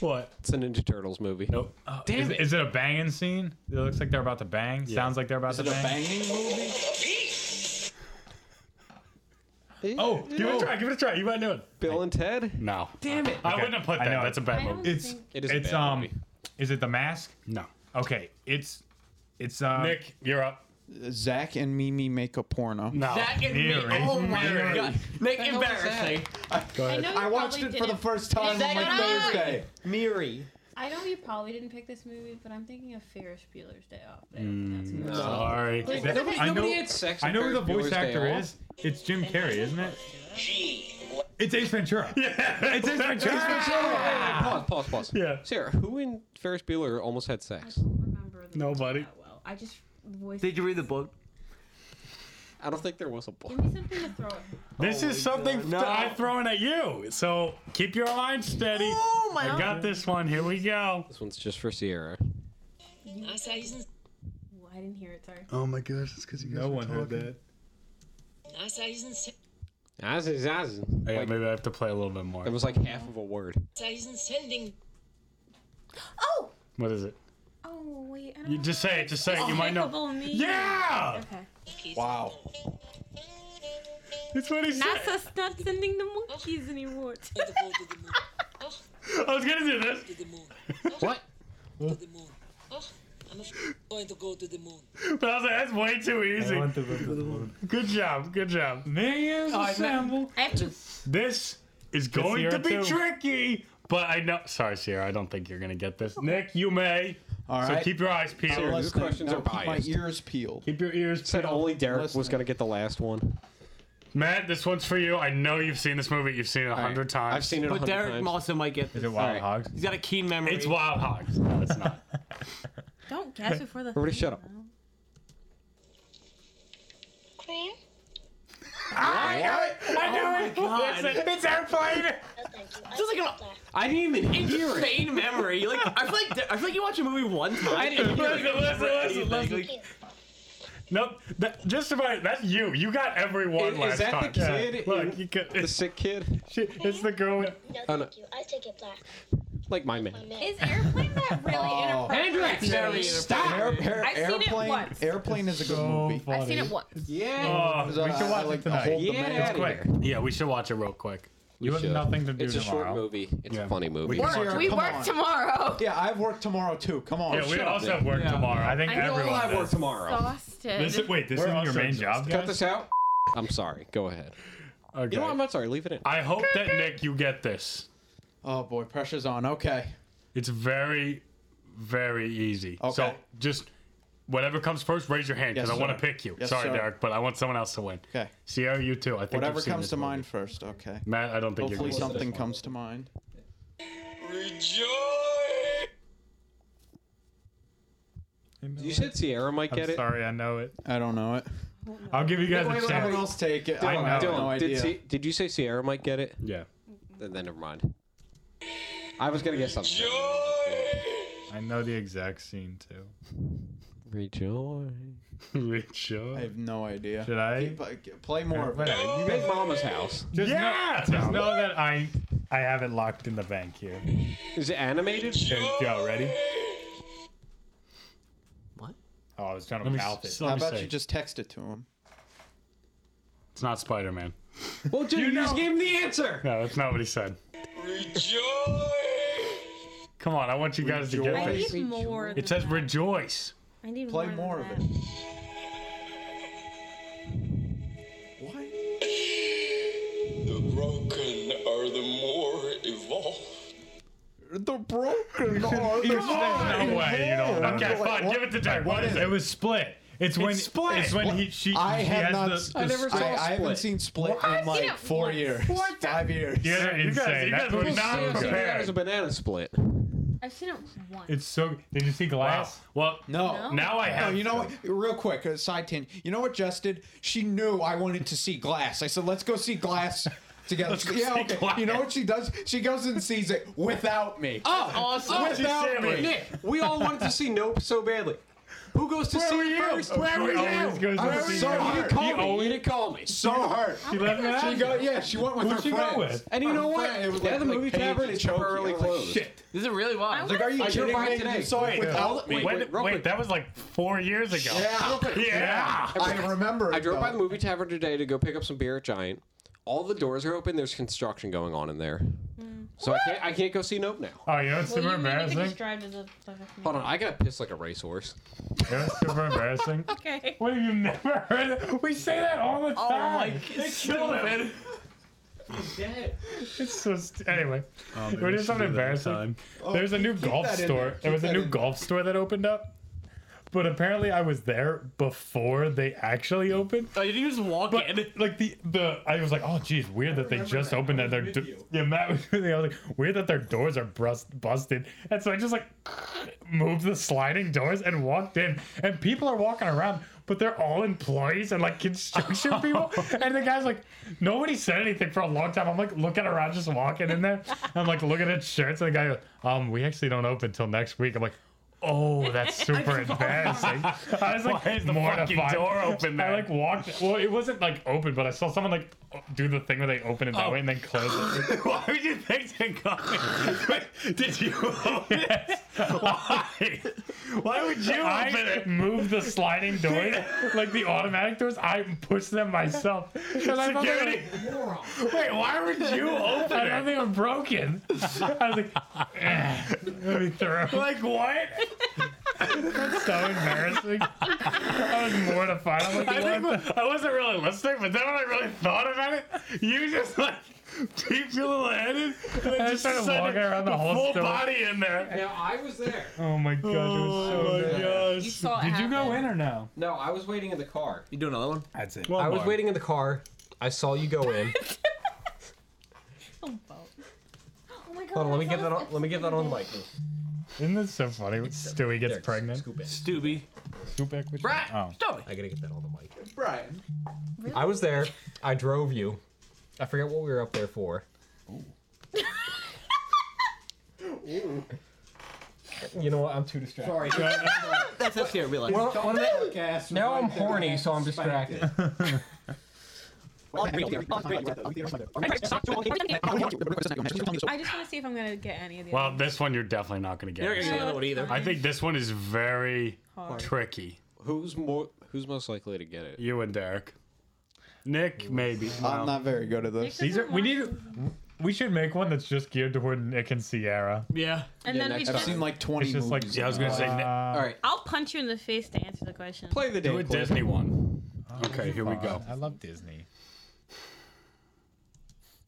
Speaker 3: What?
Speaker 1: It's a Ninja Turtles movie.
Speaker 3: Nope.
Speaker 1: Damn
Speaker 3: is,
Speaker 1: it.
Speaker 3: is it a banging scene? It looks like they're about to bang. Sounds like they're about
Speaker 5: Is
Speaker 3: to
Speaker 5: it a
Speaker 3: bang.
Speaker 5: banging movie?
Speaker 3: Oh, give it a try. Give it a try. You might know it.
Speaker 1: Bill and Ted?
Speaker 3: No.
Speaker 1: Damn it.
Speaker 3: I wouldn't have put
Speaker 1: I
Speaker 3: that.
Speaker 1: know it.
Speaker 3: That's a bad movie.
Speaker 4: It's
Speaker 1: It is a
Speaker 3: it's
Speaker 1: bad
Speaker 3: um.
Speaker 1: movie.
Speaker 3: Is it the mask? No. Okay. It's it's uh. Nick, you're up.
Speaker 5: Zach and Mimi make a porno.
Speaker 3: No.
Speaker 2: That and me.
Speaker 3: Eerie.
Speaker 2: Oh my
Speaker 3: Eerie.
Speaker 2: god. Nick,
Speaker 5: hell was that?
Speaker 2: embarrassing.
Speaker 3: Go ahead.
Speaker 4: know
Speaker 5: I
Speaker 4: you
Speaker 5: watched it
Speaker 4: probably
Speaker 5: for the
Speaker 4: didn't-
Speaker 5: first time on
Speaker 4: Zach,
Speaker 5: like
Speaker 4: shut up!
Speaker 5: Thursday. Miri.
Speaker 4: I know you probably didn't pick this movie, but I'm thinking of Ferris Bueller's Day Off.
Speaker 3: No. Sorry.
Speaker 4: Like,
Speaker 3: That-
Speaker 4: nobody-
Speaker 3: I know,
Speaker 4: nobody had sex
Speaker 3: I
Speaker 4: in
Speaker 3: know who the
Speaker 4: Ferris
Speaker 3: voice
Speaker 4: Bueller's Day
Speaker 3: actor
Speaker 4: Off.
Speaker 3: is. It's Jim Carrey, isn't it? It's Ace Ventura. Yeah. It's Ace Ventura.
Speaker 1: Pause, pause, pause. Yeah. Sarah, who in Ferris Bueller almost had sex?
Speaker 3: Nobody.
Speaker 4: I just voice.
Speaker 16: Did you read the book?
Speaker 1: I don't think there was a boy.
Speaker 4: Give me something to throw at.
Speaker 3: This is something
Speaker 1: No.
Speaker 3: I'm throwing at you. So keep your line steady.
Speaker 4: Oh my
Speaker 3: I got
Speaker 4: God.
Speaker 3: this one. Here we go.
Speaker 1: This one's just for Sierra.
Speaker 4: You- Ooh, I didn't hear it. Sorry.
Speaker 3: Oh my gosh, it's because you guys No one heard that.
Speaker 6: I
Speaker 1: Aziz, Aziz.
Speaker 3: Yeah, maybe I have to play a little bit more.
Speaker 1: It was like half of a word.
Speaker 6: was sending.
Speaker 4: Oh.
Speaker 3: What is it?
Speaker 4: Oh wait. I don't
Speaker 3: You just say it. Just say it. You might know.
Speaker 4: Despicable Me.
Speaker 3: Yeah!
Speaker 4: Okay.
Speaker 5: Wow.
Speaker 3: It's what he said.
Speaker 4: NASA's not sending the monkeys anymore.
Speaker 3: I was gonna do this.
Speaker 1: What?
Speaker 6: Oh, I'm af- going to go to the moon.
Speaker 3: But I was like, that's way too easy. Good job. Good job. Millions
Speaker 2: I-
Speaker 3: assemble.
Speaker 4: I have to.
Speaker 3: This is going to
Speaker 2: Sierra
Speaker 3: be
Speaker 2: too.
Speaker 3: tricky. But I know. Sorry, Sierra. I don't think you're gonna get this. Nick, you may.
Speaker 5: All
Speaker 3: So
Speaker 5: right.
Speaker 3: keep your eyes peeled.
Speaker 5: I'm listening.
Speaker 1: questions
Speaker 5: Now
Speaker 1: are
Speaker 5: keep
Speaker 1: biased.
Speaker 5: My ears peeled.
Speaker 3: Keep your ears
Speaker 1: Said
Speaker 3: peeled.
Speaker 1: only Derek was gonna get the last one.
Speaker 3: Matt, this one's for you. I know you've seen this movie. You've seen it a hundred times.
Speaker 1: I've seen it a
Speaker 2: But
Speaker 1: hundred
Speaker 2: Derek
Speaker 1: times.
Speaker 2: Mawson might get this.
Speaker 3: Is it Wild Hogs?
Speaker 2: He's got a keen memory.
Speaker 3: It's Wild Hogs. No, it's not.
Speaker 4: Don't guess before the.
Speaker 1: Everybody
Speaker 4: thing,
Speaker 1: shut up.
Speaker 4: though.
Speaker 17: Cream?
Speaker 3: I knew it. I knew it. Listen, it's airplane.
Speaker 2: Just like an
Speaker 1: I didn't even hear it.
Speaker 2: insane memory. Like I feel like I feel like you watch a movie one time.
Speaker 1: I didn't hear
Speaker 3: Listen, listen, listen, listen.
Speaker 2: Like,
Speaker 3: Nope. That, just about. That's you. You got every one
Speaker 1: Is- is
Speaker 3: last
Speaker 1: that
Speaker 3: time.
Speaker 1: the kid
Speaker 3: Yeah.
Speaker 1: in-
Speaker 3: Look, you could,
Speaker 1: The sick kid.
Speaker 3: she, it's the girl. With,
Speaker 17: No,
Speaker 1: Oh, no.
Speaker 17: thank you. I take it black.
Speaker 1: Like my
Speaker 17: My
Speaker 1: man.
Speaker 17: man.
Speaker 4: Is airplane that really
Speaker 5: Oh.
Speaker 4: inappropriate?
Speaker 2: very
Speaker 5: Air,
Speaker 2: inappropriate.
Speaker 5: air,
Speaker 4: I've seen it
Speaker 5: airplane.
Speaker 4: once.
Speaker 5: Airplane is a good
Speaker 3: So
Speaker 5: movie.
Speaker 4: I've seen
Speaker 3: funny.
Speaker 4: it once.
Speaker 1: Yeah.
Speaker 3: Oh,
Speaker 5: So
Speaker 3: we should
Speaker 5: I-
Speaker 3: watch
Speaker 5: I like
Speaker 3: it
Speaker 5: the
Speaker 3: tonight.
Speaker 5: whole
Speaker 1: Yeah,
Speaker 5: demand.
Speaker 1: out
Speaker 3: It's
Speaker 1: of
Speaker 3: quick.
Speaker 1: here.
Speaker 3: Yeah, we should watch it real quick. You have
Speaker 1: should.
Speaker 3: nothing to do
Speaker 1: It's a short
Speaker 3: tomorrow.
Speaker 1: movie. It's
Speaker 3: Yeah.
Speaker 1: a funny movie.
Speaker 5: Come on,
Speaker 4: We
Speaker 5: come
Speaker 4: work
Speaker 5: on.
Speaker 4: tomorrow.
Speaker 5: Yeah, I've worked tomorrow too. Come on.
Speaker 3: Yeah, we
Speaker 5: shut up.
Speaker 3: also have work tomorrow. I think
Speaker 4: I know
Speaker 3: everyone
Speaker 4: I
Speaker 3: does.
Speaker 1: work tomorrow.
Speaker 4: Exhausted.
Speaker 3: This is, wait, this
Speaker 5: We're
Speaker 3: isn't your
Speaker 5: also
Speaker 3: main job,
Speaker 1: Cut
Speaker 3: guys?
Speaker 1: this out. I'm sorry. Go ahead.
Speaker 3: Okay.
Speaker 1: You know what? I'm not sorry. Leave it in.
Speaker 3: I hope that Nick, you get this.
Speaker 5: Oh boy, pressure's on. Okay.
Speaker 3: It's very, very easy. So
Speaker 5: Okay.
Speaker 3: just whatever comes first, raise your hand because
Speaker 5: Yes,
Speaker 3: I want
Speaker 5: sir.
Speaker 3: to pick you.
Speaker 5: Yes,
Speaker 3: Sorry,
Speaker 5: sir.
Speaker 3: Derek, but I want someone else to win.
Speaker 5: Okay.
Speaker 3: Sierra, you too. I think
Speaker 5: Whatever
Speaker 3: you've seen
Speaker 5: comes
Speaker 3: this
Speaker 5: to
Speaker 3: movie.
Speaker 5: mind first. Okay.
Speaker 3: Matt, I don't think
Speaker 5: Hopefully
Speaker 3: you're gonna get
Speaker 5: something
Speaker 3: this.
Speaker 5: comes to mind.
Speaker 15: Rejoice!
Speaker 1: You said Sierra might
Speaker 3: I'm
Speaker 1: get it.
Speaker 3: sorry, I know it.
Speaker 5: I don't know it.
Speaker 3: I'll give you guys
Speaker 5: Wait,
Speaker 3: a
Speaker 5: let someone
Speaker 3: chance.
Speaker 5: else take it. I
Speaker 3: Dylan,
Speaker 5: have
Speaker 3: Dylan,
Speaker 5: no
Speaker 1: Did,
Speaker 5: idea.
Speaker 1: Si- did you say Sierra might get it?
Speaker 3: Yeah.
Speaker 1: Then, then never mind. I was gonna get something.
Speaker 7: I know the exact scene too.
Speaker 1: Rejoice.
Speaker 7: Rejoice.
Speaker 13: I have no idea.
Speaker 7: Should I?
Speaker 13: Keep- play more of it.
Speaker 7: Whatever, you guys- There's
Speaker 13: Yeah!
Speaker 7: No, just know that I I have it locked in the bank here.
Speaker 1: Is it animated?
Speaker 7: Here you go. Ready?
Speaker 9: What?
Speaker 7: Oh, I was trying to
Speaker 3: Let me
Speaker 7: mouth
Speaker 3: s-
Speaker 7: it.
Speaker 3: let
Speaker 13: How
Speaker 3: me
Speaker 13: about
Speaker 3: see.
Speaker 13: you just text it to him?
Speaker 3: It's not Spider Man.
Speaker 1: Well, dude, you, just gave him the answer.
Speaker 3: No, that's not what he said. Come on, I want you guys to get
Speaker 4: I
Speaker 3: this.
Speaker 4: need more. than
Speaker 3: It says
Speaker 4: that.
Speaker 3: rejoice.
Speaker 4: I need
Speaker 13: Play more
Speaker 4: more, than
Speaker 13: of
Speaker 4: that.
Speaker 14: The broken are the more evolved.
Speaker 13: The broken are
Speaker 7: There's no way you don't know.
Speaker 3: Okay,
Speaker 7: that.
Speaker 3: fine. Give it to Jack.
Speaker 7: What is it? It was split. It's when
Speaker 3: Split.
Speaker 7: It's when he she.
Speaker 13: I
Speaker 7: she
Speaker 13: have
Speaker 7: has
Speaker 13: not.
Speaker 7: The,
Speaker 13: s-
Speaker 7: the
Speaker 13: I never saw.
Speaker 7: split.
Speaker 13: I haven't seen Split in like
Speaker 4: it
Speaker 13: four
Speaker 4: once.
Speaker 13: years,
Speaker 4: Four
Speaker 13: five years.
Speaker 7: You guys are
Speaker 13: You guys-
Speaker 7: insane.
Speaker 13: you
Speaker 7: That
Speaker 13: guys
Speaker 7: was
Speaker 13: will
Speaker 7: not
Speaker 13: see us
Speaker 7: prepared.
Speaker 1: That was a banana split.
Speaker 4: I've seen it once.
Speaker 7: It's so. Did you see glass?
Speaker 3: Well,
Speaker 13: No.
Speaker 4: No. Now I have
Speaker 13: No, you know what? Real quick, a side tangent. You know what Jess did? She knew I wanted to see Glass. I said, let's go see Glass together.
Speaker 12: Let's go
Speaker 13: yeah,
Speaker 12: see
Speaker 13: okay.
Speaker 12: Glass.
Speaker 13: You know what she does? She goes and sees it without me.
Speaker 1: Oh, awesome.
Speaker 13: Without me.
Speaker 1: Nick, we all wanted to see Nope so badly. Who goes to
Speaker 13: Where
Speaker 1: see
Speaker 13: were
Speaker 1: it
Speaker 13: you?
Speaker 1: first?
Speaker 13: Where were you?
Speaker 1: I was
Speaker 13: Goes to see
Speaker 1: so
Speaker 13: it.
Speaker 1: hurt. You didn't
Speaker 13: You
Speaker 1: call me.
Speaker 13: always-
Speaker 1: You didn't call me.
Speaker 13: So hurt.
Speaker 1: She left me out?
Speaker 13: She go, yeah, she went with
Speaker 1: Who'd
Speaker 13: her
Speaker 1: she go
Speaker 13: friends.
Speaker 1: with? And you know
Speaker 13: Her
Speaker 1: what?
Speaker 13: friend, it was
Speaker 1: Yeah,
Speaker 13: like-
Speaker 1: the
Speaker 13: like
Speaker 1: movie
Speaker 13: Paige
Speaker 1: tavern
Speaker 13: and
Speaker 1: is
Speaker 13: Chokey.
Speaker 1: temporarily
Speaker 13: I was like,
Speaker 1: closed.
Speaker 13: Shit.
Speaker 9: This is really wild.
Speaker 13: I was like, are you
Speaker 1: I
Speaker 13: kidding
Speaker 1: tried
Speaker 13: me?
Speaker 1: today.
Speaker 13: You saw it without me.
Speaker 7: Wait,
Speaker 1: Wait, wait, real
Speaker 7: wait,
Speaker 1: quick.
Speaker 7: that was like four years ago.
Speaker 1: Yeah.
Speaker 7: Yeah.
Speaker 13: I remember.
Speaker 1: I
Speaker 13: it,
Speaker 1: drove by
Speaker 13: though.
Speaker 1: the movie tavern today to go pick up some beer at Giant. All the doors are open. There's construction going on in there, so I can't. I can't go see Nope now.
Speaker 7: Oh, you know what's super embarrassing?
Speaker 1: Hold on, I gotta piss like a racehorse.
Speaker 7: You know what's super embarrassing?
Speaker 4: Okay.
Speaker 7: What have you never heard? Of? We say that all the time.
Speaker 4: Oh my
Speaker 7: They killed him. It's so st- anyway.
Speaker 3: maybe
Speaker 7: we
Speaker 3: Oh, we
Speaker 7: did
Speaker 3: should
Speaker 7: something
Speaker 3: do that
Speaker 7: embarrassing.
Speaker 3: time.
Speaker 7: There's a new
Speaker 3: keep
Speaker 7: golf
Speaker 3: that in there.
Speaker 7: store. There
Speaker 3: Keep
Speaker 7: was a
Speaker 3: that
Speaker 7: new
Speaker 3: in
Speaker 7: golf store that opened up, but apparently I was there before they actually opened.
Speaker 9: Oh, did you just walk in?
Speaker 7: Like the the I was like, oh geez, weird that they just opened and their do- yeah Matt was with me. I was like, weird that their doors are brust- busted, and so I just like moved the sliding doors and walked in, and people are walking around, but they're all employees and like construction people, and the guy's like, nobody said anything for a long time. I'm like looking around, just walking in there, I'm like looking at shirts, and the guy goes, um, we actually don't open till next week. I'm like. Oh, that's super embarrassing. I was like
Speaker 3: Why is the
Speaker 7: mortified.
Speaker 3: fucking door open
Speaker 7: I
Speaker 3: then?
Speaker 7: like walked. Well, it wasn't like open, but I saw someone like do the thing where they open
Speaker 3: Oh.
Speaker 7: it that way and then close it.
Speaker 3: Why would you think to come? Did you open it? Why? Why would you open
Speaker 7: I
Speaker 3: it?
Speaker 7: moved the sliding doors, like the automatic doors. I pushed them myself. 'Cause I thought they were-
Speaker 3: Security. Wait, why would you open
Speaker 7: I thought
Speaker 3: it?
Speaker 7: they were broken. I was like, "Eh, let me throw.
Speaker 3: Like what?
Speaker 7: That's so embarrassing. I was mortified. I'm like,
Speaker 3: I,
Speaker 7: what? the-
Speaker 3: think, I wasn't really listening, but then when I really thought about it, you just like peeped your little head in and then
Speaker 7: I
Speaker 3: just
Speaker 7: started
Speaker 3: sent
Speaker 7: walking around the
Speaker 3: a
Speaker 7: whole
Speaker 3: full
Speaker 7: store.
Speaker 3: body in there.
Speaker 1: Now I was there.
Speaker 7: Oh my god, it was so
Speaker 3: Oh my
Speaker 7: embarrassing.
Speaker 3: gosh. You
Speaker 4: saw it
Speaker 7: Did you go
Speaker 4: happen.
Speaker 7: in or no?
Speaker 1: No, I was waiting in the car.
Speaker 9: You doing another one?
Speaker 7: That's it.
Speaker 1: I
Speaker 3: Oh,
Speaker 1: was waiting in the car. I saw you go in.
Speaker 4: Oh, boat. Oh my god.
Speaker 1: Hold on, let me
Speaker 4: I
Speaker 1: get
Speaker 4: saw
Speaker 1: that. On,
Speaker 4: this-
Speaker 1: let me get that on the mic.
Speaker 7: Isn't this so funny? when Stewie gets pregnant.
Speaker 9: Doobie.
Speaker 7: Scoop which
Speaker 9: Brad,
Speaker 7: Oh.
Speaker 9: Stewie.
Speaker 1: I gotta get that on the mic.
Speaker 13: Brian.
Speaker 1: I was there. I drove you. I forget what we were up there for. You know what? I'm too distracted.
Speaker 13: Sorry.
Speaker 9: That's up here, real life.
Speaker 1: Well, what am I- now I'm horny, so I'm
Speaker 13: Spike
Speaker 1: distracted.
Speaker 4: I just want to see if I'm gonna get any of the.
Speaker 3: Well,
Speaker 4: other
Speaker 3: this one you're definitely not going to get.
Speaker 9: You're not gonna get another one either.
Speaker 3: I think this one is very
Speaker 4: Hard.
Speaker 3: tricky.
Speaker 1: Who's more? Who's most likely to get it?
Speaker 3: You and Derek. Nick, maybe.
Speaker 13: I'm
Speaker 3: No.
Speaker 13: not very good at this.
Speaker 7: These are we need. We should make one that's just geared toward Nick and Sierra.
Speaker 9: Yeah.
Speaker 4: And then we
Speaker 13: I've
Speaker 4: just.
Speaker 13: seen like 20
Speaker 7: It's just like
Speaker 13: movies.
Speaker 3: Yeah, I was gonna say Nick.
Speaker 1: All right,
Speaker 4: I'll punch you in the face to answer the question.
Speaker 1: play the
Speaker 3: Do
Speaker 1: day.
Speaker 3: a
Speaker 1: clip.
Speaker 3: Disney one. Okay, here we go.
Speaker 7: God, I love Disney.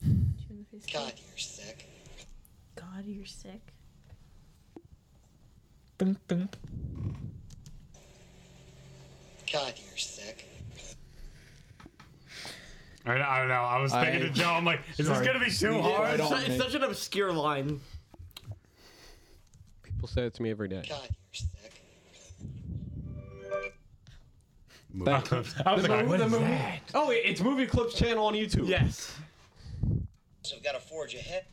Speaker 4: Punch you in the face.
Speaker 6: God, you're sick.
Speaker 4: God, you're sick.
Speaker 6: God, you're sick.
Speaker 3: I, I don't know. I was thinking
Speaker 13: I-
Speaker 3: to Joe, I'm like, is this
Speaker 13: Sorry.
Speaker 3: going to be too
Speaker 13: Yeah, I
Speaker 3: hard?
Speaker 13: don't-
Speaker 9: It's, it's such an obscure line.
Speaker 1: People say it to me every day.
Speaker 6: God, you're sick.
Speaker 7: I was like, what is
Speaker 1: movie-
Speaker 7: that?
Speaker 1: Oh, wait, it's Movie Clips channel on YouTube.
Speaker 9: Yes.
Speaker 6: So we gotta forge ahead.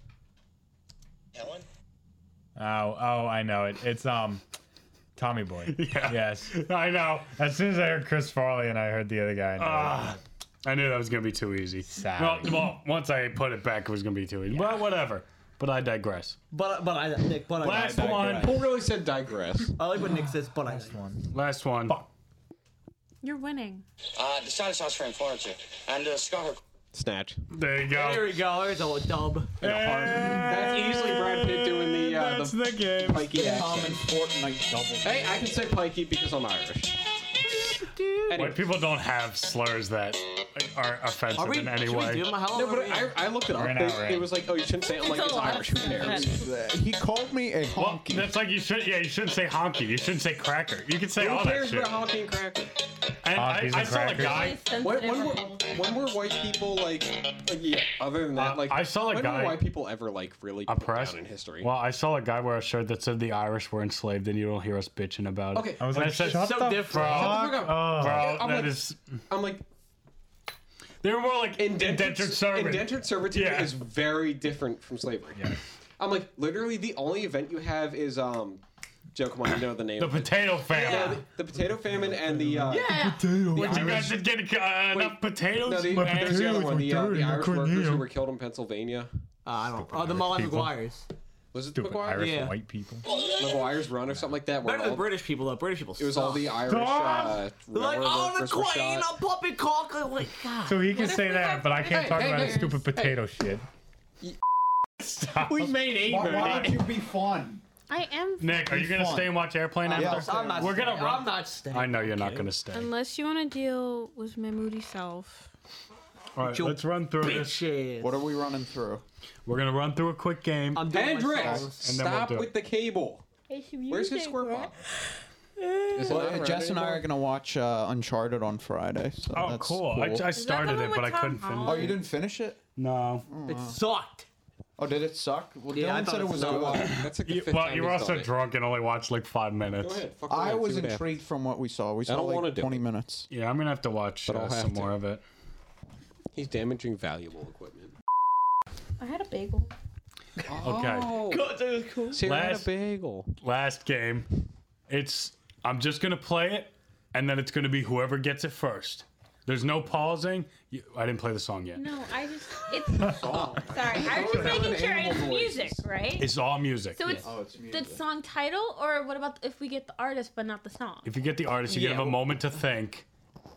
Speaker 6: Helen?
Speaker 7: Oh, oh, I know it. It's um, Tommy Boy.
Speaker 3: Yeah.
Speaker 7: Yes.
Speaker 3: I know.
Speaker 7: As soon as I heard Chris Farley and I heard the other guy, I knew it.
Speaker 3: Ah, I knew that was gonna be too easy. Well, well, once I put it back, it was gonna be too easy. Well, whatever. But I digress.
Speaker 2: But but I Nick. But
Speaker 3: Last
Speaker 2: I,
Speaker 3: one.
Speaker 1: Who really said digress?
Speaker 2: I like what Nick says. But I one.
Speaker 3: Last one.
Speaker 4: You're winning.
Speaker 6: Uh, decided sauce for Florence and uh, Scott.
Speaker 18: Snatch.
Speaker 3: There you go.
Speaker 2: There we go. There's a little dub. Uh, And a heart.
Speaker 1: That's easily Brad Pitt doing the uh,
Speaker 7: That's the game.
Speaker 1: Pikey
Speaker 5: Tom
Speaker 1: action.
Speaker 5: and Fortnite double.
Speaker 1: Hey, I can say Pikey because I'm Irish.
Speaker 3: White people don't have slurs that are offensive
Speaker 1: Are we-
Speaker 3: in any
Speaker 1: should we
Speaker 3: way.
Speaker 1: do them? How
Speaker 3: no,
Speaker 1: long
Speaker 3: but
Speaker 1: are we-
Speaker 3: I,
Speaker 1: I looked it
Speaker 3: We're
Speaker 1: up.
Speaker 3: an
Speaker 1: They-
Speaker 3: hour in.
Speaker 1: it was like, oh, you shouldn't say it like
Speaker 5: It's a
Speaker 1: it's
Speaker 5: lot
Speaker 1: Irish. Who cares?
Speaker 5: He called me a
Speaker 3: well, that's like you should. Yeah, you shouldn't say honky. You shouldn't say cracker. You can say
Speaker 1: Who
Speaker 3: all that
Speaker 1: cares
Speaker 3: shit.
Speaker 1: about honky and cracker?
Speaker 3: And I,
Speaker 7: Honkies
Speaker 3: I
Speaker 7: and
Speaker 3: saw a
Speaker 7: crackers.
Speaker 3: guy.
Speaker 1: When, when, were, when were white people like, like, yeah, other than that, like
Speaker 3: Uh, I saw a
Speaker 1: when
Speaker 3: guy-
Speaker 1: were white people ever like really put
Speaker 3: Oppressed.
Speaker 1: down in history?
Speaker 3: Well, I saw a guy wear a shirt that said the Irish were enslaved, and you don't hear us bitching about it.
Speaker 1: Okay,
Speaker 7: I was
Speaker 3: And
Speaker 7: like,
Speaker 3: said,
Speaker 7: shut the
Speaker 1: Shut
Speaker 7: fuck
Speaker 1: the fuck up.
Speaker 7: up.
Speaker 1: I'm
Speaker 3: that
Speaker 1: like,
Speaker 3: is-
Speaker 1: I'm like,
Speaker 3: they were more like
Speaker 1: indentured,
Speaker 3: indentured servant.
Speaker 1: Indentured servitude
Speaker 3: Yeah.
Speaker 1: is very different from slavery. I'm like, literally, the only event you have is um, Joe, come on, you know the name.
Speaker 3: The
Speaker 1: of it.
Speaker 3: potato famine.
Speaker 1: Yeah, the, the potato famine and the uh,
Speaker 4: yeah.
Speaker 1: Potato.
Speaker 3: Would you guys did get uh, enough potatoes?
Speaker 1: No, the,
Speaker 3: My
Speaker 1: there's the other
Speaker 3: potatoes
Speaker 1: one. The, uh,
Speaker 3: were dirty,
Speaker 1: the
Speaker 3: I
Speaker 1: Irish
Speaker 3: couldn't eat
Speaker 1: workers who
Speaker 3: them.
Speaker 1: were killed in Pennsylvania.
Speaker 2: Uh, I don't. Oh, the Molly
Speaker 1: people.
Speaker 2: McGuire's.
Speaker 1: Was it
Speaker 7: Stupid
Speaker 1: McGuire?
Speaker 7: Irish
Speaker 1: yeah.
Speaker 7: white people.
Speaker 1: McGuire's Run or something like that. where
Speaker 2: Better than
Speaker 1: all-
Speaker 2: British people though. British people.
Speaker 1: It was all the
Speaker 2: suck.
Speaker 1: Irish. Uh,
Speaker 2: They're like,
Speaker 1: railroad
Speaker 2: oh, the
Speaker 1: workers were
Speaker 2: queen,
Speaker 1: shot."
Speaker 2: a puppy cock. I'm Like, God.
Speaker 7: So he can say that, but I can't
Speaker 2: Hey,
Speaker 7: talk
Speaker 2: hey,
Speaker 7: about
Speaker 2: hey.
Speaker 7: his stupid potato shit.
Speaker 3: We made eight.
Speaker 5: Why, why
Speaker 3: Bernie.
Speaker 5: don't you be fun?
Speaker 4: I am.
Speaker 3: Nick, are you gonna
Speaker 5: Fun.
Speaker 3: stay and watch Airplane
Speaker 5: I'm
Speaker 3: after?
Speaker 5: not staying. I'm not
Speaker 3: We're
Speaker 5: staying.
Speaker 3: gonna run.
Speaker 5: I'm not staying.
Speaker 3: I know you're not gonna stay.
Speaker 4: Unless you want to deal with my moody self.
Speaker 3: All right, let's run through this.
Speaker 5: What are we running through?
Speaker 3: We're gonna run through a quick game.
Speaker 2: I'm
Speaker 1: Hendrix,
Speaker 3: And then we'll
Speaker 1: stop
Speaker 3: do it.
Speaker 1: with the cable. Where's his squirt bottle? Is it
Speaker 5: Well, uh,
Speaker 1: not
Speaker 5: Jess and I
Speaker 1: running
Speaker 5: are gonna watch uh, Uncharted on Friday. So
Speaker 3: Oh,
Speaker 5: that's
Speaker 3: cool. I- I Is that started the one it, but with I Tom couldn't finish Holland?
Speaker 5: Oh, you didn't finish it?
Speaker 3: No.
Speaker 2: It sucked.
Speaker 5: Oh, did it suck? Well,
Speaker 2: Yeah, I
Speaker 5: Dylan
Speaker 2: thought
Speaker 5: said
Speaker 2: it
Speaker 5: it was
Speaker 2: sucked.
Speaker 5: good.
Speaker 1: uh, That's like
Speaker 3: You- well, you were also drunk and only watched like five minutes.
Speaker 5: I was intrigued from what we saw. We
Speaker 1: I
Speaker 5: saw
Speaker 1: don't wanna
Speaker 5: like
Speaker 1: do
Speaker 5: 20 minutes.
Speaker 3: Yeah, I'm gonna have to watch
Speaker 1: But I'll
Speaker 3: uh,
Speaker 1: have
Speaker 3: some
Speaker 1: to.
Speaker 3: more of it.
Speaker 1: He's damaging valuable equipment.
Speaker 4: I had a bagel.
Speaker 3: Okay.
Speaker 1: God,
Speaker 2: that was cool.
Speaker 1: Sarah had a
Speaker 3: Last-
Speaker 1: bagel.
Speaker 3: Last game. It's I'm just gonna play it, and then it's gonna be whoever gets it first. There's no pausing. You, I didn't play the song yet.
Speaker 4: No, I just. It's. Sorry, I was just making sure it's music, right?
Speaker 3: It's all music.
Speaker 4: So it's,
Speaker 1: Oh,
Speaker 4: the song title, or what about if we get the artist but not the song?
Speaker 3: If you get the artist, you
Speaker 4: Yeah.
Speaker 3: give a moment to think,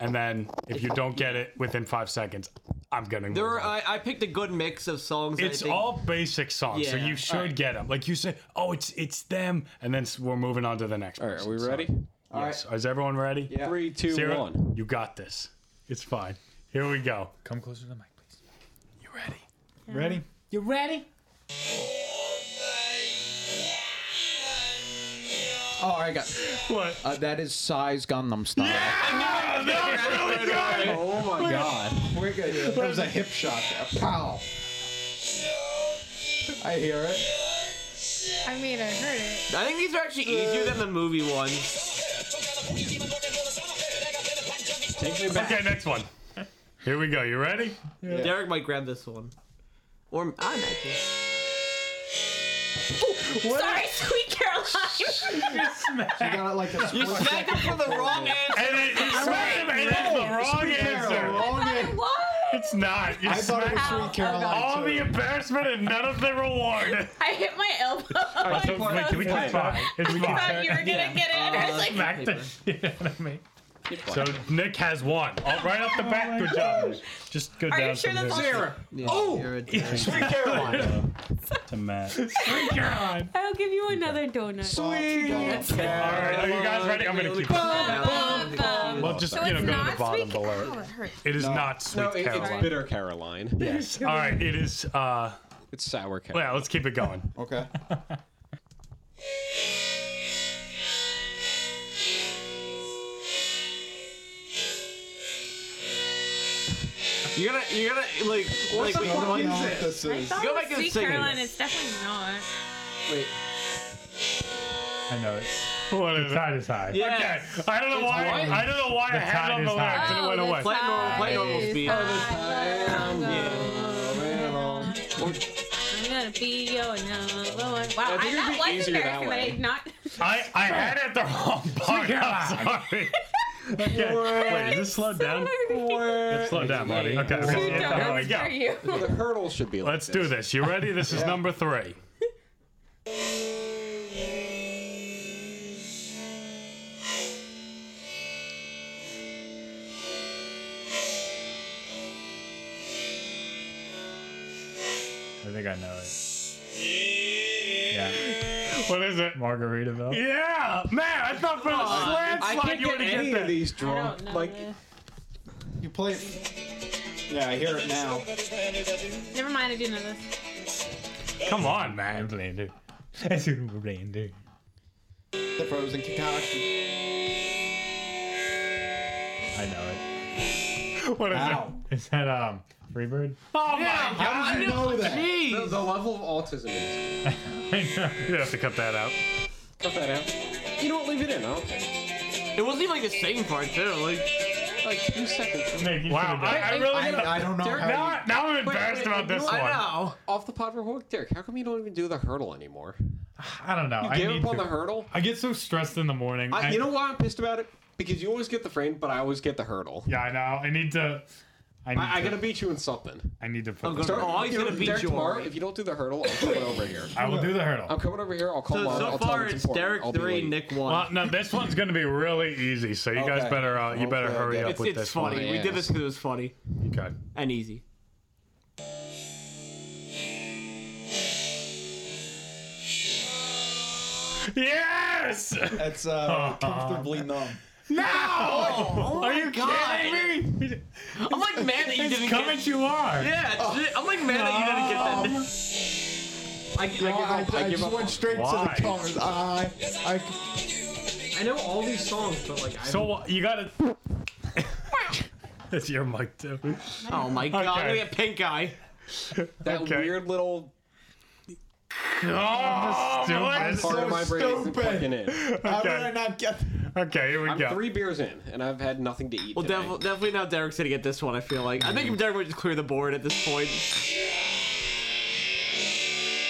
Speaker 3: and then if you don't get it within five seconds, I'm gonna.
Speaker 2: There, were, I, I picked a good mix of songs. that I
Speaker 3: It's
Speaker 2: think-
Speaker 3: all basic songs, so
Speaker 2: Yeah.
Speaker 3: you should
Speaker 2: Alright.
Speaker 3: get them. Like you said, oh, it's it's them, and then s- we're moving on to the next. All right,
Speaker 1: are we ready?
Speaker 3: yes. Is everyone ready?
Speaker 1: Yeah. Three, two,
Speaker 3: Sarah,
Speaker 1: one.
Speaker 3: You got this. It's fine. Here we go.
Speaker 7: Come closer to the mic, please.
Speaker 3: You ready? Ready?
Speaker 2: You ready?
Speaker 5: Oh, I got.
Speaker 3: What?
Speaker 5: Uh, that is size Gundam style. Oh my god. We're good. That was a hip shot. There. Pow. I hear it.
Speaker 4: I mean, I heard it.
Speaker 2: I think these are actually easier than the movie ones.
Speaker 3: Okay, next one. Here we go. You ready?
Speaker 2: Derek might grab this one, or I might. just-
Speaker 4: Sorry, Sweet Caroline.
Speaker 5: She got it like a
Speaker 2: You
Speaker 5: split
Speaker 2: smacked him for
Speaker 5: second
Speaker 2: the wrong
Speaker 5: before.
Speaker 2: answer.
Speaker 3: And it, you smacked him, and it's the wrong
Speaker 5: Sweet
Speaker 3: answer.
Speaker 5: Caroline. Wrong answer.
Speaker 3: It's not. You
Speaker 5: I thought it was
Speaker 3: smacked-
Speaker 5: Oh, Sweet Caroline.
Speaker 3: All
Speaker 5: too.
Speaker 3: the embarrassment and none of the reward.
Speaker 4: I hit my elbow.
Speaker 3: So, wait, can we
Speaker 4: I
Speaker 3: keep trying? It's
Speaker 4: thought
Speaker 3: fine.
Speaker 4: you were gonna get it, Uh, and I was like,
Speaker 3: Smack the shit out of me. So Nick has one. Oh, right off the bat, good job. Just go
Speaker 4: Are you
Speaker 3: down
Speaker 4: sure
Speaker 3: from
Speaker 4: that's
Speaker 3: here.
Speaker 4: Sarah?
Speaker 2: Yeah, oh, you're a Sweet Caroline.
Speaker 3: to Matt.
Speaker 4: I'll give you another donut. Sweet.
Speaker 3: All right, are you guys ready? I'm gonna keep. it. Well, just you know, go to the bottom below. It is not sweet
Speaker 1: No, it, it's
Speaker 3: Caroline.
Speaker 1: bitter Caroline.
Speaker 3: Yes. All right, it is. uh
Speaker 1: It's sour Caroline.
Speaker 3: Well, let's keep it going.
Speaker 5: Okay.
Speaker 2: You're gonna, you're gonna like,
Speaker 5: What
Speaker 2: like.
Speaker 5: the fuck
Speaker 2: you
Speaker 5: is
Speaker 2: know what
Speaker 5: this?
Speaker 4: I
Speaker 5: is?
Speaker 4: thought
Speaker 2: Go
Speaker 4: it was
Speaker 2: back and
Speaker 4: Sweet
Speaker 2: sing it.
Speaker 4: Caroline. It's definitely not.
Speaker 1: Wait.
Speaker 7: I know it.
Speaker 3: What is
Speaker 7: The tide is high.
Speaker 2: Yes.
Speaker 3: Okay. I don't know
Speaker 2: It's
Speaker 3: why.
Speaker 2: white.
Speaker 3: I don't know why I
Speaker 7: The
Speaker 3: had it
Speaker 7: tide
Speaker 3: on
Speaker 7: is
Speaker 3: the left
Speaker 7: high.
Speaker 3: and it
Speaker 4: Oh,
Speaker 3: went away.
Speaker 2: Play normal, play normal speed.
Speaker 4: I'm
Speaker 1: Yeah.
Speaker 4: gonna gonna be your number one. Wow,
Speaker 19: I think
Speaker 4: I,
Speaker 19: it'd
Speaker 4: that
Speaker 19: be
Speaker 4: was
Speaker 19: easier that
Speaker 4: embarrassing, but I
Speaker 19: way.
Speaker 4: did not.
Speaker 7: I, I had it the wrong part. I'm sorry. Okay. Wait, is this slowed down? It's slowed down, buddy. Okay. okay.
Speaker 4: Too dark
Speaker 7: Here we
Speaker 4: for
Speaker 7: go.
Speaker 4: you.
Speaker 1: The hurdle should be like
Speaker 7: Let's do this. You ready? This is number three. I think I know it. Yeah. What is it? Margaritaville. Yeah, man, I thought for a
Speaker 5: I
Speaker 7: landslide
Speaker 5: can't
Speaker 7: you
Speaker 5: get
Speaker 7: would have
Speaker 5: any
Speaker 7: get
Speaker 5: of
Speaker 7: that.
Speaker 5: these drunk. Like you play it. Yeah, I hear it now.
Speaker 4: Never mind, I do know this.
Speaker 7: Come on, man. Blender. That's a blender.
Speaker 5: The frozen concoction.
Speaker 7: I know it. What is
Speaker 5: Ow.
Speaker 7: it? Is that um Freebird?
Speaker 5: Oh my How did you know that?
Speaker 7: Jeez.
Speaker 1: The, the level of autism is.
Speaker 7: you have to cut that out.
Speaker 1: Cut that out. You don't leave it in. Oh, okay.
Speaker 2: It wasn't even like the same part too. Like,
Speaker 1: Like two seconds.
Speaker 7: Wow, I, I really Derek, now, I- now I'm embarrassed about this one.
Speaker 1: Off the pod real quick, Derek. How come you don't even do the hurdle anymore?
Speaker 7: I don't know.
Speaker 1: You
Speaker 7: I
Speaker 1: gave
Speaker 7: need
Speaker 1: up on
Speaker 7: to.
Speaker 1: the hurdle.
Speaker 7: I get so stressed in the morning.
Speaker 1: I,
Speaker 7: I-
Speaker 1: you know why I'm pissed about it? Because you always get the frame, but I always get the hurdle.
Speaker 7: Yeah, I know. I need to. I, need
Speaker 1: I, I
Speaker 7: to,
Speaker 1: gotta beat you in something.
Speaker 7: I need to put.
Speaker 1: I'm
Speaker 7: this-
Speaker 1: gonna-
Speaker 2: always
Speaker 1: you know,
Speaker 2: gonna beat
Speaker 1: Derek,
Speaker 2: you
Speaker 1: tomorrow.
Speaker 2: already.
Speaker 1: If you don't do the hurdle, I'll come over here.
Speaker 7: I will do the hurdle.
Speaker 1: I'm coming over here. I'll call
Speaker 2: So-
Speaker 1: Marvin.
Speaker 2: so
Speaker 1: I'll tell him
Speaker 2: far it's
Speaker 1: important.
Speaker 2: Derek
Speaker 1: I'll be
Speaker 2: three,
Speaker 1: late.
Speaker 2: Nick one.
Speaker 7: Well, no, this one's gonna be really easy. So you guys
Speaker 2: Okay.
Speaker 7: better uh, you better
Speaker 2: Okay,
Speaker 7: hurry
Speaker 2: it's,
Speaker 7: up with
Speaker 2: it's
Speaker 7: this
Speaker 2: funny.
Speaker 7: one.
Speaker 2: We did this because it was funny
Speaker 7: Okay.
Speaker 2: and easy.
Speaker 7: Yes.
Speaker 5: That's uh, comfortably numb.
Speaker 7: No!
Speaker 2: Oh,
Speaker 7: are
Speaker 2: my
Speaker 7: you
Speaker 2: God.
Speaker 7: kidding me?
Speaker 2: I'm like mad that you
Speaker 7: It's
Speaker 2: didn't
Speaker 7: coming
Speaker 2: get.
Speaker 7: you are.
Speaker 2: Yeah, it's- I'm like mad that you didn't get that. I, I give up.
Speaker 5: I, I,
Speaker 2: I give
Speaker 5: just
Speaker 2: up.
Speaker 5: went straight
Speaker 7: Why?
Speaker 5: to the cars. I, I,
Speaker 2: I know all these songs, but like, I
Speaker 7: So uh, you gotta. It's your mic too.
Speaker 2: oh my god, I'm gonna
Speaker 7: Okay.
Speaker 2: get pink eye.
Speaker 1: That
Speaker 7: Okay.
Speaker 1: weird little
Speaker 7: God,
Speaker 1: part
Speaker 7: I'm
Speaker 1: of my brain isn't
Speaker 5: stupid.
Speaker 1: clicking in.
Speaker 5: I would
Speaker 7: Okay.
Speaker 5: I not get.
Speaker 7: Okay. Here we
Speaker 1: I'm
Speaker 7: go.
Speaker 1: three beers in, and I've had nothing to eat.
Speaker 2: Well,
Speaker 1: today.
Speaker 2: def- definitely now Derek's gonna get this one. I feel like I think Derek would just clear the board at this point.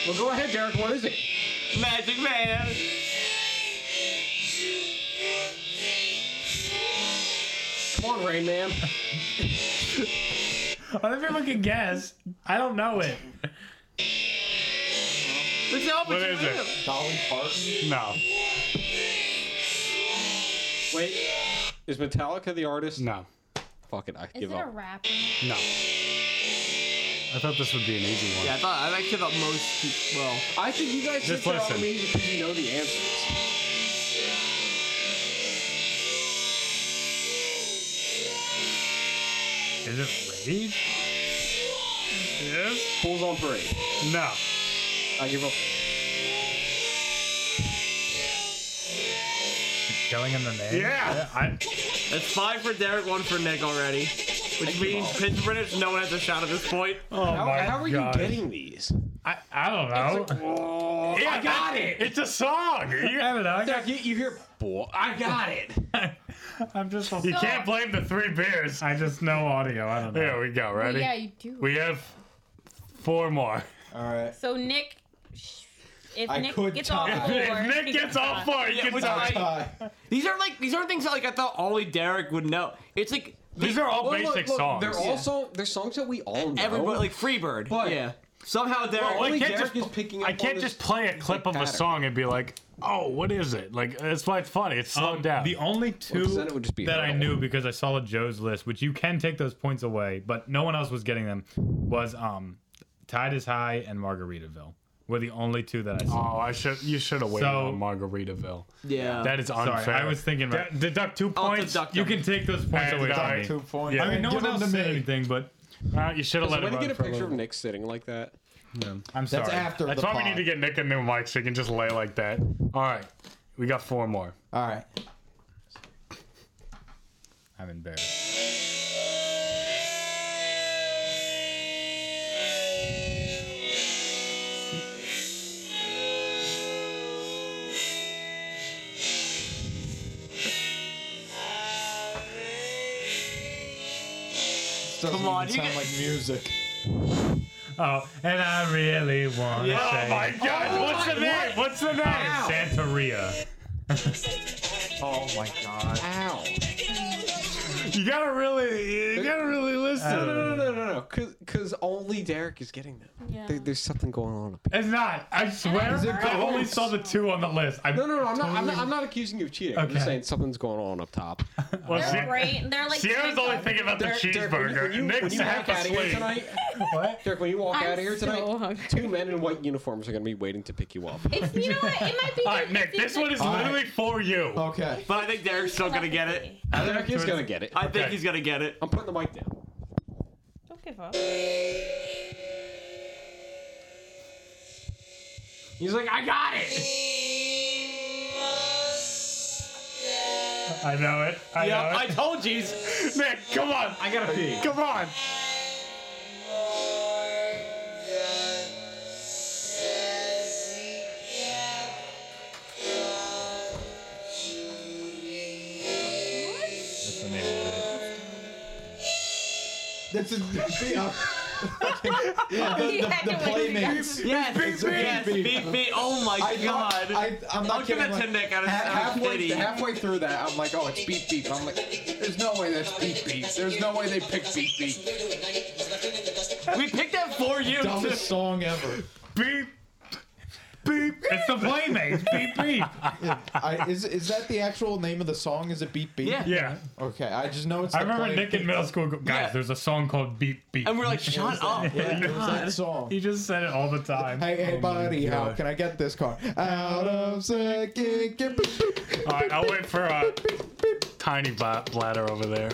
Speaker 1: Well, go ahead, Derek. What is it?
Speaker 2: Magic Man.
Speaker 1: Come on, Rain Man.
Speaker 7: Other people can guess. I don't know it.
Speaker 2: Let's help
Speaker 7: What
Speaker 2: it,
Speaker 7: is
Speaker 2: you
Speaker 7: it?
Speaker 2: live.
Speaker 5: Dolly Parton.
Speaker 7: No.
Speaker 1: Wait, is Metallica the artist?
Speaker 7: No.
Speaker 1: Fuck it, I
Speaker 4: Is
Speaker 1: give
Speaker 4: it a
Speaker 1: up.
Speaker 4: rap?
Speaker 7: No. I thought this would be an easy one.
Speaker 2: Yeah, I thought I actually thought most well.
Speaker 1: I think you guys should
Speaker 7: Just
Speaker 1: tell
Speaker 7: listen.
Speaker 1: me because you know the answers.
Speaker 7: Is it rage? Yes.
Speaker 1: Fools on parade.
Speaker 7: No.
Speaker 1: I give up.
Speaker 7: Killing in the name. Yeah. I,
Speaker 2: It's five for Derek, one for Nick already, which means pinch winners. No one has a shot at this point.
Speaker 7: oh
Speaker 1: How,
Speaker 7: my
Speaker 1: how are you
Speaker 7: God.
Speaker 1: getting these?
Speaker 7: I, I don't know.
Speaker 1: Oh,
Speaker 7: Yeah,
Speaker 1: I got it.
Speaker 7: It's a song. You, I don't know. I
Speaker 1: Derek, you, you hear? Boy, I got it.
Speaker 7: am just. You can't blame the three beers. I just know audio. I don't know. Here we go. Ready?
Speaker 4: Yeah, you do.
Speaker 7: We have four more.
Speaker 5: All right.
Speaker 4: So Nick, if
Speaker 5: I
Speaker 4: Nick
Speaker 5: could
Speaker 4: gets all
Speaker 5: tie.
Speaker 4: four,
Speaker 7: If Nick
Speaker 4: he
Speaker 7: gets all
Speaker 4: off.
Speaker 7: four, he
Speaker 2: Yeah,
Speaker 7: can
Speaker 2: which
Speaker 7: tie.
Speaker 2: I- These are like these are things that like I thought only Derek would know. It's like
Speaker 7: These are all
Speaker 1: Look, look,
Speaker 7: basic
Speaker 1: look,
Speaker 7: songs.
Speaker 1: They're also they're songs that we all know.
Speaker 5: Oh.
Speaker 2: everybody like Freebird.
Speaker 1: But-
Speaker 2: yeah. Somehow Derek.
Speaker 1: Well,
Speaker 7: I
Speaker 1: only
Speaker 7: can't
Speaker 1: Derek
Speaker 7: just-
Speaker 1: is picking up
Speaker 7: I can't
Speaker 1: on
Speaker 7: just
Speaker 1: this-
Speaker 7: play a clip of a
Speaker 1: pattern.
Speaker 7: song and be like, "Oh, what is it?" Like that's why it's funny. It's slowed down. Um, The only two
Speaker 1: then it would just be
Speaker 7: that I
Speaker 1: hurdle.
Speaker 7: knew because I saw Joe's list, which you can take those points away, but no one else was getting them. Was um, Tide is High and Margaritaville were the only two that I saw.
Speaker 3: Oh, I should. You should have waited
Speaker 7: So-
Speaker 3: on Margaritaville.
Speaker 2: yeah.
Speaker 3: That is unfair.
Speaker 7: Sorry, I was thinking about Uh, deduct two
Speaker 2: I'll
Speaker 7: points.
Speaker 2: deduct
Speaker 7: You
Speaker 2: them.
Speaker 7: can take those points
Speaker 3: And
Speaker 7: away
Speaker 3: deduct
Speaker 7: from me.
Speaker 5: Two points.
Speaker 7: I mean, no
Speaker 5: Give
Speaker 7: one
Speaker 5: them to
Speaker 7: else said
Speaker 5: me.
Speaker 7: anything, but uh, you should have let
Speaker 1: When
Speaker 7: it
Speaker 1: you
Speaker 7: run
Speaker 1: get a
Speaker 7: for a
Speaker 1: picture
Speaker 7: little
Speaker 1: of Nick sitting like that,
Speaker 7: I'm sorry.
Speaker 5: That's after
Speaker 7: That's
Speaker 5: the
Speaker 7: why
Speaker 5: pod.
Speaker 7: we need to get Nick a new mic so he can just lay like that. All right, we got four more.
Speaker 5: All right.
Speaker 7: I'm embarrassed.
Speaker 5: This doesn't
Speaker 2: Come on,
Speaker 5: even
Speaker 2: you
Speaker 5: sound
Speaker 2: get-
Speaker 5: like music.
Speaker 7: Oh, and I really want to
Speaker 3: Yeah.
Speaker 7: say.
Speaker 3: Oh my God,
Speaker 7: Oh
Speaker 3: what's
Speaker 7: my-
Speaker 3: the name? What's the name?
Speaker 7: Ow.
Speaker 3: Santeria.
Speaker 20: oh my god.
Speaker 5: Ow.
Speaker 3: You gotta really, you gotta really listen.
Speaker 1: No,
Speaker 7: Uh,
Speaker 1: no, no, no,
Speaker 5: no, no. Cause, cause only Derek is getting them.
Speaker 4: Yeah.
Speaker 5: There, there's something going on. up
Speaker 7: It's not. I swear.
Speaker 5: Is it
Speaker 7: I only
Speaker 5: gross?
Speaker 7: saw the two on the list. I'm
Speaker 5: No, no, no. I'm not. I'm not,
Speaker 7: totally-
Speaker 5: I'm not accusing you of cheating. I'm
Speaker 7: Okay.
Speaker 5: just saying something's going on up top.
Speaker 7: Well,
Speaker 4: They're
Speaker 7: Sierra-
Speaker 4: great. They're like
Speaker 7: Sierra's only thinking about the
Speaker 5: Derek, when you,
Speaker 7: cheeseburger.
Speaker 5: when you, when
Speaker 7: Nick's
Speaker 5: you walk
Speaker 7: half
Speaker 5: out of here
Speaker 7: asleep.
Speaker 5: tonight, what? Derek, when you walk
Speaker 4: I'm
Speaker 5: out of here
Speaker 4: so
Speaker 5: tonight, two men in white uniforms are gonna be waiting to pick you up.
Speaker 4: It's you know what? It might be.
Speaker 7: All right, Nick. This one is
Speaker 5: All right.
Speaker 7: literally for you.
Speaker 5: Okay.
Speaker 2: But I think Derek's still gonna get it.
Speaker 5: Derek is gonna get it.
Speaker 2: I think
Speaker 7: Okay.
Speaker 2: he's gonna get it.
Speaker 5: I'm putting the mic down.
Speaker 4: Don't give up.
Speaker 5: He's like, I got it.
Speaker 7: I know it. I
Speaker 2: Yeah,
Speaker 7: know
Speaker 2: I
Speaker 7: it.
Speaker 2: told you.
Speaker 7: Nick, come on.
Speaker 5: I gotta pee.
Speaker 7: Come on. That's the name of it.
Speaker 5: That's a, yeah. yeah,
Speaker 4: You had to wait for that.
Speaker 2: Yes,
Speaker 5: Big B.
Speaker 2: yes,
Speaker 5: Big
Speaker 2: beat
Speaker 5: B.
Speaker 2: me. Oh my
Speaker 5: I
Speaker 2: god.
Speaker 5: thought- I, I'm not
Speaker 2: Don't give
Speaker 5: kidding,
Speaker 2: it to
Speaker 5: like,
Speaker 2: Nick out of
Speaker 5: ha-
Speaker 2: self
Speaker 5: halfway,
Speaker 2: pity.
Speaker 5: halfway through that, I'm like, oh, it's beep beep. I'm like, there's no way that's beep beep. There's no way they picked beep beep.
Speaker 2: We picked that for you. too.
Speaker 5: Dumbest song ever.
Speaker 7: Beep. Beep. It's the playmates. Beep beep.
Speaker 5: I, is is that the actual name of the song? Is it beep beep?
Speaker 2: Yeah.
Speaker 7: Yeah.
Speaker 5: Okay, I just know it's.
Speaker 7: I
Speaker 5: the
Speaker 7: remember
Speaker 5: play-
Speaker 7: Nick in middle school. go- Guys,
Speaker 2: Yeah.
Speaker 7: there's a song called Beep Beep.
Speaker 2: And we're like, shut up.
Speaker 5: Yeah, it was
Speaker 2: God.
Speaker 5: that song.
Speaker 7: He just said it all the time.
Speaker 5: Hey, hey,
Speaker 7: Oh my
Speaker 5: buddy, how
Speaker 7: God.
Speaker 5: can I get this car? Out of second. Get beep, beep.
Speaker 7: All right, I'll wait for uh, a tiny ba- bladder over there.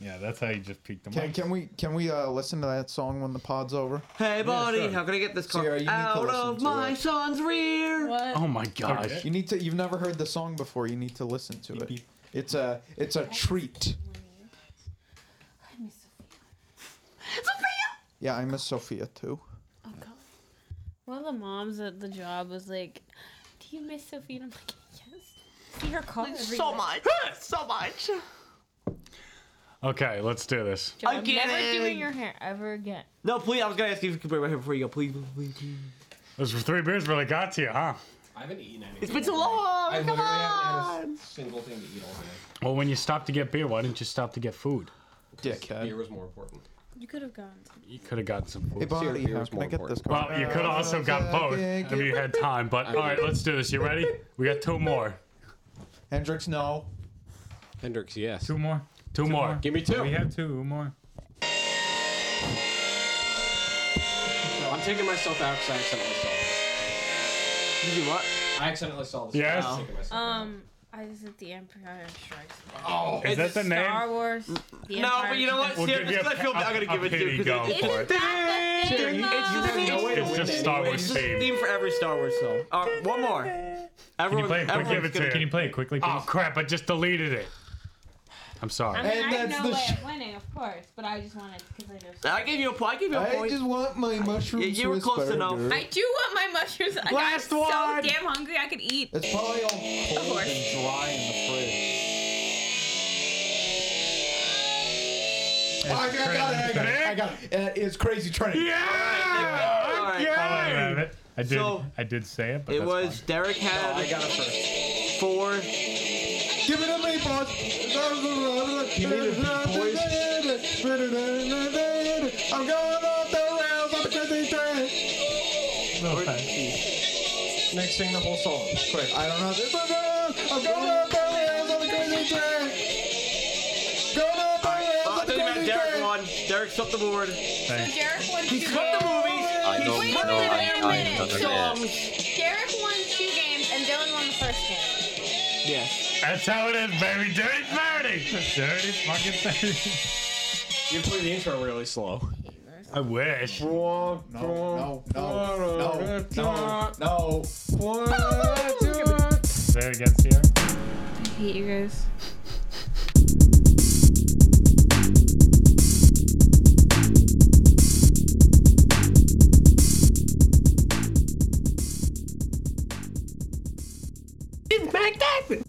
Speaker 7: Yeah, that's how you just peek them
Speaker 5: Can,
Speaker 7: up.
Speaker 5: can we can we uh, listen to that song when the pod's over?
Speaker 2: Hey, buddy,
Speaker 7: sure.
Speaker 2: how can I get this car
Speaker 5: Sierra, you need to
Speaker 2: out
Speaker 5: listen
Speaker 2: of
Speaker 5: to
Speaker 2: my
Speaker 5: it.
Speaker 2: son's rear?
Speaker 4: What?
Speaker 2: Oh my gosh.
Speaker 5: You need to. You've never heard the song before. You need to listen to it. It's a it's a treat. Yeah, I miss Sophia too.
Speaker 4: Oh god. One of the moms at the job was like, "Do you miss Sophie?" And I'm like, "Yes." See her call every
Speaker 2: So
Speaker 4: day.
Speaker 2: much. so much.
Speaker 7: Okay, let's do this.
Speaker 4: Joe, I'm
Speaker 2: Again.
Speaker 4: Never doing your hair ever again.
Speaker 2: No, please. I was gonna ask you if you could wait right here before you go. Please, please, please.
Speaker 7: Those three beers really got to you, huh?
Speaker 1: I haven't eaten anything.
Speaker 2: It's been so long.
Speaker 1: I
Speaker 2: Come
Speaker 1: literally haven't had
Speaker 2: on.
Speaker 1: a single thing to eat all day.
Speaker 7: Well, when you stopped to get beer, why didn't you stop to get food?
Speaker 1: Beer was more important.
Speaker 4: You could have gone.
Speaker 7: You could have gotten some food.
Speaker 5: Hey, Bonnie,
Speaker 1: beer
Speaker 5: how
Speaker 1: is
Speaker 5: can
Speaker 1: more
Speaker 5: I get this car?
Speaker 7: Well, you could have also got both if you had time. But all right, let's do this. You ready? We got two more.
Speaker 5: Hendrix, no.
Speaker 21: Hendrix, yes.
Speaker 7: Two more. Two, more.
Speaker 1: Give me two.
Speaker 7: We have two more.
Speaker 1: I'm taking myself out because I accidentally saw this.
Speaker 2: You do what?
Speaker 1: I accidentally saw this.
Speaker 7: Yes.
Speaker 5: Oh.
Speaker 1: I'm taking myself out.
Speaker 4: Um, I just at the Empire Strikes Back.
Speaker 2: Oh,
Speaker 7: Is that the
Speaker 4: Star
Speaker 7: name?
Speaker 4: Wars. The
Speaker 2: No,
Speaker 4: Empire
Speaker 2: but you know what?
Speaker 4: Strikes
Speaker 7: We'll
Speaker 2: Sierra,
Speaker 7: give you
Speaker 2: because
Speaker 7: a-
Speaker 2: I feel bad. I'm
Speaker 7: a-
Speaker 2: gonna give
Speaker 7: a
Speaker 2: it to you.
Speaker 7: pity
Speaker 2: because
Speaker 7: go
Speaker 2: it's-
Speaker 7: for
Speaker 4: Back.
Speaker 7: it.
Speaker 4: Isn't that the thing,
Speaker 2: it's just-
Speaker 4: though?
Speaker 5: No way to
Speaker 7: It's
Speaker 5: win
Speaker 7: just
Speaker 5: it.
Speaker 7: Star
Speaker 2: It's
Speaker 7: Wars
Speaker 2: just
Speaker 7: theme.
Speaker 2: theme for every Star Wars song. All right, one more.
Speaker 7: Can you
Speaker 2: Everyone,
Speaker 7: play it quick? Give
Speaker 2: everyone's
Speaker 7: it to
Speaker 2: gonna-
Speaker 7: Can you play it quickly, please? Oh crap! I just deleted it. I'm
Speaker 4: I
Speaker 7: sorry.
Speaker 4: mean,
Speaker 5: And
Speaker 4: I have
Speaker 5: that's
Speaker 4: no
Speaker 5: the
Speaker 4: way
Speaker 5: sh-
Speaker 4: of winning, of course, but I just wanted because I know.
Speaker 2: I gave you a point. I gave you a
Speaker 5: I
Speaker 2: point.
Speaker 5: just want my mushroom
Speaker 2: You- you were
Speaker 5: Swiss
Speaker 2: close
Speaker 5: burger.
Speaker 2: enough.
Speaker 4: I do want my mushrooms. Like,
Speaker 2: Last
Speaker 4: I'm
Speaker 2: one.
Speaker 4: so damn hungry I could eat.
Speaker 5: It's probably all cold
Speaker 4: course.
Speaker 5: and dry in the fridge. Oh, I got, I got it! I got it! I got it! Uh, it's crazy train.
Speaker 2: All right.
Speaker 7: I'll let you have it. I did.
Speaker 2: So-
Speaker 7: I did say it, but
Speaker 2: It
Speaker 7: that's
Speaker 2: was
Speaker 7: fine.
Speaker 2: Derek
Speaker 1: Oh, I
Speaker 2: had
Speaker 1: got it first.
Speaker 2: four.
Speaker 5: Give it to me, boss. You
Speaker 1: need a beat, boys.
Speaker 5: I'm going off the rails on the crazy train.
Speaker 1: Next, sing the whole song. Quick.
Speaker 5: I don't know. This is wrong. I'm going off the rails on the crazy train. Going off the rails
Speaker 2: Oh,
Speaker 5: on
Speaker 2: it
Speaker 5: the
Speaker 2: doesn't matter.
Speaker 5: crazy
Speaker 2: Derek
Speaker 5: train.
Speaker 2: won. Derek's up the board.
Speaker 7: Thanks.
Speaker 4: Derek won two
Speaker 2: He's cut the movies.
Speaker 22: I don't
Speaker 4: Wait
Speaker 22: know.
Speaker 4: a
Speaker 22: I
Speaker 4: minute,
Speaker 22: kind
Speaker 4: wait a
Speaker 22: of did.
Speaker 4: minute. Derek won two games and Dylan won the first game.
Speaker 2: Yes.
Speaker 7: That's how it is, baby. Dirty thirty. Dirty fucking thirty.
Speaker 1: You play the intro really slow.
Speaker 7: I wish.
Speaker 1: No,
Speaker 5: No, no, no, no, no.
Speaker 7: Say it again, Sierra.
Speaker 4: I hate you guys.
Speaker 2: It's Mac Jackson.